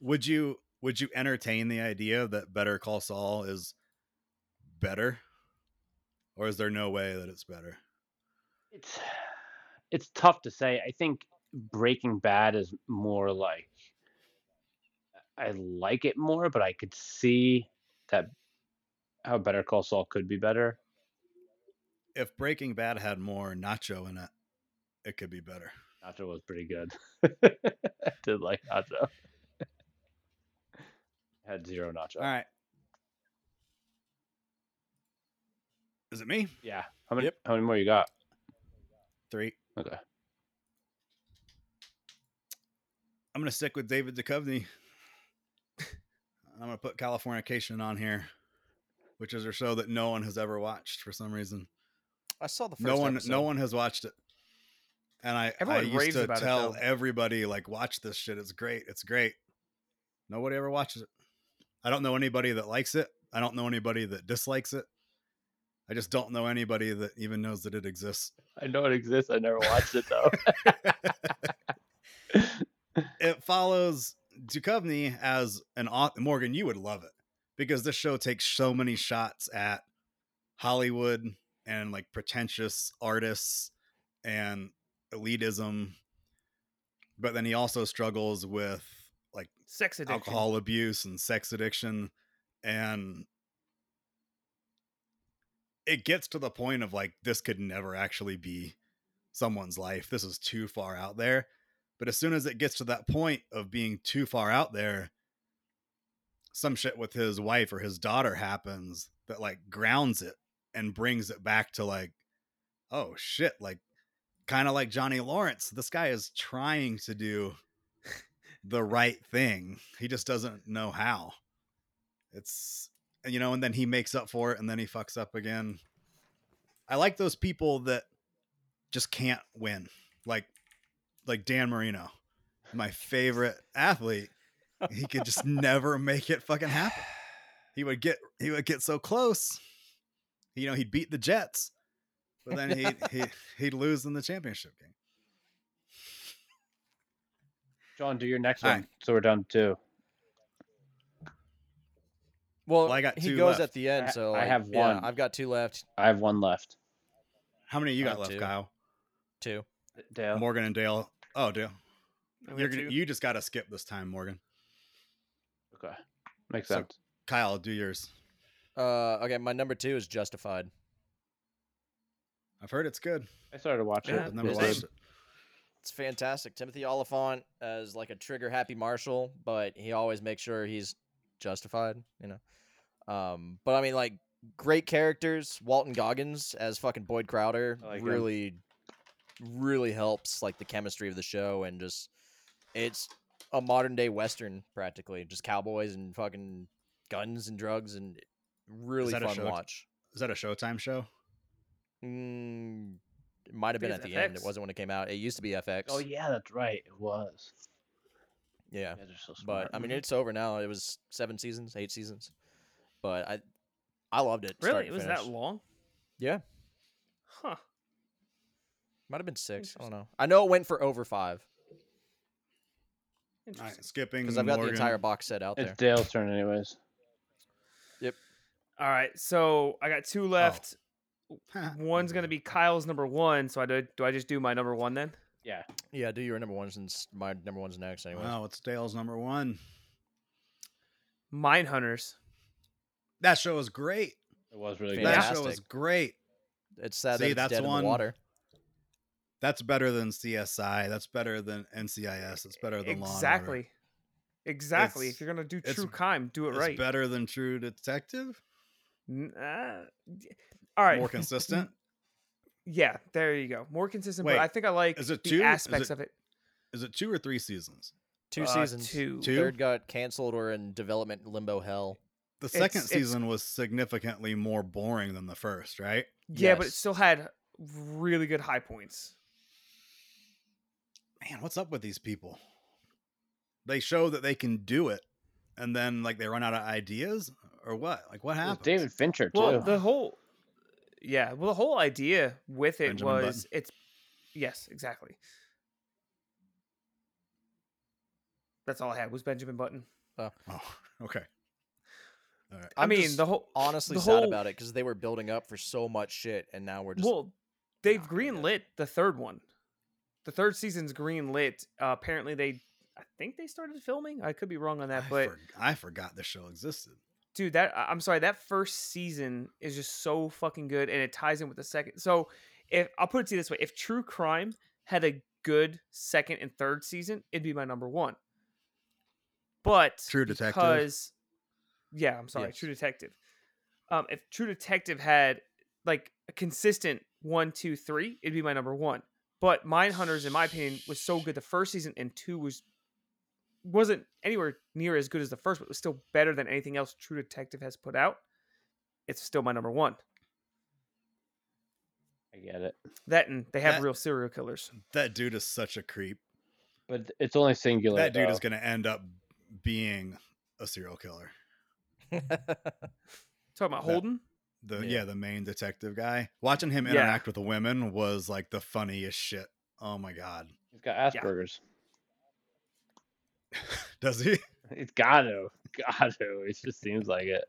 [SPEAKER 1] Would you would you entertain the idea that Better Call Saul is better? Or is there no way that it's better?
[SPEAKER 2] It's it's tough to say. I think Breaking Bad is more like I like it more, but I could see that how Better Call Saul could be better.
[SPEAKER 1] If Breaking Bad had more nacho in it, it could be better.
[SPEAKER 2] Nacho was pretty good. I did like Nacho. Had zero Nacho.
[SPEAKER 1] All right. Is it me?
[SPEAKER 2] Yeah. How many
[SPEAKER 3] Yep.
[SPEAKER 2] how many more you got?
[SPEAKER 1] Three.
[SPEAKER 2] Okay.
[SPEAKER 1] I'm gonna stick with David Duchovny. I'm gonna put Californication on here, which is a show that no one has ever watched for some reason.
[SPEAKER 3] I saw the first
[SPEAKER 1] No one,
[SPEAKER 3] episode.
[SPEAKER 1] no one has watched it. And I, I
[SPEAKER 4] Everyone
[SPEAKER 1] used
[SPEAKER 4] raves
[SPEAKER 1] to
[SPEAKER 4] about it,
[SPEAKER 1] tell
[SPEAKER 4] though.
[SPEAKER 1] everybody like, watch this shit. It's great. It's great. Nobody ever watches it. I don't know anybody that likes it. I don't know anybody that dislikes it. I just don't know anybody that even knows that it exists.
[SPEAKER 2] I know it exists. I never watched it though.
[SPEAKER 1] it follows Duchovny as an author. Morgan, you would love it because this show takes so many shots at Hollywood and like pretentious artists and elitism. But then he also struggles with like
[SPEAKER 4] Sex addiction.
[SPEAKER 1] alcohol abuse and sex addiction and it gets to the point of like this could never actually be someone's life this is too far out there but as soon as it gets to that point of being too far out there some shit with his wife or his daughter happens that like grounds it and brings it back to like oh shit like kind of like Johnny Lawrence, this guy is trying to do the right thing. He just doesn't know how. It's you know, and then he makes up for it and then he fucks up again. I like those people that just can't win. Like like Dan Marino, my favorite athlete. He could just never make it fucking happen. He would get he would get so close. You know, he'd beat the Jets, but then he he he'd lose in the championship game.
[SPEAKER 2] John, do your next
[SPEAKER 1] All
[SPEAKER 2] one. So we're done too.
[SPEAKER 3] Well,
[SPEAKER 1] I got
[SPEAKER 3] he
[SPEAKER 1] two
[SPEAKER 3] goes
[SPEAKER 1] left.
[SPEAKER 3] at the
[SPEAKER 2] I-
[SPEAKER 3] end, so
[SPEAKER 2] I
[SPEAKER 3] like,
[SPEAKER 2] have
[SPEAKER 3] yeah,
[SPEAKER 2] one.
[SPEAKER 3] I've got two left.
[SPEAKER 2] I have one left.
[SPEAKER 1] How many you got
[SPEAKER 3] I have
[SPEAKER 1] left,
[SPEAKER 3] two.
[SPEAKER 1] Kyle?
[SPEAKER 3] Two.
[SPEAKER 2] Dale.
[SPEAKER 1] Morgan and Dale. Oh, Dale.
[SPEAKER 4] I
[SPEAKER 1] You're
[SPEAKER 4] got
[SPEAKER 1] gonna,
[SPEAKER 4] two.
[SPEAKER 1] you just got to skip this time, Morgan.
[SPEAKER 2] Okay. Makes
[SPEAKER 1] So-
[SPEAKER 2] sense.
[SPEAKER 1] Kyle, do yours.
[SPEAKER 3] Uh, okay, my number two is Justified.
[SPEAKER 1] I've heard it's good.
[SPEAKER 2] I started watching
[SPEAKER 4] Yeah,
[SPEAKER 2] it.
[SPEAKER 1] I've never
[SPEAKER 2] It's-
[SPEAKER 1] watched it.
[SPEAKER 3] It's fantastic. Timothy Oliphant as like a trigger happy marshal, but he always makes sure he's justified, you know. Um, but I mean, like great characters. Walton Goggins as fucking Boyd Crowder
[SPEAKER 2] I like him.
[SPEAKER 3] really, really helps like the chemistry of the show and just it's a modern day western practically, just cowboys and fucking guns and drugs and really
[SPEAKER 1] that a
[SPEAKER 3] fun
[SPEAKER 1] show?
[SPEAKER 3] watch.
[SPEAKER 1] Is that a Showtime show?
[SPEAKER 3] Mm, it might have been
[SPEAKER 4] think
[SPEAKER 3] at
[SPEAKER 4] it's
[SPEAKER 3] the end. It
[SPEAKER 4] FX.
[SPEAKER 3] wasn't when it came out. It used to be FX.
[SPEAKER 2] Oh yeah, that's right. It was.
[SPEAKER 3] yeah.
[SPEAKER 2] You guys are so smart.
[SPEAKER 3] But I mean, it's over now. It was seven seasons, eight seasons. But I, I loved it. start
[SPEAKER 4] Really?
[SPEAKER 3] to
[SPEAKER 4] It was
[SPEAKER 3] finish.
[SPEAKER 4] that long?
[SPEAKER 3] Yeah,
[SPEAKER 4] Huh.
[SPEAKER 3] might have been six. I don't know. I know it went for over five
[SPEAKER 1] All right,
[SPEAKER 4] Interesting.
[SPEAKER 1] skipping.
[SPEAKER 3] because I've got the
[SPEAKER 1] Morgan.
[SPEAKER 3] entire box set out there.
[SPEAKER 2] it's Dale's turn anyways.
[SPEAKER 4] All right. So I got
[SPEAKER 1] Oh.
[SPEAKER 4] two left.
[SPEAKER 1] Huh.
[SPEAKER 4] One's gonna be Kyle's number one. So I do. Do I just do my number one then?
[SPEAKER 2] Yeah.
[SPEAKER 3] Yeah, do your number one since my number one's next. Anyway,
[SPEAKER 1] Wow, it's Dale's number one.
[SPEAKER 4] Mine Hunters.
[SPEAKER 1] That show is great.
[SPEAKER 2] It was really good.
[SPEAKER 1] That
[SPEAKER 3] Fantastic.
[SPEAKER 1] show is great.
[SPEAKER 3] it's sad
[SPEAKER 1] See,
[SPEAKER 3] that it's
[SPEAKER 1] that's
[SPEAKER 3] dead in
[SPEAKER 1] one-
[SPEAKER 3] the water.
[SPEAKER 1] That's better than CSI. That's better than NCIS. That's better than Law. and Order.
[SPEAKER 4] Exactly. Exactly.
[SPEAKER 1] It's-
[SPEAKER 4] if you're gonna do
[SPEAKER 1] it's-
[SPEAKER 4] true crime, do it
[SPEAKER 1] It's
[SPEAKER 4] right.
[SPEAKER 1] better than True Detective.
[SPEAKER 4] N- uh, d- all right.
[SPEAKER 1] More consistent.
[SPEAKER 4] Yeah, there you go. More consistent,
[SPEAKER 1] Wait,
[SPEAKER 4] but I think I like
[SPEAKER 1] is it
[SPEAKER 4] the
[SPEAKER 1] two? Is
[SPEAKER 4] aspects
[SPEAKER 1] it
[SPEAKER 4] of it.
[SPEAKER 1] Is it two or three seasons?
[SPEAKER 3] Two
[SPEAKER 4] Uh,
[SPEAKER 3] seasons.
[SPEAKER 4] Two.
[SPEAKER 1] Two?
[SPEAKER 3] Third got canceled or in development limbo hell.
[SPEAKER 1] The second
[SPEAKER 4] it's-
[SPEAKER 1] season was significantly more boring than the first, right?
[SPEAKER 4] Yeah, but it
[SPEAKER 3] Yes.
[SPEAKER 4] still had really good high points.
[SPEAKER 1] Man, what's up with these people? They show that they can do it, and then like they run out of ideas, or what? Like what
[SPEAKER 2] It was
[SPEAKER 1] happened?
[SPEAKER 2] David Fincher too.
[SPEAKER 4] Well, the whole yeah, well, the whole idea with it
[SPEAKER 1] Benjamin
[SPEAKER 4] was it's yes, exactly. That's all I had was Benjamin Button.
[SPEAKER 1] Oh, okay.
[SPEAKER 4] i
[SPEAKER 3] I'm
[SPEAKER 4] mean,
[SPEAKER 3] just
[SPEAKER 4] the whole
[SPEAKER 3] honestly
[SPEAKER 4] the
[SPEAKER 3] sad
[SPEAKER 4] whole-
[SPEAKER 3] about it because they were building up for so much shit and now we're just
[SPEAKER 4] well, they've
[SPEAKER 3] not gonna do it.
[SPEAKER 4] greenlit the third one. The third season's greenlit. Uh, apparently, they I think they started filming. I could be wrong on
[SPEAKER 1] I,
[SPEAKER 4] that, but
[SPEAKER 1] for- I forgot this show existed.
[SPEAKER 4] dude that I- i'm sorry that first season is just so fucking good and it ties in with the second so if i'll put it to you this way if true crime had a good second and third season it'd be my number one but
[SPEAKER 1] True Detective.
[SPEAKER 4] because yeah i'm sorry
[SPEAKER 3] Yes.
[SPEAKER 4] true detective um if true detective had like a consistent one two three it'd be my number one but mine hunters in my opinion was so good the first season and two was wasn't anywhere near as good as the first, but was still better than anything else True Detective has put out. It's still my number one.
[SPEAKER 2] I get it.
[SPEAKER 4] That and they have
[SPEAKER 1] That-
[SPEAKER 4] real serial killers.
[SPEAKER 1] That dude is such a creep.
[SPEAKER 2] But it's only singular.
[SPEAKER 1] That dude is
[SPEAKER 2] though.
[SPEAKER 1] going to end up being a serial killer.
[SPEAKER 4] Talking about
[SPEAKER 1] That-
[SPEAKER 4] Holden.
[SPEAKER 1] The yeah.
[SPEAKER 3] Yeah.
[SPEAKER 1] the main detective guy. Watching him
[SPEAKER 4] Yeah.
[SPEAKER 1] interact with the women was like the funniest shit. Oh my god.
[SPEAKER 2] He's got
[SPEAKER 4] Yeah.
[SPEAKER 2] Asperger's.
[SPEAKER 1] Does he?
[SPEAKER 2] He's got to. Got to. It just seems like it.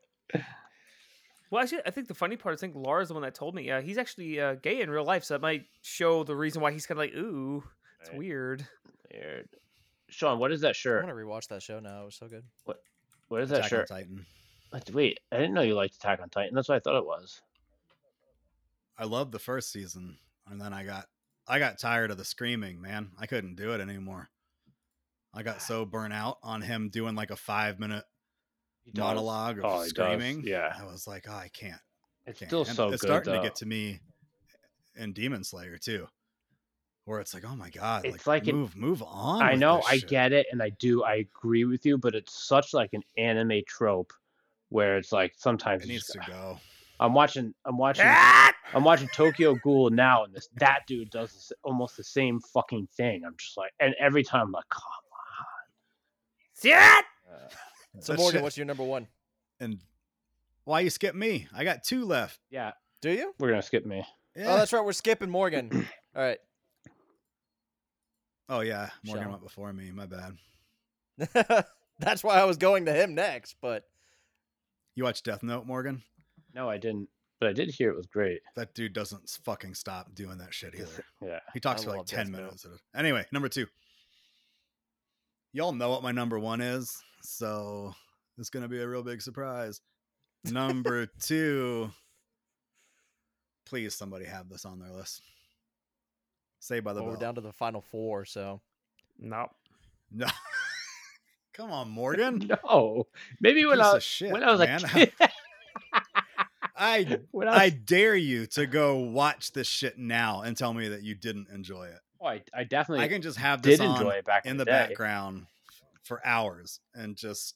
[SPEAKER 4] Well, actually, I think the funny part is I think Laura's the one that told me uh, he's actually uh, gay in real life, so that might show the reason why he's kind of like, ooh, it's
[SPEAKER 2] Right.
[SPEAKER 4] weird.
[SPEAKER 2] Weird. Sean, what is that
[SPEAKER 3] i
[SPEAKER 2] shirt?
[SPEAKER 3] want to rewatch that show now it was so good
[SPEAKER 2] What is that
[SPEAKER 1] Attack on
[SPEAKER 2] shirt?
[SPEAKER 1] Titan.
[SPEAKER 2] Let's- Wait, I didn't know you liked Attack on Titan. That's what I thought it was.
[SPEAKER 1] I loved the first season and then I got I got tired of the screaming, man. I couldn't do it anymore. I
[SPEAKER 2] Ah.
[SPEAKER 1] got so burnt out on him doing like a 5 minute
[SPEAKER 2] He does.
[SPEAKER 1] monologue of
[SPEAKER 2] Oh, he does,
[SPEAKER 1] screaming.
[SPEAKER 2] yeah.
[SPEAKER 1] I was like, oh, I can't.
[SPEAKER 2] It's
[SPEAKER 1] can't.
[SPEAKER 2] still
[SPEAKER 1] And
[SPEAKER 2] so
[SPEAKER 1] it's
[SPEAKER 2] good.
[SPEAKER 1] starting
[SPEAKER 2] though.
[SPEAKER 1] to get to me in Demon Slayer too. where it's like, oh my god,
[SPEAKER 2] It's
[SPEAKER 1] like,
[SPEAKER 2] like an-
[SPEAKER 1] move, move on.
[SPEAKER 2] I
[SPEAKER 1] with
[SPEAKER 2] know,
[SPEAKER 1] this
[SPEAKER 2] I
[SPEAKER 1] shit.
[SPEAKER 2] get it, and I do, I agree with you, but it's such like an anime trope where it's like
[SPEAKER 1] It
[SPEAKER 2] sometimes it's
[SPEAKER 1] needs
[SPEAKER 2] just-
[SPEAKER 1] to go.
[SPEAKER 2] I'm watching, I'm watching,
[SPEAKER 4] Ah!
[SPEAKER 2] I'm watching Tokyo Ghoul now, and this that dude does this, almost the same fucking thing. I'm just like, and every time I'm like, come
[SPEAKER 4] See it?
[SPEAKER 3] Uh, so
[SPEAKER 1] That
[SPEAKER 3] Morgan,
[SPEAKER 1] shit-
[SPEAKER 3] what's your number one?
[SPEAKER 1] And why you skip me? I got two left. Eh.
[SPEAKER 2] yeah,
[SPEAKER 3] Do you?
[SPEAKER 2] we're gonna skip me.
[SPEAKER 1] Yeah.
[SPEAKER 3] Oh, that's right. We're skipping Morgan. All right.
[SPEAKER 1] Oh, yeah, Morgan
[SPEAKER 3] Shall-
[SPEAKER 1] went before me. My bad.
[SPEAKER 3] that's why I was going to him next, but
[SPEAKER 1] You watch Death Note, Morgan?
[SPEAKER 2] No, I didn't, but I did hear it was great.
[SPEAKER 1] That dude doesn't s- fucking stop doing that shit either.
[SPEAKER 2] Yeah,
[SPEAKER 1] He talks
[SPEAKER 3] I
[SPEAKER 1] for like
[SPEAKER 3] love Death
[SPEAKER 1] ten
[SPEAKER 3] Note.
[SPEAKER 1] minutes. Anyway, number two. Y'all know what my number one is, so it's gonna be a real big surprise. Number two. Please, somebody have this on their list. Say by the
[SPEAKER 3] well, we're
[SPEAKER 1] Bell.
[SPEAKER 3] down to the final four. So
[SPEAKER 4] No.
[SPEAKER 1] No. Come on, Morgan.
[SPEAKER 2] no, maybe when
[SPEAKER 1] Piece
[SPEAKER 2] I
[SPEAKER 1] of
[SPEAKER 2] was
[SPEAKER 1] shit,
[SPEAKER 2] when I was
[SPEAKER 1] man.
[SPEAKER 2] a kid,
[SPEAKER 1] I
[SPEAKER 2] when I, was,
[SPEAKER 1] I dare you to go watch this shit now and tell me that you didn't enjoy it.
[SPEAKER 2] oh, I, I definitely
[SPEAKER 1] I can just have this
[SPEAKER 2] did
[SPEAKER 1] on
[SPEAKER 2] enjoy it back
[SPEAKER 1] in
[SPEAKER 2] in
[SPEAKER 1] the
[SPEAKER 2] day.
[SPEAKER 1] background for hours and just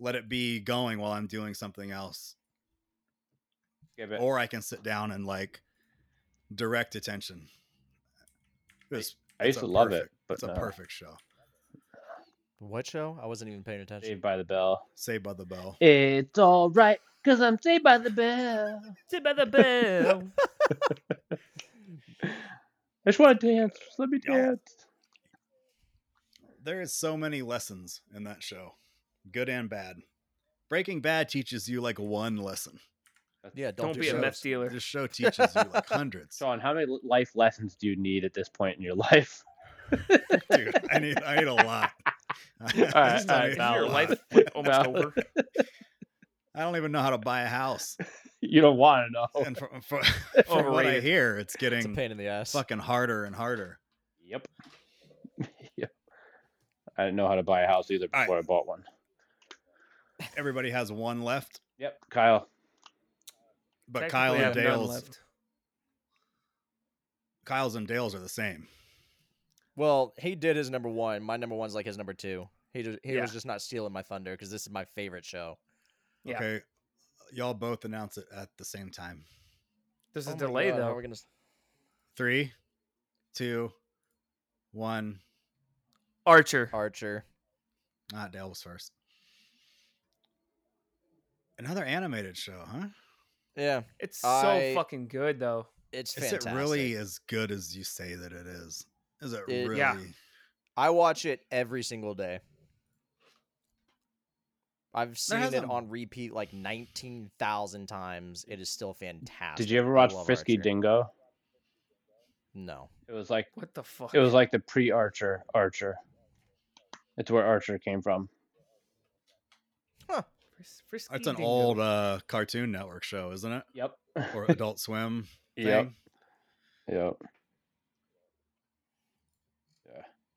[SPEAKER 1] let it be going while I'm doing something else.
[SPEAKER 2] Yeah, but-
[SPEAKER 1] Or I can sit down and like direct attention. It's,
[SPEAKER 2] I
[SPEAKER 1] it's
[SPEAKER 2] used
[SPEAKER 1] a
[SPEAKER 2] to love it,
[SPEAKER 1] perfect-
[SPEAKER 2] but uh,
[SPEAKER 1] it's a
[SPEAKER 2] no.
[SPEAKER 1] perfect show.
[SPEAKER 3] what show? I wasn't even paying attention.
[SPEAKER 2] Saved by the Bell.
[SPEAKER 1] Saved by the Bell.
[SPEAKER 2] It's all right, cause I'm saved by the bell.
[SPEAKER 4] Sit by the bell.
[SPEAKER 2] I just want to dance. Just let me
[SPEAKER 1] Yeah.
[SPEAKER 2] dance.
[SPEAKER 1] There is so many lessons in that show, good and bad. Breaking Bad teaches you like one lesson.
[SPEAKER 3] Yeah,
[SPEAKER 4] Don't,
[SPEAKER 3] don't, do
[SPEAKER 4] be a
[SPEAKER 1] shows.
[SPEAKER 3] shows.
[SPEAKER 4] meth dealer.
[SPEAKER 1] This show teaches you like hundreds.
[SPEAKER 2] Sean, how many l- life lessons do you need at this point in your life?
[SPEAKER 1] Dude, I need I need a lot.
[SPEAKER 2] All right,
[SPEAKER 1] Just
[SPEAKER 2] all
[SPEAKER 1] I
[SPEAKER 2] right,
[SPEAKER 1] need
[SPEAKER 2] now
[SPEAKER 1] a
[SPEAKER 4] Your
[SPEAKER 1] lot.
[SPEAKER 4] life like, almost
[SPEAKER 2] Valid.
[SPEAKER 4] over.
[SPEAKER 1] I don't even know how to buy a house.
[SPEAKER 2] You don't want to know.
[SPEAKER 1] And from, from, from what I
[SPEAKER 4] Overrated.
[SPEAKER 1] hear, it's
[SPEAKER 3] It's a
[SPEAKER 1] getting
[SPEAKER 3] pain in the ass.
[SPEAKER 1] fucking harder and harder.
[SPEAKER 2] Yep. yep. I didn't know how to buy a house either
[SPEAKER 1] All right.
[SPEAKER 2] before I bought one.
[SPEAKER 1] Everybody has one left,
[SPEAKER 2] Yep, Kyle.
[SPEAKER 1] but
[SPEAKER 4] Technically,
[SPEAKER 1] Kyle
[SPEAKER 4] I
[SPEAKER 1] and
[SPEAKER 4] have none
[SPEAKER 1] Dale's
[SPEAKER 4] left.
[SPEAKER 1] Kyle's and Dale's are the same.
[SPEAKER 3] Well, he did his number one. My number one's like his number two. He just, he
[SPEAKER 4] Yeah.
[SPEAKER 3] was just not stealing my thunder because this is my favorite show.
[SPEAKER 4] Yeah.
[SPEAKER 1] Okay. Y'all both announce it at the same time.
[SPEAKER 4] There's
[SPEAKER 3] Oh
[SPEAKER 4] a
[SPEAKER 3] my
[SPEAKER 4] delay
[SPEAKER 3] God, how
[SPEAKER 4] though.
[SPEAKER 3] are we gonna s-
[SPEAKER 1] Three, two, one.
[SPEAKER 4] Archer.
[SPEAKER 3] Archer.
[SPEAKER 1] Ah, Dale was first. Another animated show, huh?
[SPEAKER 3] Yeah,
[SPEAKER 4] It's so
[SPEAKER 3] I-
[SPEAKER 4] fucking good though.
[SPEAKER 3] it's
[SPEAKER 1] Is
[SPEAKER 3] fantastic.
[SPEAKER 1] it really as good as you say that it is? Is it
[SPEAKER 3] It-
[SPEAKER 1] really?
[SPEAKER 4] Yeah.
[SPEAKER 3] I watch it every single day. I've seen it
[SPEAKER 1] hasn't-
[SPEAKER 3] on repeat like 19,000 times. It is still fantastic.
[SPEAKER 2] Did you ever
[SPEAKER 3] I
[SPEAKER 2] watch
[SPEAKER 3] love
[SPEAKER 2] Frisky
[SPEAKER 3] Archer.
[SPEAKER 2] Dingo?
[SPEAKER 3] No.
[SPEAKER 2] It was like
[SPEAKER 4] What the fuck?
[SPEAKER 2] it was like the pre-Archer Archer. It's where Archer came from.
[SPEAKER 4] Fris- frisky
[SPEAKER 1] It's an
[SPEAKER 4] dingo.
[SPEAKER 1] old uh, Cartoon Network show, isn't it?
[SPEAKER 2] Yep.
[SPEAKER 1] Or Adult Swim. Thing?
[SPEAKER 2] yep. Yep.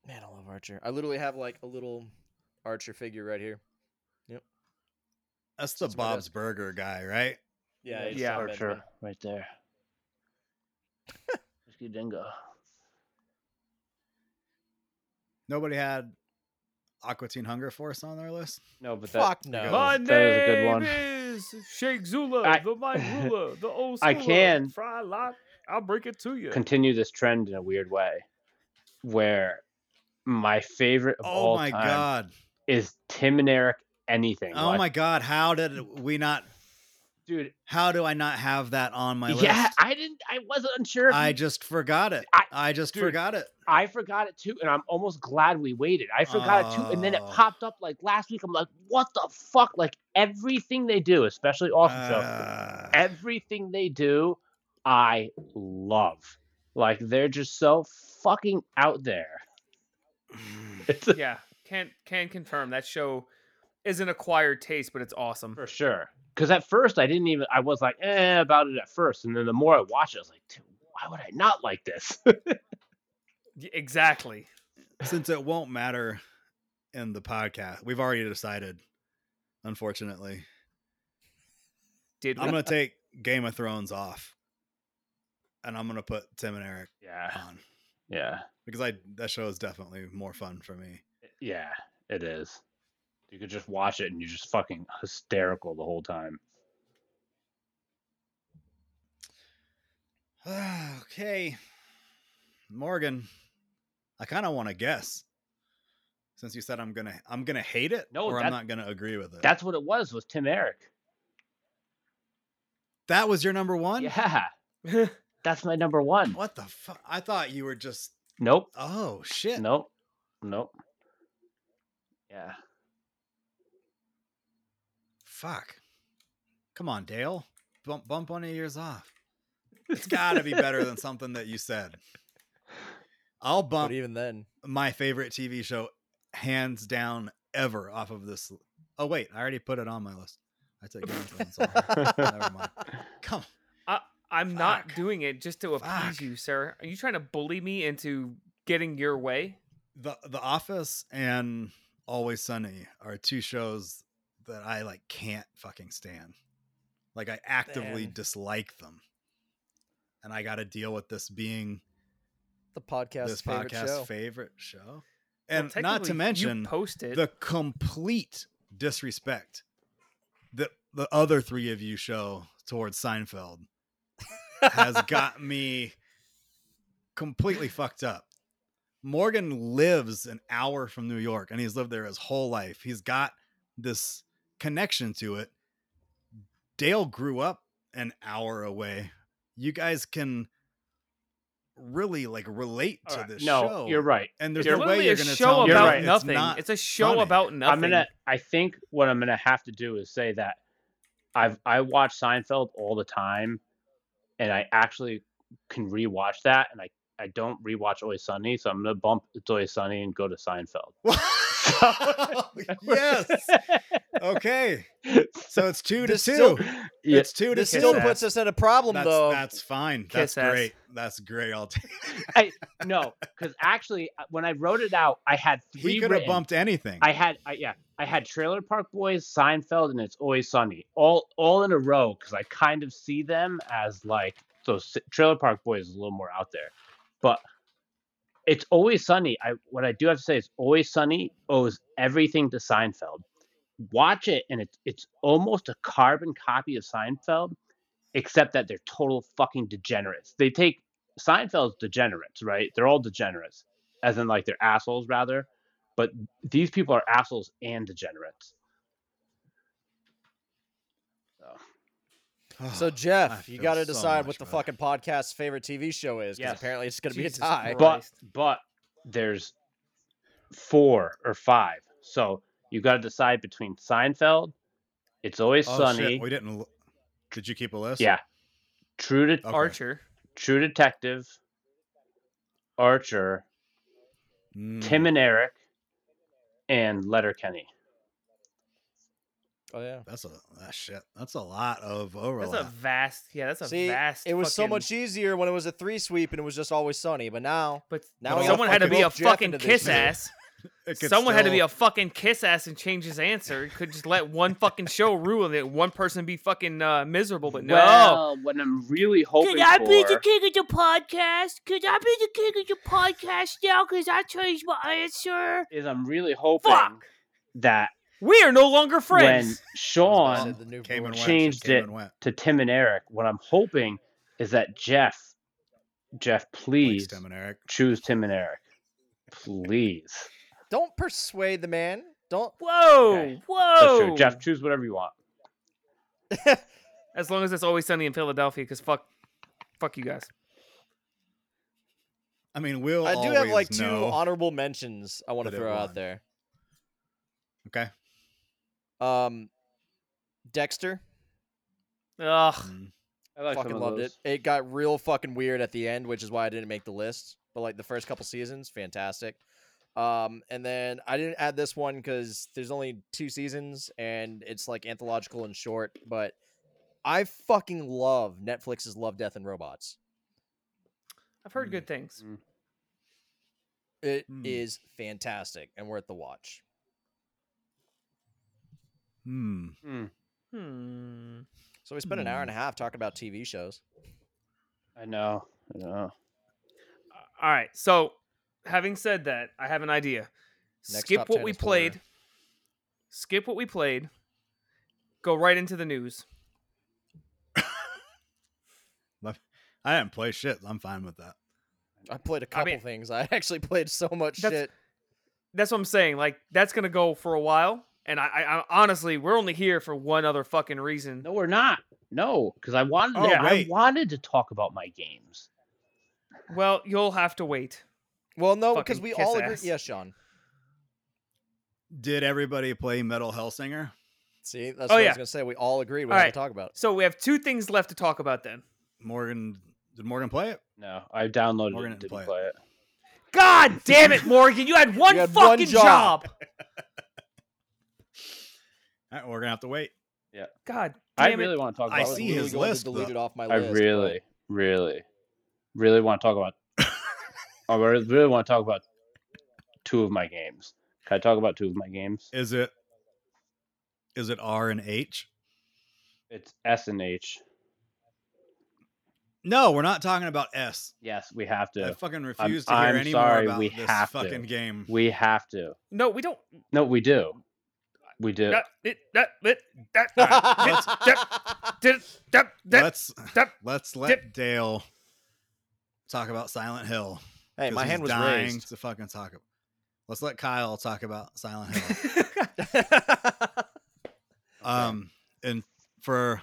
[SPEAKER 3] Man, I love Archer. I literally have like a little Archer figure right here.
[SPEAKER 1] That's the
[SPEAKER 3] That's what it
[SPEAKER 1] Bob's
[SPEAKER 3] is.
[SPEAKER 1] Burger guy, right?
[SPEAKER 3] Yeah,
[SPEAKER 4] Yeah.
[SPEAKER 3] Sam
[SPEAKER 2] Archer
[SPEAKER 3] Benjamin.
[SPEAKER 2] right there. Frisky Dingo.
[SPEAKER 1] Nobody had Aqua Teen Hunger Force on their list.
[SPEAKER 2] No, but that,
[SPEAKER 3] Fuck
[SPEAKER 1] that
[SPEAKER 3] no.
[SPEAKER 1] was-
[SPEAKER 4] My
[SPEAKER 2] that is
[SPEAKER 4] name
[SPEAKER 2] a good one.
[SPEAKER 4] is Sheikh Zula,
[SPEAKER 2] I-
[SPEAKER 4] the mind ruler, the old
[SPEAKER 2] I
[SPEAKER 4] schooler.
[SPEAKER 2] can-
[SPEAKER 4] fry lock. I'll break it to you.
[SPEAKER 2] continue this trend in a weird way where my favorite of
[SPEAKER 1] Oh
[SPEAKER 2] all
[SPEAKER 1] my
[SPEAKER 2] time
[SPEAKER 1] god!
[SPEAKER 2] is Tim and Eric anything.
[SPEAKER 1] Oh
[SPEAKER 2] Like,
[SPEAKER 1] my god! How did we not?
[SPEAKER 2] dude.
[SPEAKER 1] How do I not have that on my
[SPEAKER 2] yeah,
[SPEAKER 1] list?
[SPEAKER 2] I didn't I wasn't unsure. if
[SPEAKER 1] I
[SPEAKER 2] you-
[SPEAKER 1] just forgot it. I,
[SPEAKER 2] I-
[SPEAKER 1] just
[SPEAKER 2] dude,
[SPEAKER 1] forgot it.
[SPEAKER 2] I forgot it too and I'm almost glad we waited. I forgot it too and then it
[SPEAKER 1] Oh.
[SPEAKER 2] popped up like last week. I'm like, "What the fuck? Like everything they do, especially awesome show.
[SPEAKER 1] Uh,
[SPEAKER 2] Everything they do, I love. Like they're just so fucking out there. It's
[SPEAKER 4] yeah, can can confirm that show is an acquired taste, but it's awesome.
[SPEAKER 2] For sure. Because at first I didn't even, I was like, eh, about it at first. And then the more I watched it, I was like, dude, why would I not like this?
[SPEAKER 4] Y- Exactly.
[SPEAKER 1] since it won't matter in the podcast, we've already decided. Unfortunately,
[SPEAKER 4] Did
[SPEAKER 1] I'm
[SPEAKER 4] we?
[SPEAKER 1] gonna take Game of Thrones off, and I'm gonna put Tim and Eric
[SPEAKER 2] yeah.
[SPEAKER 1] on.
[SPEAKER 2] Yeah.
[SPEAKER 1] because I that show is definitely more fun for me.
[SPEAKER 2] Yeah, it is. You could just watch it and you're just fucking hysterical the whole time.
[SPEAKER 1] okay, Morgan, I kind of want to guess since you said I'm gonna I'm gonna hate it
[SPEAKER 2] No,
[SPEAKER 1] or I'm
[SPEAKER 2] that-
[SPEAKER 1] not gonna agree with it.
[SPEAKER 2] That's what it was, was Tim Eric.
[SPEAKER 1] that was your number one.
[SPEAKER 2] Yeah. That's my number one.
[SPEAKER 1] What the fuck? I thought you were just
[SPEAKER 2] Nope.
[SPEAKER 1] oh shit.
[SPEAKER 2] Nope. Nope. Yeah.
[SPEAKER 1] Fuck. Come on, Dale. Bump bump one of yours off. It's gotta be better than something that you said. I'll
[SPEAKER 3] But
[SPEAKER 1] bump
[SPEAKER 3] even then,
[SPEAKER 1] my favorite TV show, hands down, ever off of this. l- Oh wait, I already put it on my list. I took Game of Thrones off. Never mind. Come. on.
[SPEAKER 4] I'm not
[SPEAKER 1] Fuck.
[SPEAKER 4] doing it just to appease
[SPEAKER 1] Fuck.
[SPEAKER 4] you, sir. Are you trying to bully me into getting your way?
[SPEAKER 1] The The Office and Always Sunny are two shows that I like can't fucking stand. Like I actively
[SPEAKER 3] Man.
[SPEAKER 1] dislike them. And I got to deal with this being
[SPEAKER 3] the podcast
[SPEAKER 1] this
[SPEAKER 3] favorite
[SPEAKER 1] podcast's
[SPEAKER 3] show.
[SPEAKER 1] favorite show.
[SPEAKER 4] Well,
[SPEAKER 1] And not
[SPEAKER 4] technically,
[SPEAKER 1] to mention
[SPEAKER 4] you posted.
[SPEAKER 1] the complete disrespect that the other three of you show towards Seinfeld has got me completely fucked up. Morgan lives an hour from New York and he's lived there his whole life. He's got this connection to it. Dale grew up an hour away. You guys can really like relate to
[SPEAKER 2] Alright,
[SPEAKER 1] this
[SPEAKER 2] no,
[SPEAKER 1] show.
[SPEAKER 2] you're right.
[SPEAKER 1] And there's
[SPEAKER 4] it's
[SPEAKER 2] You're-
[SPEAKER 1] no way
[SPEAKER 4] literally
[SPEAKER 1] you're
[SPEAKER 4] a
[SPEAKER 1] going to
[SPEAKER 4] show
[SPEAKER 1] tell me
[SPEAKER 4] about
[SPEAKER 2] right.
[SPEAKER 1] it's
[SPEAKER 4] nothing.
[SPEAKER 1] not
[SPEAKER 4] It's, a show
[SPEAKER 1] funny.
[SPEAKER 4] about nothing.
[SPEAKER 2] I'm gonna. I think what I'm gonna have to do is say that I've I watch Seinfeld all the time, and I actually can rewatch that, and I I don't rewatch Always Sunny, so I'm gonna bump It's Always Sunny and go to Seinfeld.
[SPEAKER 1] yes. Okay. So it's two to
[SPEAKER 3] This
[SPEAKER 1] two.
[SPEAKER 3] still-
[SPEAKER 2] Yeah,
[SPEAKER 1] It's two to
[SPEAKER 3] This
[SPEAKER 1] two.
[SPEAKER 3] still
[SPEAKER 4] ass.
[SPEAKER 3] puts us at a problem,
[SPEAKER 1] that's,
[SPEAKER 3] though.
[SPEAKER 1] that's fine. That's
[SPEAKER 4] Kiss ass.
[SPEAKER 1] great. That's great. I'll take.
[SPEAKER 2] no, because actually, uh, when I wrote it out, I had three.
[SPEAKER 1] He could have
[SPEAKER 2] written.
[SPEAKER 1] bumped anything.
[SPEAKER 2] I had, I, yeah, I had Trailer Park Boys, Seinfeld, and It's Always Sunny, all all in a row, because I kind of see them as like so. S- Trailer Park Boys is a little more out there, but It's Always Sunny. I what I do have to say is Always Sunny owes everything to Seinfeld. Watch it, and it's it's almost a carbon copy of Seinfeld, except that they're total fucking degenerates. They take Seinfeld's degenerates, right? They're all degenerates, as in like they're assholes rather. But these people are assholes and degenerates.
[SPEAKER 3] so,
[SPEAKER 1] I
[SPEAKER 3] Jeff, you
[SPEAKER 1] feel
[SPEAKER 3] got to
[SPEAKER 1] so
[SPEAKER 3] decide
[SPEAKER 1] much
[SPEAKER 3] what the
[SPEAKER 1] better.
[SPEAKER 3] fucking podcast's favorite TV show is, because
[SPEAKER 2] Yes.
[SPEAKER 3] apparently it's going to be a
[SPEAKER 4] Jesus
[SPEAKER 3] tie.
[SPEAKER 4] Christ.
[SPEAKER 2] But but there's four or five, so you got to decide between Seinfeld, It's Always
[SPEAKER 1] oh,
[SPEAKER 2] Sunny,
[SPEAKER 1] Shit. We didn't. l- Did you keep a list?
[SPEAKER 2] yeah, True Det-
[SPEAKER 1] Okay.
[SPEAKER 4] Archer.
[SPEAKER 2] True Detective, Archer,
[SPEAKER 1] Mm.
[SPEAKER 2] Tim and Eric, and Letterkenny.
[SPEAKER 3] Oh yeah.
[SPEAKER 1] That's a that shit. That's a lot of overlap.
[SPEAKER 4] That's a vast. Yeah, that's a
[SPEAKER 3] See,
[SPEAKER 4] vast.
[SPEAKER 3] it was so
[SPEAKER 4] fucking-
[SPEAKER 3] much easier when it was a three sweep and it was just always sunny, but now
[SPEAKER 4] But
[SPEAKER 3] Now
[SPEAKER 4] but
[SPEAKER 1] we
[SPEAKER 4] someone
[SPEAKER 1] all
[SPEAKER 4] had to
[SPEAKER 1] fucking
[SPEAKER 4] be a
[SPEAKER 3] roped Jeff
[SPEAKER 4] fucking
[SPEAKER 3] into this
[SPEAKER 4] kiss
[SPEAKER 3] shit.
[SPEAKER 4] ass.
[SPEAKER 1] It could
[SPEAKER 4] Someone had to be
[SPEAKER 1] still-
[SPEAKER 4] a fucking kiss ass and change his answer. He could just let one fucking show rule and it. One person be fucking uh, miserable, but no.
[SPEAKER 2] Well, what I'm really hoping
[SPEAKER 5] Could I
[SPEAKER 2] for.
[SPEAKER 5] be the king of the podcast? Could I be the king of the podcast now? Cause I changed my answer.
[SPEAKER 2] is I'm really hoping
[SPEAKER 5] Fuck.
[SPEAKER 2] that
[SPEAKER 4] we are no longer
[SPEAKER 2] when
[SPEAKER 4] friends.
[SPEAKER 3] I
[SPEAKER 2] Sean
[SPEAKER 3] said the new
[SPEAKER 1] came and went.
[SPEAKER 3] board.
[SPEAKER 1] It
[SPEAKER 2] Changed
[SPEAKER 1] came
[SPEAKER 2] it.
[SPEAKER 1] and went.
[SPEAKER 2] to Tim and Eric, what I'm hoping is that Jeff, Jeff,
[SPEAKER 1] Please,
[SPEAKER 2] please
[SPEAKER 1] Tim and Eric.
[SPEAKER 2] choose Tim and Eric, please.
[SPEAKER 3] don't persuade the man. Don't.
[SPEAKER 4] Whoa,
[SPEAKER 2] Okay. That's
[SPEAKER 4] whoa.
[SPEAKER 2] true. Jeff, choose whatever you want.
[SPEAKER 4] As long as it's always sunny in Philadelphia, because fuck, fuck you guys.
[SPEAKER 1] I mean, we'll.
[SPEAKER 3] I do have
[SPEAKER 1] always
[SPEAKER 3] like two
[SPEAKER 1] know-
[SPEAKER 3] honorable mentions I want
[SPEAKER 1] that
[SPEAKER 3] to
[SPEAKER 1] it
[SPEAKER 3] throw out
[SPEAKER 1] won.
[SPEAKER 3] there.
[SPEAKER 1] Okay.
[SPEAKER 3] Um, Dexter,
[SPEAKER 4] Ugh.
[SPEAKER 1] Mm.
[SPEAKER 2] I like
[SPEAKER 3] fucking loved it. It got real fucking weird at the end, which is why I didn't make the list. But like the first couple seasons, fantastic. Um, and then I didn't add this one because there's only two seasons and it's like anthological and short. But I fucking love Netflix's Love, Death, and Robots.
[SPEAKER 4] I've heard good things.
[SPEAKER 3] It is
[SPEAKER 1] Hmm.
[SPEAKER 3] fantastic and worth the watch.
[SPEAKER 1] Hmm.
[SPEAKER 4] Hmm.
[SPEAKER 3] So we spent an hour and a half talking about TV shows.
[SPEAKER 2] I know. I know.
[SPEAKER 4] All right. So, having said that, I have an idea.
[SPEAKER 3] Next
[SPEAKER 4] skip
[SPEAKER 3] top
[SPEAKER 4] what
[SPEAKER 3] 10
[SPEAKER 4] we
[SPEAKER 3] is Florida.
[SPEAKER 4] played. Skip what we played. Go right into the news.
[SPEAKER 1] I didn't play shit. I'm fine with that.
[SPEAKER 3] I played a
[SPEAKER 4] I
[SPEAKER 3] couple
[SPEAKER 4] mean-
[SPEAKER 3] things. I actually played so much
[SPEAKER 4] That's-
[SPEAKER 3] shit.
[SPEAKER 4] That's what I'm saying. Like that's gonna go for a while. And I, I, I honestly, we're only here for one other fucking reason.
[SPEAKER 2] No, we're not. No, because I wanted
[SPEAKER 1] Oh,
[SPEAKER 2] to, I
[SPEAKER 1] wait.
[SPEAKER 2] wanted to talk about my games.
[SPEAKER 4] Well, you'll have to wait.
[SPEAKER 3] Well, no, because
[SPEAKER 4] Fucking
[SPEAKER 3] we
[SPEAKER 4] kiss
[SPEAKER 3] all agree.
[SPEAKER 4] ass.
[SPEAKER 3] Yes, Sean.
[SPEAKER 1] Did everybody play Metal Hellsinger?
[SPEAKER 3] See, that's
[SPEAKER 4] Oh,
[SPEAKER 3] what I
[SPEAKER 4] yeah.
[SPEAKER 3] was gonna say. We all agreed. We
[SPEAKER 4] All
[SPEAKER 3] had
[SPEAKER 4] right.
[SPEAKER 3] to talk about it.
[SPEAKER 4] So we have two things left to talk about then.
[SPEAKER 1] Morgan did Morgan play it?
[SPEAKER 2] No, I downloaded
[SPEAKER 1] We're
[SPEAKER 2] it
[SPEAKER 1] gonna
[SPEAKER 2] and didn't
[SPEAKER 1] play
[SPEAKER 2] play
[SPEAKER 1] it.
[SPEAKER 2] it.
[SPEAKER 4] God damn it, Morgan! You had one
[SPEAKER 3] had
[SPEAKER 4] fucking
[SPEAKER 3] one job.
[SPEAKER 4] job.
[SPEAKER 1] All right, we're gonna have to wait.
[SPEAKER 4] God damn
[SPEAKER 2] I
[SPEAKER 4] it.
[SPEAKER 2] really want to talk
[SPEAKER 1] I
[SPEAKER 2] about.
[SPEAKER 3] was
[SPEAKER 1] see
[SPEAKER 3] literally
[SPEAKER 1] his
[SPEAKER 3] going to
[SPEAKER 1] list,
[SPEAKER 3] delete
[SPEAKER 1] though.
[SPEAKER 3] it off my
[SPEAKER 2] I
[SPEAKER 3] list. but
[SPEAKER 2] really, really, really want to talk about. Oh, I re- really want to talk about two of my games. Can I talk about two of my games?
[SPEAKER 1] Is it is it R and H?
[SPEAKER 2] It's S and H.
[SPEAKER 1] No, we're not talking about S.
[SPEAKER 2] Yes, we have
[SPEAKER 1] I
[SPEAKER 2] to.
[SPEAKER 1] fucking refuse to
[SPEAKER 2] I'm
[SPEAKER 1] hear any
[SPEAKER 2] sorry,
[SPEAKER 1] more about
[SPEAKER 2] we
[SPEAKER 1] this
[SPEAKER 2] have to.
[SPEAKER 1] fucking game.
[SPEAKER 2] We have to.
[SPEAKER 4] No, we don't.
[SPEAKER 2] No, we do. We do.
[SPEAKER 4] That, it, that, it, that, all right.
[SPEAKER 3] Let's-
[SPEAKER 4] Did- that, that-
[SPEAKER 1] let's
[SPEAKER 4] that-
[SPEAKER 1] let's let
[SPEAKER 4] dip-
[SPEAKER 1] Dale talk about Silent Hill.
[SPEAKER 3] hey,
[SPEAKER 1] 'cause
[SPEAKER 3] my
[SPEAKER 1] he's
[SPEAKER 3] hand was
[SPEAKER 1] dying
[SPEAKER 3] raised.
[SPEAKER 1] to fucking talk. ab- Let's let Kyle talk about Silent Hill. um, and for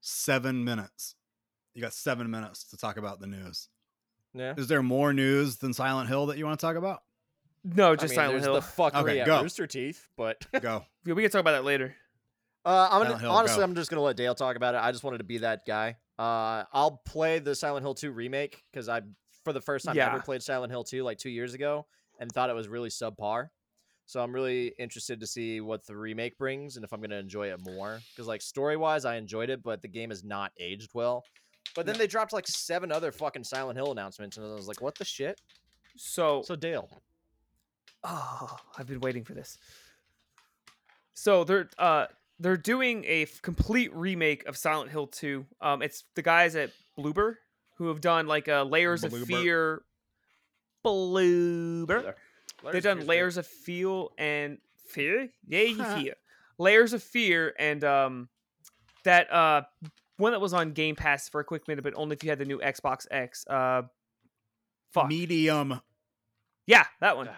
[SPEAKER 1] seven minutes, you got seven minutes to talk about the news.
[SPEAKER 3] yeah.
[SPEAKER 1] Is there more news than Silent Hill that you want to talk about?
[SPEAKER 4] no,
[SPEAKER 3] I
[SPEAKER 4] just
[SPEAKER 3] mean,
[SPEAKER 4] Silent
[SPEAKER 3] there's
[SPEAKER 4] Hill.
[SPEAKER 3] the fuckery
[SPEAKER 1] Okay,
[SPEAKER 3] at
[SPEAKER 1] go.
[SPEAKER 3] Rooster Teeth, but
[SPEAKER 1] Go.
[SPEAKER 4] Yeah, we can talk about that later.
[SPEAKER 3] Uh, I'm
[SPEAKER 1] Silent
[SPEAKER 3] gonna,
[SPEAKER 1] Hill,
[SPEAKER 3] honestly,
[SPEAKER 1] go.
[SPEAKER 3] I'm just gonna let Dale talk about it. I just wanted to be that guy. Uh, I'll play the Silent Hill 2 remake because I, for the first time ever,
[SPEAKER 4] Yeah.
[SPEAKER 3] played Silent Hill 2 like two years ago and thought it was really subpar. So I'm really interested to see what the remake brings and if I'm gonna enjoy it more. Because like story wise, I enjoyed it, but the game has not aged well. But then they dropped like seven other fucking Silent Hill announcements, and I was like, what the shit?
[SPEAKER 4] So,
[SPEAKER 3] So Dale,
[SPEAKER 4] oh, I've been waiting for this. So they're uh they're doing a f- complete remake of Silent Hill 2. Um, it's the guys at Bloober who have done like uh, Layers
[SPEAKER 1] Bloober.
[SPEAKER 4] of Fear. Bloober. They've done layers of feel and fear. Yeah, you fear. Layers of fear and um, that uh, one that was on Game Pass for a quick minute, but only if you had the new Xbox X. Uh, fuck.
[SPEAKER 1] Medium.
[SPEAKER 4] Yeah, that one.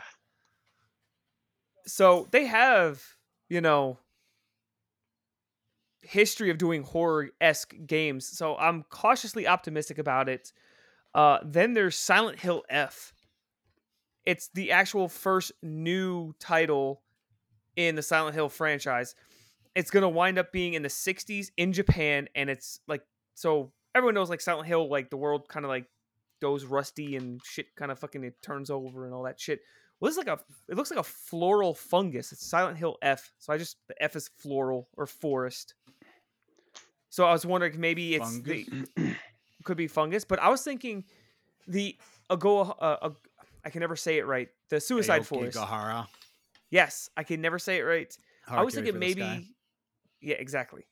[SPEAKER 4] So they have, you know, history of doing horror esque games. So I'm cautiously optimistic about it. Uh, then there's Silent Hill F. It's the actual first new title in the Silent Hill franchise. It's gonna wind up being in the '60s in Japan, and it's like so everyone knows like Silent Hill, like the world kind of like goes rusty and shit kind of fucking it turns over and all that shit. Well, this is like a it looks like a floral fungus. It's Silent Hill F. So I just the F is floral or forest. So I was wondering maybe it's the, could be fungus, but I was thinking the ago uh, uh, I can never say it right. The suicide forest.
[SPEAKER 1] Gahara.
[SPEAKER 4] Yes, I can never say it right. I was thinking maybe, yeah, exactly.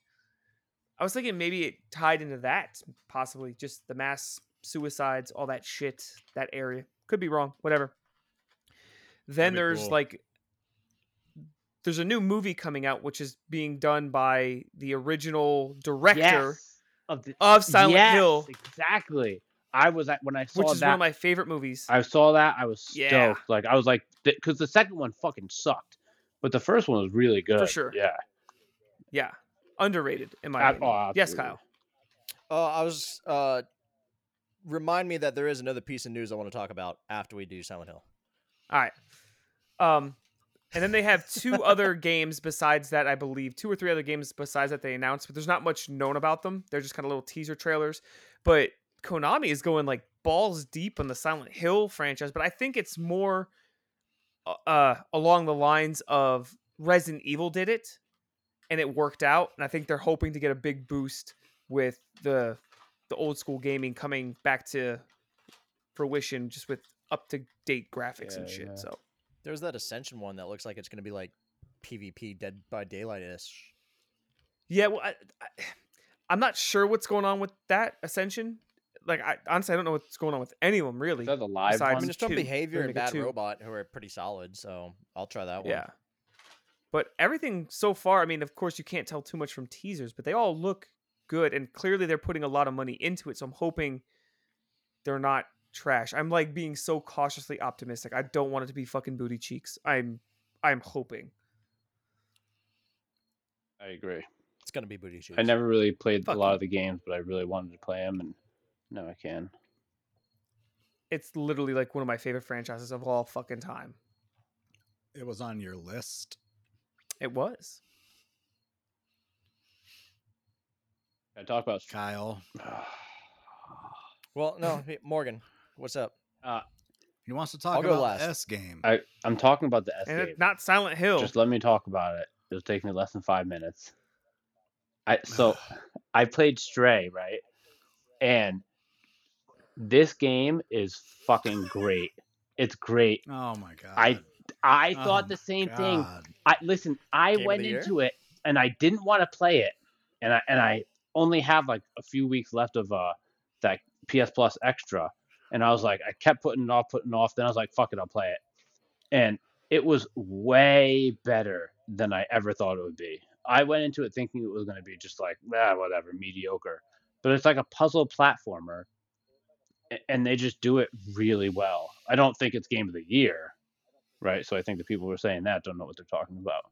[SPEAKER 4] I was thinking maybe it tied into that, possibly just the mass suicides, all that shit, that area. Could be wrong, whatever. Then
[SPEAKER 1] be
[SPEAKER 4] there's
[SPEAKER 1] cool.
[SPEAKER 4] like, there's a new movie coming out, which is being done by the original director
[SPEAKER 2] Yes. Of the,
[SPEAKER 4] of Silent
[SPEAKER 2] Yes,
[SPEAKER 4] Hill,
[SPEAKER 2] Exactly. I was at when I saw
[SPEAKER 4] which is
[SPEAKER 2] that.
[SPEAKER 4] one of my favorite movies.
[SPEAKER 2] I saw that. I was stoked.
[SPEAKER 4] Yeah.
[SPEAKER 2] Like I was like, because the second one fucking sucked, but the first one was really good.
[SPEAKER 4] sure.
[SPEAKER 2] Yeah.
[SPEAKER 4] yeah, underrated in my
[SPEAKER 2] Ab-
[SPEAKER 4] opinion.
[SPEAKER 2] oh,
[SPEAKER 4] yes,
[SPEAKER 2] absolutely.
[SPEAKER 4] Kyle.
[SPEAKER 3] uh, I was uh, remind me that there is another piece of news I want to talk about after we do Silent Hill.
[SPEAKER 4] All right. Um, and then they have two other games besides that, I believe, two or three other games besides that they announced, but there's not much known about them. They're just kind of little teaser trailers. But Konami is going like balls deep on the Silent Hill franchise, but I think it's more uh, uh, along the lines of Resident Evil did it and it worked out, and I think they're hoping to get a big boost with the the old school gaming coming back to fruition just with up to date graphics and
[SPEAKER 2] Yeah,
[SPEAKER 4] shit.
[SPEAKER 2] yeah.
[SPEAKER 4] So
[SPEAKER 3] There's that Ascension one that looks like it's going to be like PvP Dead by Daylight ish.
[SPEAKER 4] Yeah, well, I, I, I'm not sure what's going on with that Ascension. like I honestly I don't know what's going on with any of them really.
[SPEAKER 2] Is that the live
[SPEAKER 4] Besides-
[SPEAKER 3] I mean,
[SPEAKER 2] one?
[SPEAKER 3] there's Strong
[SPEAKER 4] two.
[SPEAKER 3] Behavior
[SPEAKER 4] They're
[SPEAKER 3] and
[SPEAKER 4] gonna get
[SPEAKER 3] Bad
[SPEAKER 4] two.
[SPEAKER 3] Robot, who are pretty solid, so I'll try that one.
[SPEAKER 4] Yeah. But everything so far, I mean, of course, you can't tell too much from teasers, but they all look good. And clearly, they're putting a lot of money into it. So I'm hoping they're not trash. I'm like being so cautiously optimistic. I don't want it to be fucking booty cheeks. I'm, I'm hoping.
[SPEAKER 2] I agree.
[SPEAKER 3] It's gonna be booty shoes.
[SPEAKER 2] I never really played
[SPEAKER 4] Fuck
[SPEAKER 2] a lot
[SPEAKER 4] you.
[SPEAKER 2] of the games, but I really wanted to play them, and now I can.
[SPEAKER 4] It's literally like one of my favorite franchises of all fucking time.
[SPEAKER 1] It was on your list.
[SPEAKER 4] It was.
[SPEAKER 2] I talk about.
[SPEAKER 1] Kyle,
[SPEAKER 3] Well, no, hey, Morgan, what's up?
[SPEAKER 1] he wants to talk
[SPEAKER 3] I'll go
[SPEAKER 1] about
[SPEAKER 3] last.
[SPEAKER 1] the S game.
[SPEAKER 2] I I'm talking about the S
[SPEAKER 4] And
[SPEAKER 2] game.
[SPEAKER 4] it, not Silent Hill.
[SPEAKER 2] Just let me talk about it. It'll take me less than five minutes. I so I played Stray right, and this game is fucking great. It's great.
[SPEAKER 1] oh my god!
[SPEAKER 2] I I
[SPEAKER 1] Oh
[SPEAKER 2] thought the
[SPEAKER 1] my
[SPEAKER 2] same thing.
[SPEAKER 1] God.
[SPEAKER 2] I listen. I
[SPEAKER 3] Game of
[SPEAKER 2] went
[SPEAKER 3] the year?
[SPEAKER 2] into it and I didn't want to play it, and I and I only have like a few weeks left of uh that PS Plus extra, and I was like, I kept putting it off, putting it off. Then I was like, fuck it, I'll play it, and it was way better than I ever thought it would be. I went into it thinking it was going to be just like ah, whatever, mediocre, but it's like a puzzle platformer, a- and they just do it really well. I don't think it's game of the year, right? So I think the people who are saying that don't know what they're talking about.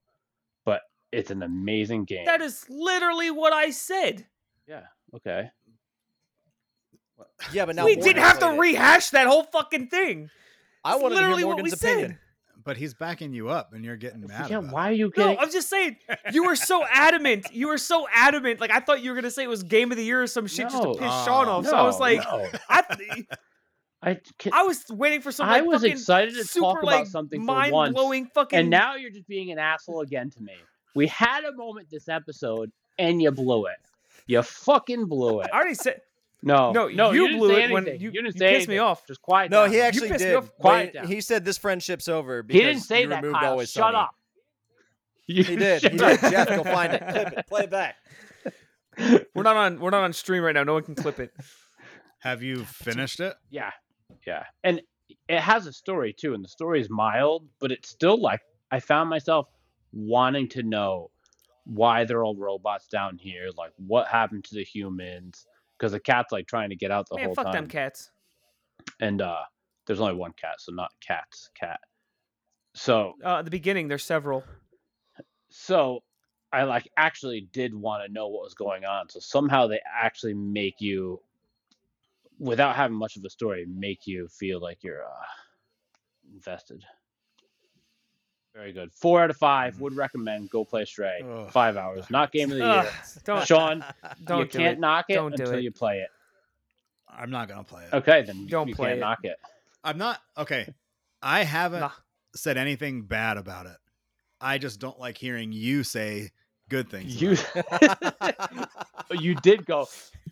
[SPEAKER 2] But it's an amazing game.
[SPEAKER 4] that is literally what I said.
[SPEAKER 2] yeah. Okay.
[SPEAKER 3] Yeah, but now
[SPEAKER 4] we
[SPEAKER 3] Morgan
[SPEAKER 4] didn't have to
[SPEAKER 3] played it.
[SPEAKER 4] rehash that whole fucking thing.
[SPEAKER 3] I
[SPEAKER 4] It's
[SPEAKER 3] wanted to
[SPEAKER 4] literally
[SPEAKER 3] hear
[SPEAKER 4] what we
[SPEAKER 3] Morgan's
[SPEAKER 4] said.
[SPEAKER 3] opinion.
[SPEAKER 1] But he's backing you up, and you're getting mad.
[SPEAKER 2] Yeah.
[SPEAKER 1] about
[SPEAKER 2] Why
[SPEAKER 1] it.
[SPEAKER 2] are you
[SPEAKER 4] No,
[SPEAKER 2] getting?
[SPEAKER 4] I'm just saying you were so adamant. You were so adamant. Like I thought you were gonna say it was game of the year or some shit just to
[SPEAKER 2] No. uh,
[SPEAKER 4] piss Sean
[SPEAKER 1] Oh,
[SPEAKER 4] off. so I was
[SPEAKER 2] No,
[SPEAKER 4] like,
[SPEAKER 2] no.
[SPEAKER 4] I, th-
[SPEAKER 2] I, can, I,
[SPEAKER 4] I was waiting for some. Like,
[SPEAKER 2] was
[SPEAKER 4] fucking
[SPEAKER 2] excited to
[SPEAKER 4] super,
[SPEAKER 2] talk about
[SPEAKER 4] like,
[SPEAKER 2] something for
[SPEAKER 4] mind
[SPEAKER 2] once,
[SPEAKER 4] blowing fucking.
[SPEAKER 2] and now you're just being an asshole again to me. We had a moment this episode, and you blew it. You fucking blew it.
[SPEAKER 4] I already said
[SPEAKER 2] No,
[SPEAKER 4] No,
[SPEAKER 2] Oh, no,
[SPEAKER 4] you
[SPEAKER 2] didn't
[SPEAKER 4] blew
[SPEAKER 2] say
[SPEAKER 4] it when
[SPEAKER 2] anything.
[SPEAKER 4] you-
[SPEAKER 2] didn't
[SPEAKER 4] you
[SPEAKER 2] say
[SPEAKER 4] pissed me
[SPEAKER 2] anything.
[SPEAKER 4] off.
[SPEAKER 2] Just quiet.
[SPEAKER 3] No,
[SPEAKER 2] down.
[SPEAKER 3] he actually
[SPEAKER 4] pissed me
[SPEAKER 3] did.
[SPEAKER 4] off.
[SPEAKER 3] When-
[SPEAKER 2] Quiet down.
[SPEAKER 3] He said this friendship's over because
[SPEAKER 2] He didn't say
[SPEAKER 3] you
[SPEAKER 2] that.
[SPEAKER 3] removed
[SPEAKER 2] Kyle.
[SPEAKER 3] always
[SPEAKER 2] Shut
[SPEAKER 3] sunny.
[SPEAKER 2] up.
[SPEAKER 3] He did. He
[SPEAKER 2] Shut up.
[SPEAKER 3] did. Jeff, go find it. Clip it. Play it back.
[SPEAKER 4] we're not on we're not on stream right now. No one can clip it.
[SPEAKER 1] Have you finished it?
[SPEAKER 2] Yeah, yeah, and it has a story too, and the story is mild, but it's still like I found myself wanting to know why they're all robots down here, like what happened to the humans, because the cat's like trying to get out the
[SPEAKER 4] Man,
[SPEAKER 2] whole
[SPEAKER 4] fuck
[SPEAKER 2] time,
[SPEAKER 4] them cats.
[SPEAKER 2] and uh, there's only one cat, so not cats, cat. So
[SPEAKER 4] Uh, at the beginning, there's several.
[SPEAKER 2] so I like actually did want to know what was going on. So somehow they actually make you, without having much of a story, make you feel like you're uh, invested. Very good. Four out of five.
[SPEAKER 1] Mm.
[SPEAKER 4] Mm-hmm.
[SPEAKER 2] Would recommend. Go play Stray.
[SPEAKER 1] Ugh,
[SPEAKER 2] Five hours.
[SPEAKER 1] that
[SPEAKER 2] Not game of the
[SPEAKER 4] Ugh,
[SPEAKER 2] year.
[SPEAKER 4] don't
[SPEAKER 2] Sean,
[SPEAKER 4] don't
[SPEAKER 2] you
[SPEAKER 4] do it.
[SPEAKER 2] can't knock it
[SPEAKER 4] Don't do
[SPEAKER 2] until
[SPEAKER 4] it.
[SPEAKER 2] you play it.
[SPEAKER 1] I'm not gonna play it.
[SPEAKER 2] Okay, then
[SPEAKER 4] Don't
[SPEAKER 2] you
[SPEAKER 4] play
[SPEAKER 2] can't
[SPEAKER 4] it.
[SPEAKER 2] knock it.
[SPEAKER 1] I'm not okay. I haven't
[SPEAKER 4] Nah.
[SPEAKER 1] said anything bad about it. I just don't like hearing you say good things.
[SPEAKER 2] You you did go.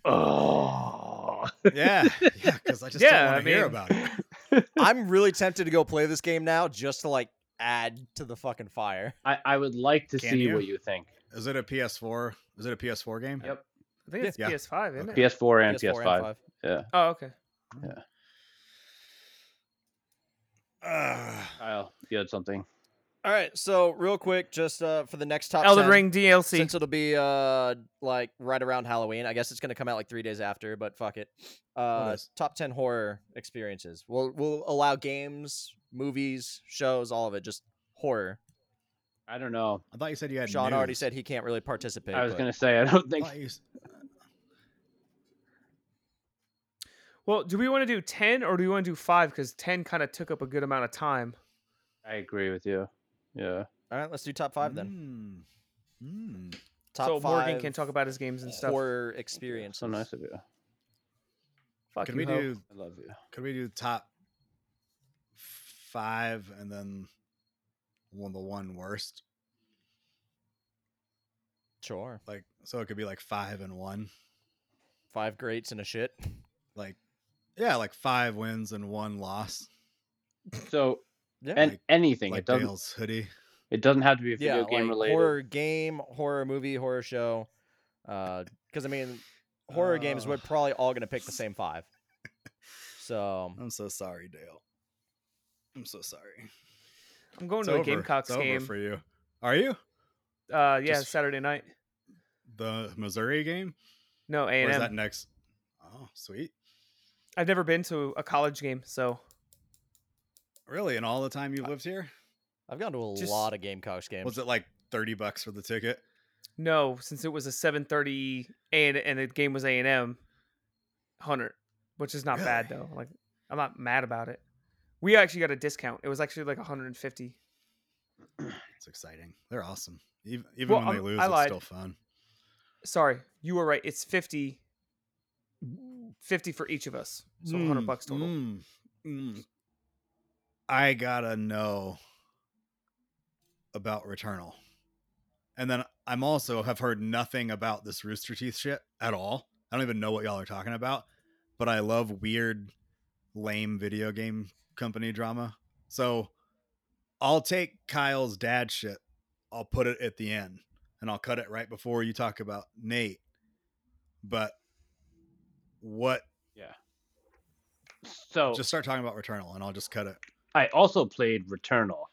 [SPEAKER 2] Oh.
[SPEAKER 1] about it. yeah, yeah, because I just
[SPEAKER 4] Yeah,
[SPEAKER 1] don't want
[SPEAKER 4] I
[SPEAKER 1] to hear
[SPEAKER 4] mean-
[SPEAKER 1] about it.
[SPEAKER 3] I'm really tempted to go play this game now just to like add to the fucking fire.
[SPEAKER 2] I, I would like to
[SPEAKER 1] Can
[SPEAKER 2] see
[SPEAKER 1] you?
[SPEAKER 2] what you think.
[SPEAKER 1] Is it a PS4? Is it a PS4 game?
[SPEAKER 2] Yep.
[SPEAKER 4] I think it's
[SPEAKER 1] Yeah.
[SPEAKER 4] PS5, isn't it?
[SPEAKER 2] PS4 and
[SPEAKER 3] PS4
[SPEAKER 2] PS5.
[SPEAKER 3] five.
[SPEAKER 4] Oh, okay.
[SPEAKER 1] Ugh.
[SPEAKER 2] Kyle, you had something.
[SPEAKER 3] All right, so real quick, just uh, for the next top
[SPEAKER 4] Elden
[SPEAKER 3] 10,
[SPEAKER 4] Ring DLC.
[SPEAKER 3] since it'll be uh like right around Halloween. I guess it's gonna come out like three days after, but fuck it. Uh,
[SPEAKER 1] is?
[SPEAKER 3] top ten horror experiences. We'll we'll allow games, movies, shows, all of it. Just horror.
[SPEAKER 2] I don't know.
[SPEAKER 1] I thought you said you had.
[SPEAKER 3] Sean already
[SPEAKER 1] news.
[SPEAKER 3] said he can't really participate.
[SPEAKER 2] I was
[SPEAKER 3] but-
[SPEAKER 2] gonna say I don't think
[SPEAKER 1] Thought you s-
[SPEAKER 4] Well, do we want to do 10 or do we want to do 5? Because 10 kind of took up a good amount of time.
[SPEAKER 2] I agree with you. Yeah.
[SPEAKER 3] All right, let's do top five then.
[SPEAKER 1] Mm. Mm.
[SPEAKER 3] Top
[SPEAKER 4] so
[SPEAKER 3] five.
[SPEAKER 4] Morgan can talk about his games and stuff.
[SPEAKER 3] horror experience.
[SPEAKER 2] So nice of you.
[SPEAKER 4] Fuck
[SPEAKER 1] Could
[SPEAKER 4] you,
[SPEAKER 1] we
[SPEAKER 4] hoe.
[SPEAKER 1] do?
[SPEAKER 2] I love you.
[SPEAKER 1] Could we do top five and then one the one worst?
[SPEAKER 3] Sure.
[SPEAKER 1] Like so, it could be like five and one.
[SPEAKER 3] Five greats and a shit.
[SPEAKER 1] Like yeah, like five wins and one loss.
[SPEAKER 2] So
[SPEAKER 3] Yeah.
[SPEAKER 2] and
[SPEAKER 1] Like-
[SPEAKER 2] anything.
[SPEAKER 1] like
[SPEAKER 2] it doesn't
[SPEAKER 1] Dale's hoodie.
[SPEAKER 2] it doesn't have to be a
[SPEAKER 3] yeah,
[SPEAKER 2] video game
[SPEAKER 3] like
[SPEAKER 2] related.
[SPEAKER 3] horror game, horror movie, horror show. Because I mean, horror games
[SPEAKER 1] Uh,
[SPEAKER 3] would probably all gonna pick the same five. So
[SPEAKER 1] I'm so sorry, Dale. I'm so sorry.
[SPEAKER 4] I'm going
[SPEAKER 1] It's
[SPEAKER 4] to a
[SPEAKER 1] over.
[SPEAKER 4] Gamecocks
[SPEAKER 1] it's
[SPEAKER 4] game.
[SPEAKER 1] over for you. Are you
[SPEAKER 4] uh, yeah,
[SPEAKER 1] Just-
[SPEAKER 4] Saturday night.
[SPEAKER 1] the Missouri game?
[SPEAKER 4] No, A
[SPEAKER 1] Or is
[SPEAKER 4] and
[SPEAKER 1] that
[SPEAKER 4] M.
[SPEAKER 1] next? Oh, sweet.
[SPEAKER 4] I've never been to a college game, so
[SPEAKER 1] Really? And all the time you've lived here?
[SPEAKER 3] I've gone to a
[SPEAKER 4] Just-
[SPEAKER 3] lot of Gamecocks games.
[SPEAKER 1] Was it like 30 bucks for the ticket?
[SPEAKER 4] no. Since it was a 7:30 and and the game was A and M, hundred, which is not bad
[SPEAKER 1] Really?
[SPEAKER 4] though. Like I'm not mad about it. We actually got a discount. It was actually like 150.
[SPEAKER 1] It's exciting. They're awesome. Even, even
[SPEAKER 4] Well,
[SPEAKER 1] when they
[SPEAKER 4] I'm-
[SPEAKER 1] lose,
[SPEAKER 4] I
[SPEAKER 1] it's
[SPEAKER 4] lied.
[SPEAKER 1] still fun.
[SPEAKER 4] Sorry, you were right. It's 50, 50 for each of us, so 100
[SPEAKER 1] Mm,
[SPEAKER 4] bucks total.
[SPEAKER 1] mm, mm. I gotta know about Returnal. And then I'm also have heard nothing about this Rooster Teeth shit at all. I don't even know what y'all are talking about, but I love weird, lame video game company drama. So I'll take Kyle's dad shit. I'll put it at the end and I'll cut it right before you talk about Nate. But what
[SPEAKER 2] So
[SPEAKER 1] just start talking about Returnal, and I'll just cut it.
[SPEAKER 2] I also played Returnal,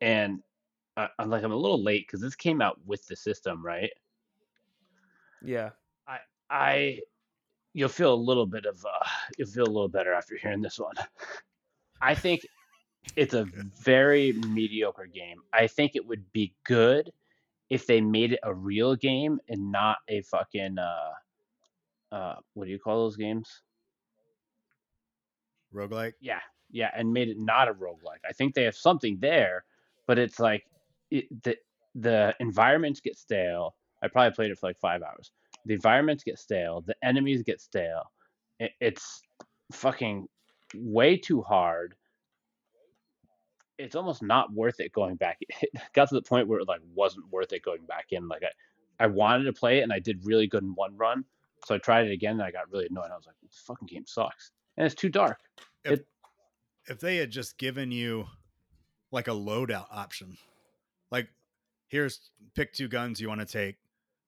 [SPEAKER 2] and I, I'm like I'm a little late because this came out with the system, right?
[SPEAKER 4] Yeah,
[SPEAKER 2] I you'll feel a little bit of uh, you'll feel a little better after hearing this one. I think it's a very mediocre game. I think it would be good if they made it a real game and not a fucking uh uh what do you call those games?
[SPEAKER 1] Roguelike.
[SPEAKER 2] Yeah, yeah, and made it not a roguelike. I think they have something there, but it's like it, the the environments get stale. I probably played it for like five hours. The environments get stale. The enemies get stale. It, it's fucking way too hard. It's almost not worth it going back. It got to the point where it like wasn't worth it going back in. Like I, I wanted to play it and I did really good in one run, so I tried it again and I got really annoyed. I was like, this fucking game sucks, and it's too dark.
[SPEAKER 1] If they had just given you like a loadout option, like here's pick two guns you want to take,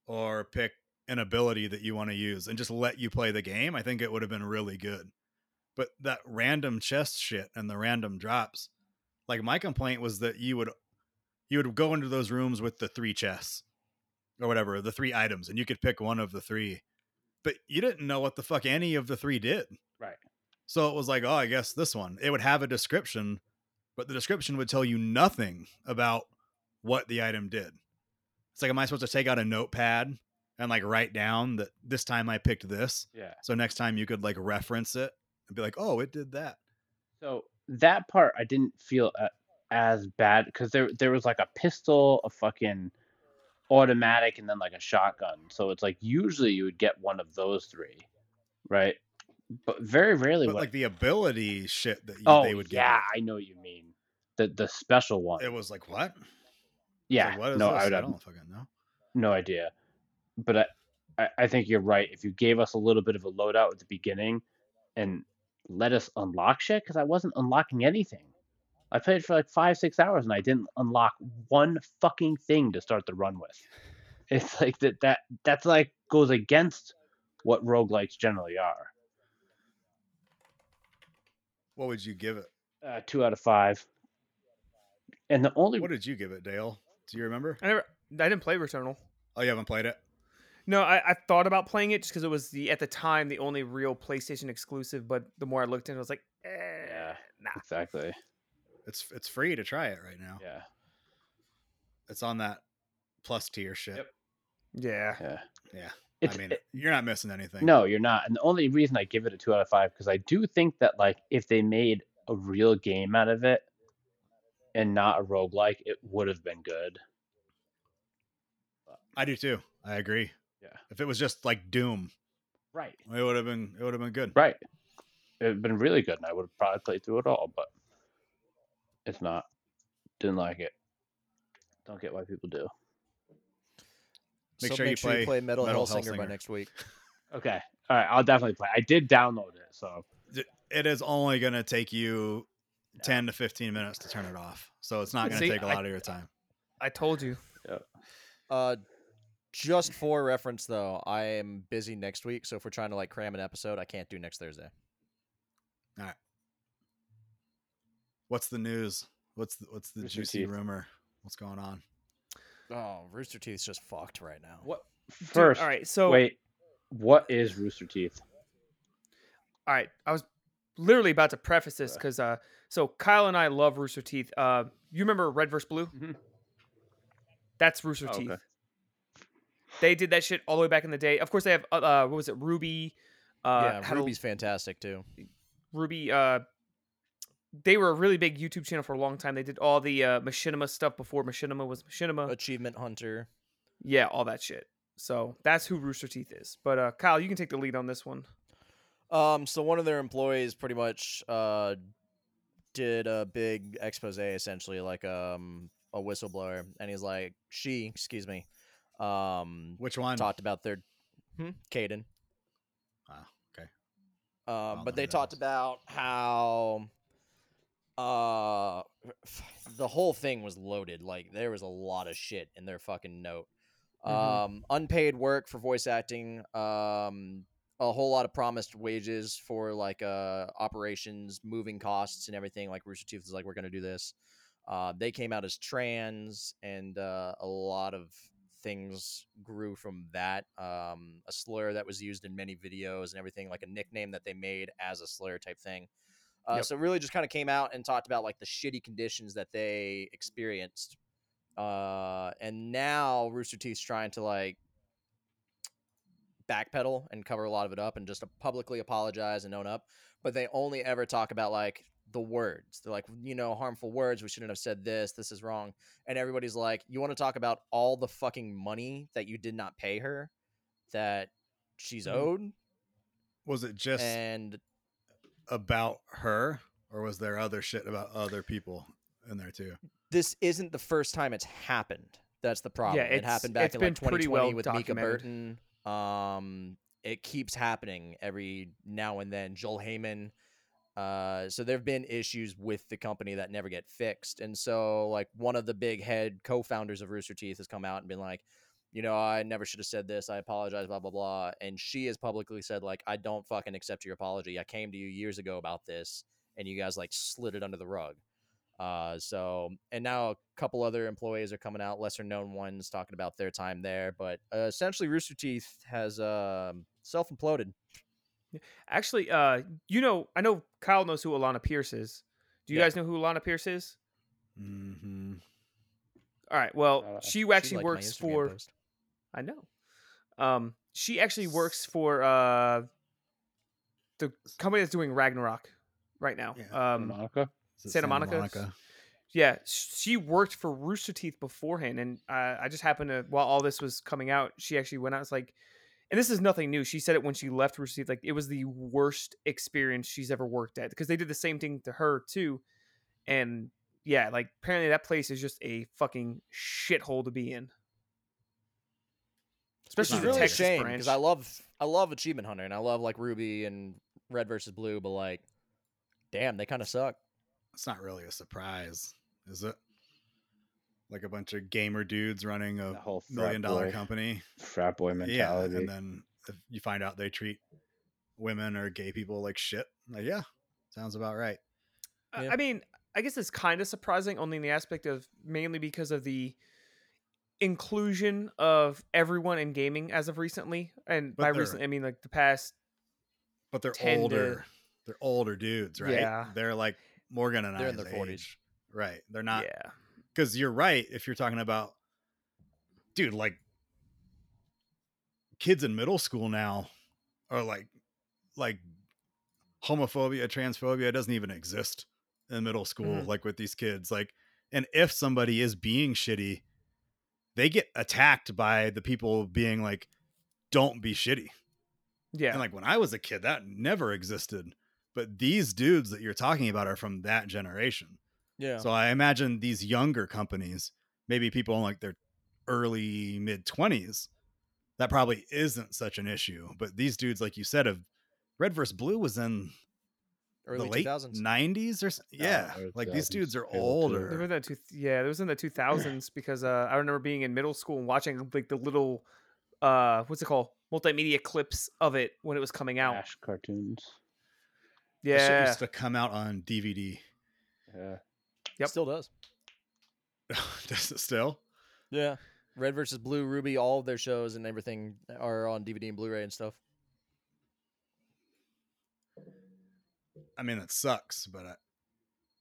[SPEAKER 1] or pick an ability that you want to use, and just let you play the game, I think it would have been really good. But that random chest shit and the random drops, like my complaint was that you would you would go into those rooms with the three chests or whatever, the three items, and you could pick one of the three. But you didn't know what the fuck any of the three did.
[SPEAKER 2] Right.
[SPEAKER 1] So it was like, oh, I guess this one. It would have a description, but the description would tell you nothing about what the item did. It's like, am I supposed to take out a notepad and like write down that this time I picked this?
[SPEAKER 2] Yeah.
[SPEAKER 1] So next time you could like reference it and be like, oh, it did that.
[SPEAKER 2] So that part I didn't feel a as bad because there there was like a pistol, a fucking automatic, and then like a shotgun. So it's like usually you would get one of those three, right? But very rarely.
[SPEAKER 1] But
[SPEAKER 2] would-
[SPEAKER 1] like the ability shit that you,
[SPEAKER 2] oh
[SPEAKER 1] they would give
[SPEAKER 2] yeah,
[SPEAKER 1] you,
[SPEAKER 2] I know what you mean the the special one.
[SPEAKER 1] it was like, what? It's
[SPEAKER 2] yeah,
[SPEAKER 1] Like, what is
[SPEAKER 2] no,
[SPEAKER 1] this?
[SPEAKER 2] I would have
[SPEAKER 1] don't fucking know.
[SPEAKER 2] no idea. But I, I, I think you're right. If you gave us a little bit of a loadout at the beginning and let us unlock shit, because I wasn't unlocking anything. I played for like five, six hours and I didn't unlock one fucking thing to start the run with. It's like that that that's like goes against what roguelikes generally are.
[SPEAKER 1] What would you give it?
[SPEAKER 2] Uh, two out of five. And the only
[SPEAKER 1] What did you give it, Dale? Do you remember?
[SPEAKER 4] I never, I didn't play Returnal.
[SPEAKER 1] Oh, you haven't played it?
[SPEAKER 4] No, I, I thought about playing it just because it was the at the time the only real PlayStation exclusive. But the more I looked into it, I was like, eh,
[SPEAKER 2] Yeah.
[SPEAKER 4] nah.
[SPEAKER 2] exactly.
[SPEAKER 1] It's it's free to try it right now.
[SPEAKER 2] Yeah.
[SPEAKER 1] It's on that plus tier shit.
[SPEAKER 2] Yep.
[SPEAKER 4] Yeah,
[SPEAKER 2] Yeah.
[SPEAKER 1] Yeah,
[SPEAKER 2] It's,
[SPEAKER 1] I mean, you're not missing anything.
[SPEAKER 2] No, you're not. And the only reason I give it a two out of five because I do think that like if they made a real game out of it and not a roguelike, it would have been good.
[SPEAKER 1] I do too. I agree.
[SPEAKER 2] Yeah.
[SPEAKER 1] If it was just like Doom,
[SPEAKER 2] Right.
[SPEAKER 1] it would have been it would have been good.
[SPEAKER 2] Right. It would have been really good and I would have probably played through it all, but it's not. Didn't like it. Don't get why people do.
[SPEAKER 1] Make
[SPEAKER 3] so
[SPEAKER 1] sure you
[SPEAKER 3] make sure
[SPEAKER 1] play
[SPEAKER 3] you play Metal,
[SPEAKER 1] Metal
[SPEAKER 3] Hellsinger, by
[SPEAKER 1] Hellsinger.
[SPEAKER 3] next week.
[SPEAKER 2] Okay. All right, I'll definitely play. I did download it, so
[SPEAKER 1] It is only going to take you 10 to 15 minutes to turn it off. So it's not going to
[SPEAKER 4] See,
[SPEAKER 1] take a
[SPEAKER 4] I-
[SPEAKER 1] lot of your time.
[SPEAKER 4] I told you.
[SPEAKER 3] Uh, just for reference, though, I am busy next week, so if we're trying to like cram an episode, I can't do next Thursday.
[SPEAKER 1] What's the news? What's the, what's the
[SPEAKER 2] Rooster
[SPEAKER 1] juicy
[SPEAKER 2] Teeth.
[SPEAKER 1] rumor? What's going on?
[SPEAKER 3] Oh, Rooster Teeth's just fucked right now.
[SPEAKER 4] What? dude,
[SPEAKER 2] First,
[SPEAKER 4] all right. So
[SPEAKER 2] wait, what is Rooster Teeth?
[SPEAKER 4] all right i was literally about to preface this because uh so kyle and i love rooster teeth uh you remember red versus blue
[SPEAKER 2] Mhm.
[SPEAKER 4] that's rooster
[SPEAKER 2] Oh, okay.
[SPEAKER 4] teeth they did that shit all the way back in the day of course they have uh, uh what was it ruby uh
[SPEAKER 3] yeah,
[SPEAKER 4] had a-
[SPEAKER 3] Ruby's fantastic too.
[SPEAKER 4] ruby uh they were a really big youtube channel for a long time they did all the uh machinima stuff before machinima was machinima
[SPEAKER 3] Achievement Hunter.
[SPEAKER 4] yeah all that shit so that's who rooster teeth is but uh kyle you can take the lead on this one
[SPEAKER 3] Um, so one of their employees pretty much uh did a big expose essentially, like um a whistleblower, and he's like she, excuse me, um
[SPEAKER 1] Which one?
[SPEAKER 3] talked about their Caden.
[SPEAKER 1] Hmm? Ah, okay.
[SPEAKER 3] Um,
[SPEAKER 1] don't know
[SPEAKER 3] but
[SPEAKER 1] who
[SPEAKER 3] they
[SPEAKER 1] that
[SPEAKER 3] talked
[SPEAKER 1] is.
[SPEAKER 3] about how uh the whole thing was loaded. Like there was a lot of shit in their fucking note.
[SPEAKER 4] Mhm.
[SPEAKER 3] Um, unpaid work for voice acting. Um, a whole lot of promised wages for like uh operations, moving costs, and everything. Like Rooster Teeth is like, we're gonna do this. Uh, they came out as trans, and uh, a lot of things grew from that. Um, a slur that was used in many videos and everything, like a nickname that they made as a slur type thing. Uh,
[SPEAKER 4] Yep.
[SPEAKER 3] So it really, just kind of came out and talked about like the shitty conditions that they experienced. Uh, and now Rooster Teeth's trying to like backpedal and cover a lot of it up and just publicly apologize and own up. But they only ever talk about like the words. They're like, you know, harmful words. We shouldn't have said this. This is wrong. And everybody's like, you want to talk about all the fucking money that you did not pay her that she's
[SPEAKER 4] Mhm.
[SPEAKER 3] owed?
[SPEAKER 1] Was it just
[SPEAKER 4] Eh.
[SPEAKER 3] And
[SPEAKER 1] about her, or was there other shit about other people in there too?
[SPEAKER 3] this isn't the first time it's happened. That's the problem. it
[SPEAKER 4] it's-
[SPEAKER 3] happened back
[SPEAKER 4] it's
[SPEAKER 3] in
[SPEAKER 4] been
[SPEAKER 3] like
[SPEAKER 4] pretty
[SPEAKER 3] 2020
[SPEAKER 4] well
[SPEAKER 3] with
[SPEAKER 4] documented.
[SPEAKER 3] Mika Burton. Um, it keeps happening every now and then. Joel Heyman. Uh, so there have been issues with the company that never get fixed, and so like one of the big head co-founders of Rooster Teeth has come out and been like, you know, I never should have said this. I apologize, blah blah blah. And she has publicly said like, I don't fucking accept your apology. I came to you years ago about this, and you guys like slid it under the rug. Uh, so and now a couple other employees are coming out, lesser known ones, talking about their time there. But uh, essentially, Rooster Teeth has um self imploded.
[SPEAKER 4] Actually, uh, you know, I know Kyle knows who Alana Pierce is. Do you
[SPEAKER 3] Yeah.
[SPEAKER 4] guys know who Alana Pierce is?
[SPEAKER 1] hmm
[SPEAKER 4] All right. Well,
[SPEAKER 2] Uh,
[SPEAKER 4] she actually works for. I know. Um, she actually works for uh, the company that's doing Ragnarok right now.
[SPEAKER 1] Yeah.
[SPEAKER 4] Um,
[SPEAKER 2] Monica?
[SPEAKER 1] Is it
[SPEAKER 4] Santa Monica? yeah, she worked for Rooster Teeth beforehand, and uh, I just happened to while all this was coming out, she actually went out. It's like, and this is nothing new. She said it when she left Rooster Teeth, like it was the worst experience she's ever worked at because they did the same thing to her too, and yeah, like apparently that place is just a fucking shithole to be in.
[SPEAKER 3] Which
[SPEAKER 4] Especially
[SPEAKER 1] not
[SPEAKER 3] is
[SPEAKER 4] the
[SPEAKER 3] really a
[SPEAKER 4] Texas
[SPEAKER 3] shame
[SPEAKER 4] branch.
[SPEAKER 3] because I love I love Achievement Hunter and I love like Ruby and Red versus Blue, but like, damn, they kind of suck.
[SPEAKER 1] It's not really a surprise, is it? Like a bunch of gamer dudes running
[SPEAKER 2] The
[SPEAKER 1] a
[SPEAKER 2] whole frat
[SPEAKER 1] million dollar
[SPEAKER 2] boy-
[SPEAKER 1] company.
[SPEAKER 2] Frat boy mentality.
[SPEAKER 1] Yeah, and then if you find out they treat women or gay people like shit. Like, yeah, sounds about right.
[SPEAKER 4] I-
[SPEAKER 3] Yeah.
[SPEAKER 4] I mean, I guess it's kind of surprising, only in the aspect of mainly because of the inclusion of everyone in gaming as of recently, and
[SPEAKER 1] But
[SPEAKER 4] by
[SPEAKER 1] they're-
[SPEAKER 4] recently I mean like the past.
[SPEAKER 1] But they're
[SPEAKER 4] Tend to-
[SPEAKER 1] older. They're older dudes, right?
[SPEAKER 4] Yeah.
[SPEAKER 1] They're like Morgan and
[SPEAKER 3] They're
[SPEAKER 1] I.
[SPEAKER 3] in their 40s.
[SPEAKER 1] age. Right. They're not
[SPEAKER 4] yeah,
[SPEAKER 1] because you're right if you're talking about dude like kids in middle school now are like like homophobia transphobia doesn't even exist in middle school
[SPEAKER 4] Mhm.
[SPEAKER 1] like with these kids like and if somebody is being shitty they get attacked by the people being like don't be shitty
[SPEAKER 4] yeah,
[SPEAKER 1] and like when I was a kid, that never existed. But these dudes that you're talking about are from that generation.
[SPEAKER 3] Yeah.
[SPEAKER 1] So I imagine these younger companies, maybe people in like their early mid 20s, that probably isn't such an issue. But these dudes, like you said, of Red versus Blue was in
[SPEAKER 3] Early
[SPEAKER 1] the late
[SPEAKER 3] two thousands.
[SPEAKER 1] 90s or s- yeah,
[SPEAKER 2] early
[SPEAKER 1] like these
[SPEAKER 2] 2000s,
[SPEAKER 1] dudes are
[SPEAKER 2] they were too.
[SPEAKER 4] They were
[SPEAKER 1] older.
[SPEAKER 4] in the two, yeah, it was in the two thousands because uh, I remember being in middle school and watching like the little, uh, what's it called, multimedia clips of it when it was coming out.
[SPEAKER 2] Ash cartoons.
[SPEAKER 1] That shit
[SPEAKER 4] Yeah.
[SPEAKER 1] used to come out on DVD.
[SPEAKER 2] Yeah.
[SPEAKER 4] Yep.
[SPEAKER 3] Still does.
[SPEAKER 1] Does it still?
[SPEAKER 3] Yeah. Red versus Blue, Ruby, all of their shows and everything are on DVD and Blu-ray and stuff.
[SPEAKER 1] I mean, it sucks, but I,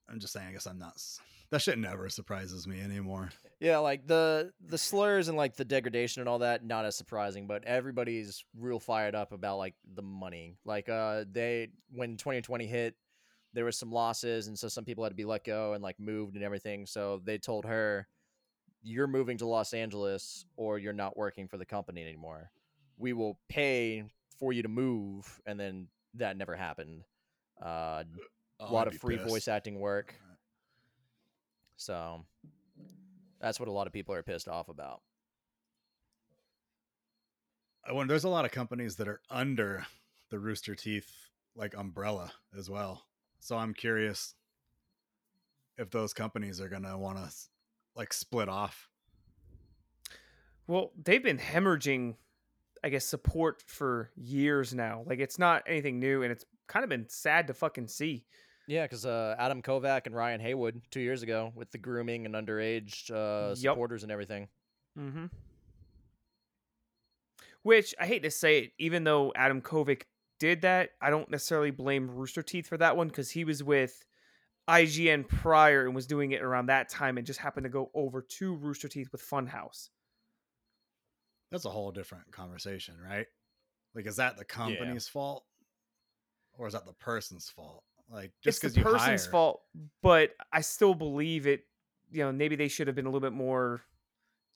[SPEAKER 1] I'm just saying. I guess I'm not. s- That shit never surprises me anymore.
[SPEAKER 3] Yeah, like the the slurs and like the degradation and all that, not as surprising, but everybody's real fired up about like the money. Like uh they when 2020 hit, there was some losses and so some people had to be let go and like moved and everything. So they told her you're moving to Los Angeles or you're not working for the company anymore. We will pay for you to move and then that never happened. Uh
[SPEAKER 1] Oh,
[SPEAKER 3] a lot
[SPEAKER 1] I'd
[SPEAKER 3] of
[SPEAKER 1] be
[SPEAKER 3] free
[SPEAKER 1] pissed.
[SPEAKER 3] voice acting work. So that's what a lot of people are pissed off about.
[SPEAKER 1] I wonder. There's a lot of companies that are under the Rooster Teeth like umbrella as well. So I'm curious if those companies are gonna want to like split off.
[SPEAKER 4] Well, they've been hemorrhaging, I guess, support for years now. Like it's not anything new, and it's kind of been sad to fucking see.
[SPEAKER 3] Yeah, because uh, Adam Kovac and Ryan Haywood two years ago with the grooming and underage uh,
[SPEAKER 4] Yup.
[SPEAKER 3] supporters and everything.
[SPEAKER 4] Mm-hmm. Which I hate to say it, even though Adam Kovic did that, I don't necessarily blame Rooster Teeth for that one because he was with IGN prior and was doing it around that time, and just happened to go over to Rooster Teeth with Funhouse.
[SPEAKER 1] That's a whole different conversation, right? Like, is that the company's fault, or is that the person's fault? Like, just because
[SPEAKER 4] it's the
[SPEAKER 1] you
[SPEAKER 4] person's
[SPEAKER 1] hire,
[SPEAKER 4] fault, but I still believe it. You know, maybe they should have been a little bit more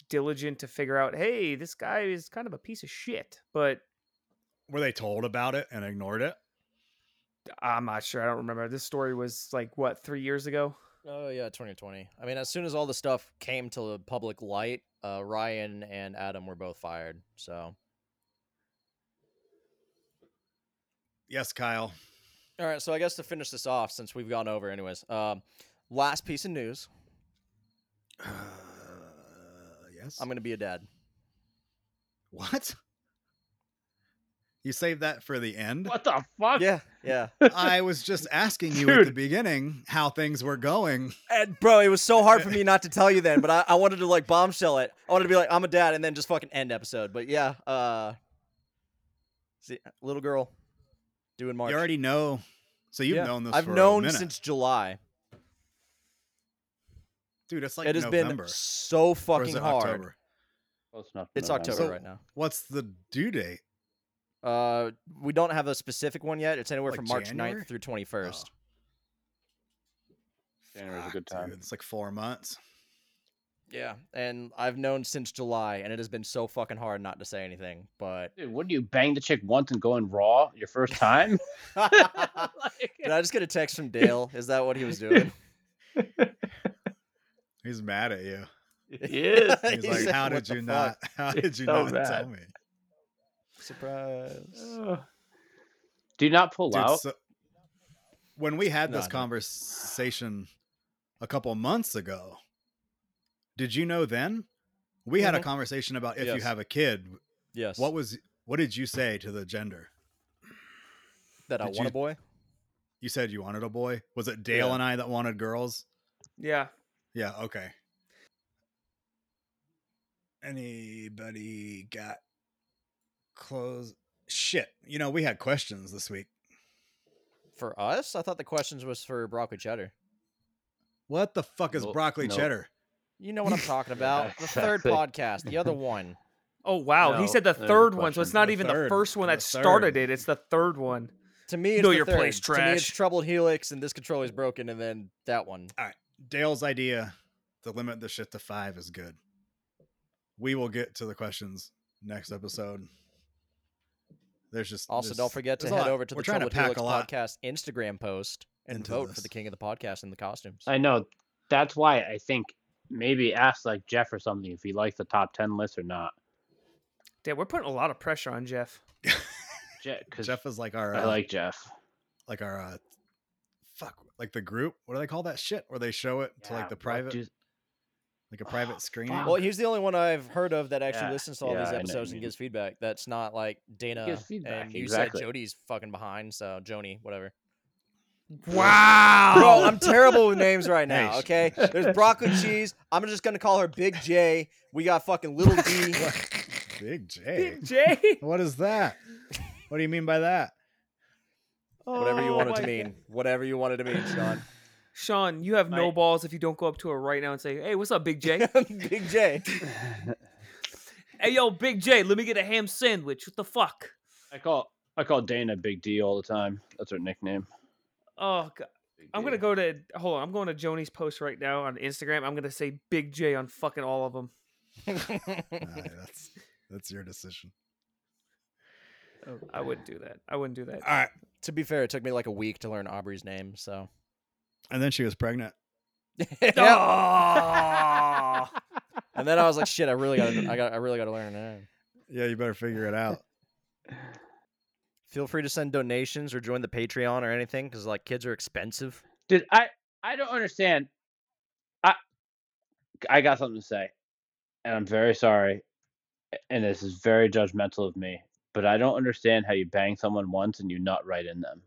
[SPEAKER 4] diligent to figure out, hey, this guy is kind of a piece of shit. But
[SPEAKER 1] were they told about it and ignored it?
[SPEAKER 4] I'm not sure. I don't remember. This story was like what three years ago.
[SPEAKER 3] Oh yeah, 2020. I mean, as soon as all the stuff came to the public light, uh, Ryan and Adam were both fired. So
[SPEAKER 1] Yes, Kyle.
[SPEAKER 3] all right, so I guess to finish this off, since we've gone over anyways, um, last piece of news.
[SPEAKER 1] Uh, yes.
[SPEAKER 3] I'm gonna be a dad.
[SPEAKER 1] What? You saved that for the end?
[SPEAKER 2] What the fuck?
[SPEAKER 3] Yeah, yeah.
[SPEAKER 1] I was just asking you at the
[SPEAKER 2] Dude.
[SPEAKER 1] beginning how things were going.
[SPEAKER 3] And bro, it was so hard for me not to tell you then, but I, I wanted to like bombshell it. I wanted to be like, I'm a dad, and then just fucking end episode. But yeah, uh see, little girl doing March.
[SPEAKER 1] You already know. So you've
[SPEAKER 3] Yeah.
[SPEAKER 1] known this
[SPEAKER 3] I've
[SPEAKER 1] for a
[SPEAKER 3] known
[SPEAKER 1] minute.
[SPEAKER 3] since July.
[SPEAKER 1] Dude, it's like
[SPEAKER 3] it has
[SPEAKER 1] November.
[SPEAKER 3] been so
[SPEAKER 1] or is
[SPEAKER 3] fucking
[SPEAKER 1] it
[SPEAKER 3] hard.
[SPEAKER 1] October?
[SPEAKER 2] Close enough to
[SPEAKER 3] It's
[SPEAKER 2] November.
[SPEAKER 3] October
[SPEAKER 1] So-
[SPEAKER 3] right now.
[SPEAKER 1] What's the due date?
[SPEAKER 3] Uh we don't have a specific one yet. It's anywhere
[SPEAKER 1] Like
[SPEAKER 3] from March
[SPEAKER 1] January?
[SPEAKER 3] 9th through 21st.
[SPEAKER 1] Oh.
[SPEAKER 2] January's a
[SPEAKER 1] Fuck,
[SPEAKER 2] good time.
[SPEAKER 1] dude, it's like four months.
[SPEAKER 3] Yeah. And I've known since July, and it has been so fucking hard not to say anything, but
[SPEAKER 2] Dude, what do you bang the chick once and go in raw your first time?
[SPEAKER 3] Did I just get a text from Dale? Is that what he was doing?
[SPEAKER 1] He's mad at you.
[SPEAKER 2] yes.
[SPEAKER 1] He's
[SPEAKER 3] He
[SPEAKER 1] like,
[SPEAKER 3] said,
[SPEAKER 1] "How
[SPEAKER 3] "What
[SPEAKER 1] did
[SPEAKER 3] the
[SPEAKER 1] you not?
[SPEAKER 3] fuck?"
[SPEAKER 1] How
[SPEAKER 2] He's
[SPEAKER 1] did you
[SPEAKER 2] so
[SPEAKER 1] not
[SPEAKER 2] mad.
[SPEAKER 1] tell me?"
[SPEAKER 3] Surprise.
[SPEAKER 2] Do you not pull
[SPEAKER 1] Dude,
[SPEAKER 2] out?
[SPEAKER 1] so- when we had
[SPEAKER 3] No,
[SPEAKER 1] this
[SPEAKER 3] no.
[SPEAKER 1] conversation a couple months ago, did you know then? We had a
[SPEAKER 3] Mhm.
[SPEAKER 1] conversation about if you
[SPEAKER 3] Yes.
[SPEAKER 1] have a kid,
[SPEAKER 3] Yes.
[SPEAKER 1] what was what did you say to the gender?
[SPEAKER 3] that I
[SPEAKER 1] did
[SPEAKER 3] want
[SPEAKER 1] you-
[SPEAKER 3] a boy?
[SPEAKER 1] You said you wanted a boy. Was it Dale
[SPEAKER 3] Yeah.
[SPEAKER 1] and I that wanted girls?
[SPEAKER 4] Yeah.
[SPEAKER 1] Yeah, okay. Anybody got clothes? Shit. You know, we had questions this week.
[SPEAKER 3] For us? I thought the questions was for broccoli cheddar.
[SPEAKER 1] What the fuck is
[SPEAKER 2] Nope,
[SPEAKER 1] broccoli
[SPEAKER 2] nope.
[SPEAKER 1] cheddar?
[SPEAKER 3] You know what I'm talking about. the third
[SPEAKER 2] exactly.
[SPEAKER 3] podcast, the other one.
[SPEAKER 4] Oh wow,
[SPEAKER 2] No,
[SPEAKER 4] he said the
[SPEAKER 2] there's a
[SPEAKER 4] third one, so it's
[SPEAKER 2] question.
[SPEAKER 4] not
[SPEAKER 1] The
[SPEAKER 4] even
[SPEAKER 1] third.
[SPEAKER 4] the first one
[SPEAKER 1] The
[SPEAKER 4] that started
[SPEAKER 1] third.
[SPEAKER 4] it. It's the third one.
[SPEAKER 3] To me, it's
[SPEAKER 4] Know
[SPEAKER 3] the
[SPEAKER 4] your
[SPEAKER 3] third.
[SPEAKER 4] place,
[SPEAKER 3] To me, it's
[SPEAKER 4] trash.
[SPEAKER 3] troubled helix, and this controller's broken, and then that one.
[SPEAKER 1] Dale's idea to limit the shit to five is good. We will get to the questions next episode. There's just
[SPEAKER 3] Also,
[SPEAKER 1] there's-
[SPEAKER 3] don't forget to
[SPEAKER 1] there's a
[SPEAKER 3] head
[SPEAKER 1] lot.
[SPEAKER 3] over to
[SPEAKER 1] We're
[SPEAKER 3] the
[SPEAKER 1] trying to
[SPEAKER 3] troubled helix
[SPEAKER 1] pack a lot.
[SPEAKER 3] podcast Instagram post and
[SPEAKER 1] into
[SPEAKER 3] vote
[SPEAKER 1] this.
[SPEAKER 3] for the king of the podcast in the costumes.
[SPEAKER 2] I know. That's why I think maybe ask like Jeff or something if he likes the top ten list or not.
[SPEAKER 4] Damn, we're putting a lot of pressure on Jeff.
[SPEAKER 2] Jeff, cause
[SPEAKER 1] Jeff is like our
[SPEAKER 2] I
[SPEAKER 1] uh, like
[SPEAKER 2] like Jeff.
[SPEAKER 1] like our uh, fuck like the group. What do they call that shit? Where they show it to
[SPEAKER 2] Yeah,
[SPEAKER 1] like the
[SPEAKER 2] what
[SPEAKER 1] private
[SPEAKER 2] do-
[SPEAKER 1] like a private screening.
[SPEAKER 2] fuck.
[SPEAKER 3] well, he's the only one I've heard of that actually
[SPEAKER 2] Yeah,
[SPEAKER 3] listens to all
[SPEAKER 2] yeah, I
[SPEAKER 3] these
[SPEAKER 2] know what
[SPEAKER 3] episodes
[SPEAKER 2] you
[SPEAKER 3] and
[SPEAKER 2] mean.
[SPEAKER 3] gives feedback. That's not like Dana
[SPEAKER 2] feedback,
[SPEAKER 3] and you
[SPEAKER 2] exactly.
[SPEAKER 3] said Jody's fucking behind, so Joni, whatever.
[SPEAKER 4] Wow.
[SPEAKER 3] Bro, I'm terrible with names right now.
[SPEAKER 1] Nice.
[SPEAKER 3] Okay, there's broccoli cheese. I'm just gonna call her Big J. We got fucking little D.
[SPEAKER 1] Big J.
[SPEAKER 4] Big J.
[SPEAKER 1] What is that? What do you mean by that?
[SPEAKER 3] Whatever you
[SPEAKER 4] Oh
[SPEAKER 3] want it to
[SPEAKER 4] my
[SPEAKER 3] mean.
[SPEAKER 4] God.
[SPEAKER 3] Whatever you want it to mean, Sean.
[SPEAKER 4] Sean, you have no
[SPEAKER 2] I-
[SPEAKER 4] balls if you don't go up to her right now and say, "Hey, what's up, Big J?
[SPEAKER 3] Big J.
[SPEAKER 4] hey, yo, Big J, let me get a ham sandwich. What the fuck?"
[SPEAKER 2] I call I call Dana Big D all the time. That's her nickname.
[SPEAKER 4] Oh god. I'm gonna go to hold on. I'm going to Joni's post right now on Instagram. I'm gonna say Big J on fucking all of them.
[SPEAKER 1] All right, that's that's your decision.
[SPEAKER 4] I wouldn't do that. I wouldn't do that.
[SPEAKER 1] All right.
[SPEAKER 3] to be fair, it took me like a week to learn Aubrey's name. So.
[SPEAKER 1] And then she was pregnant.
[SPEAKER 3] yeah.
[SPEAKER 4] Oh.
[SPEAKER 3] And then I was like, shit, I really gotta, I got, I really gotta learn eh." her name.
[SPEAKER 1] Yeah, you better figure it out.
[SPEAKER 3] Feel free to send donations or join the Patreon or anything because like kids are expensive.
[SPEAKER 2] Dude, I I don't understand. I I got something to say, and I'm very sorry, a- and this is very judgmental of me, but I don't understand how you bang someone once and you nut right in them.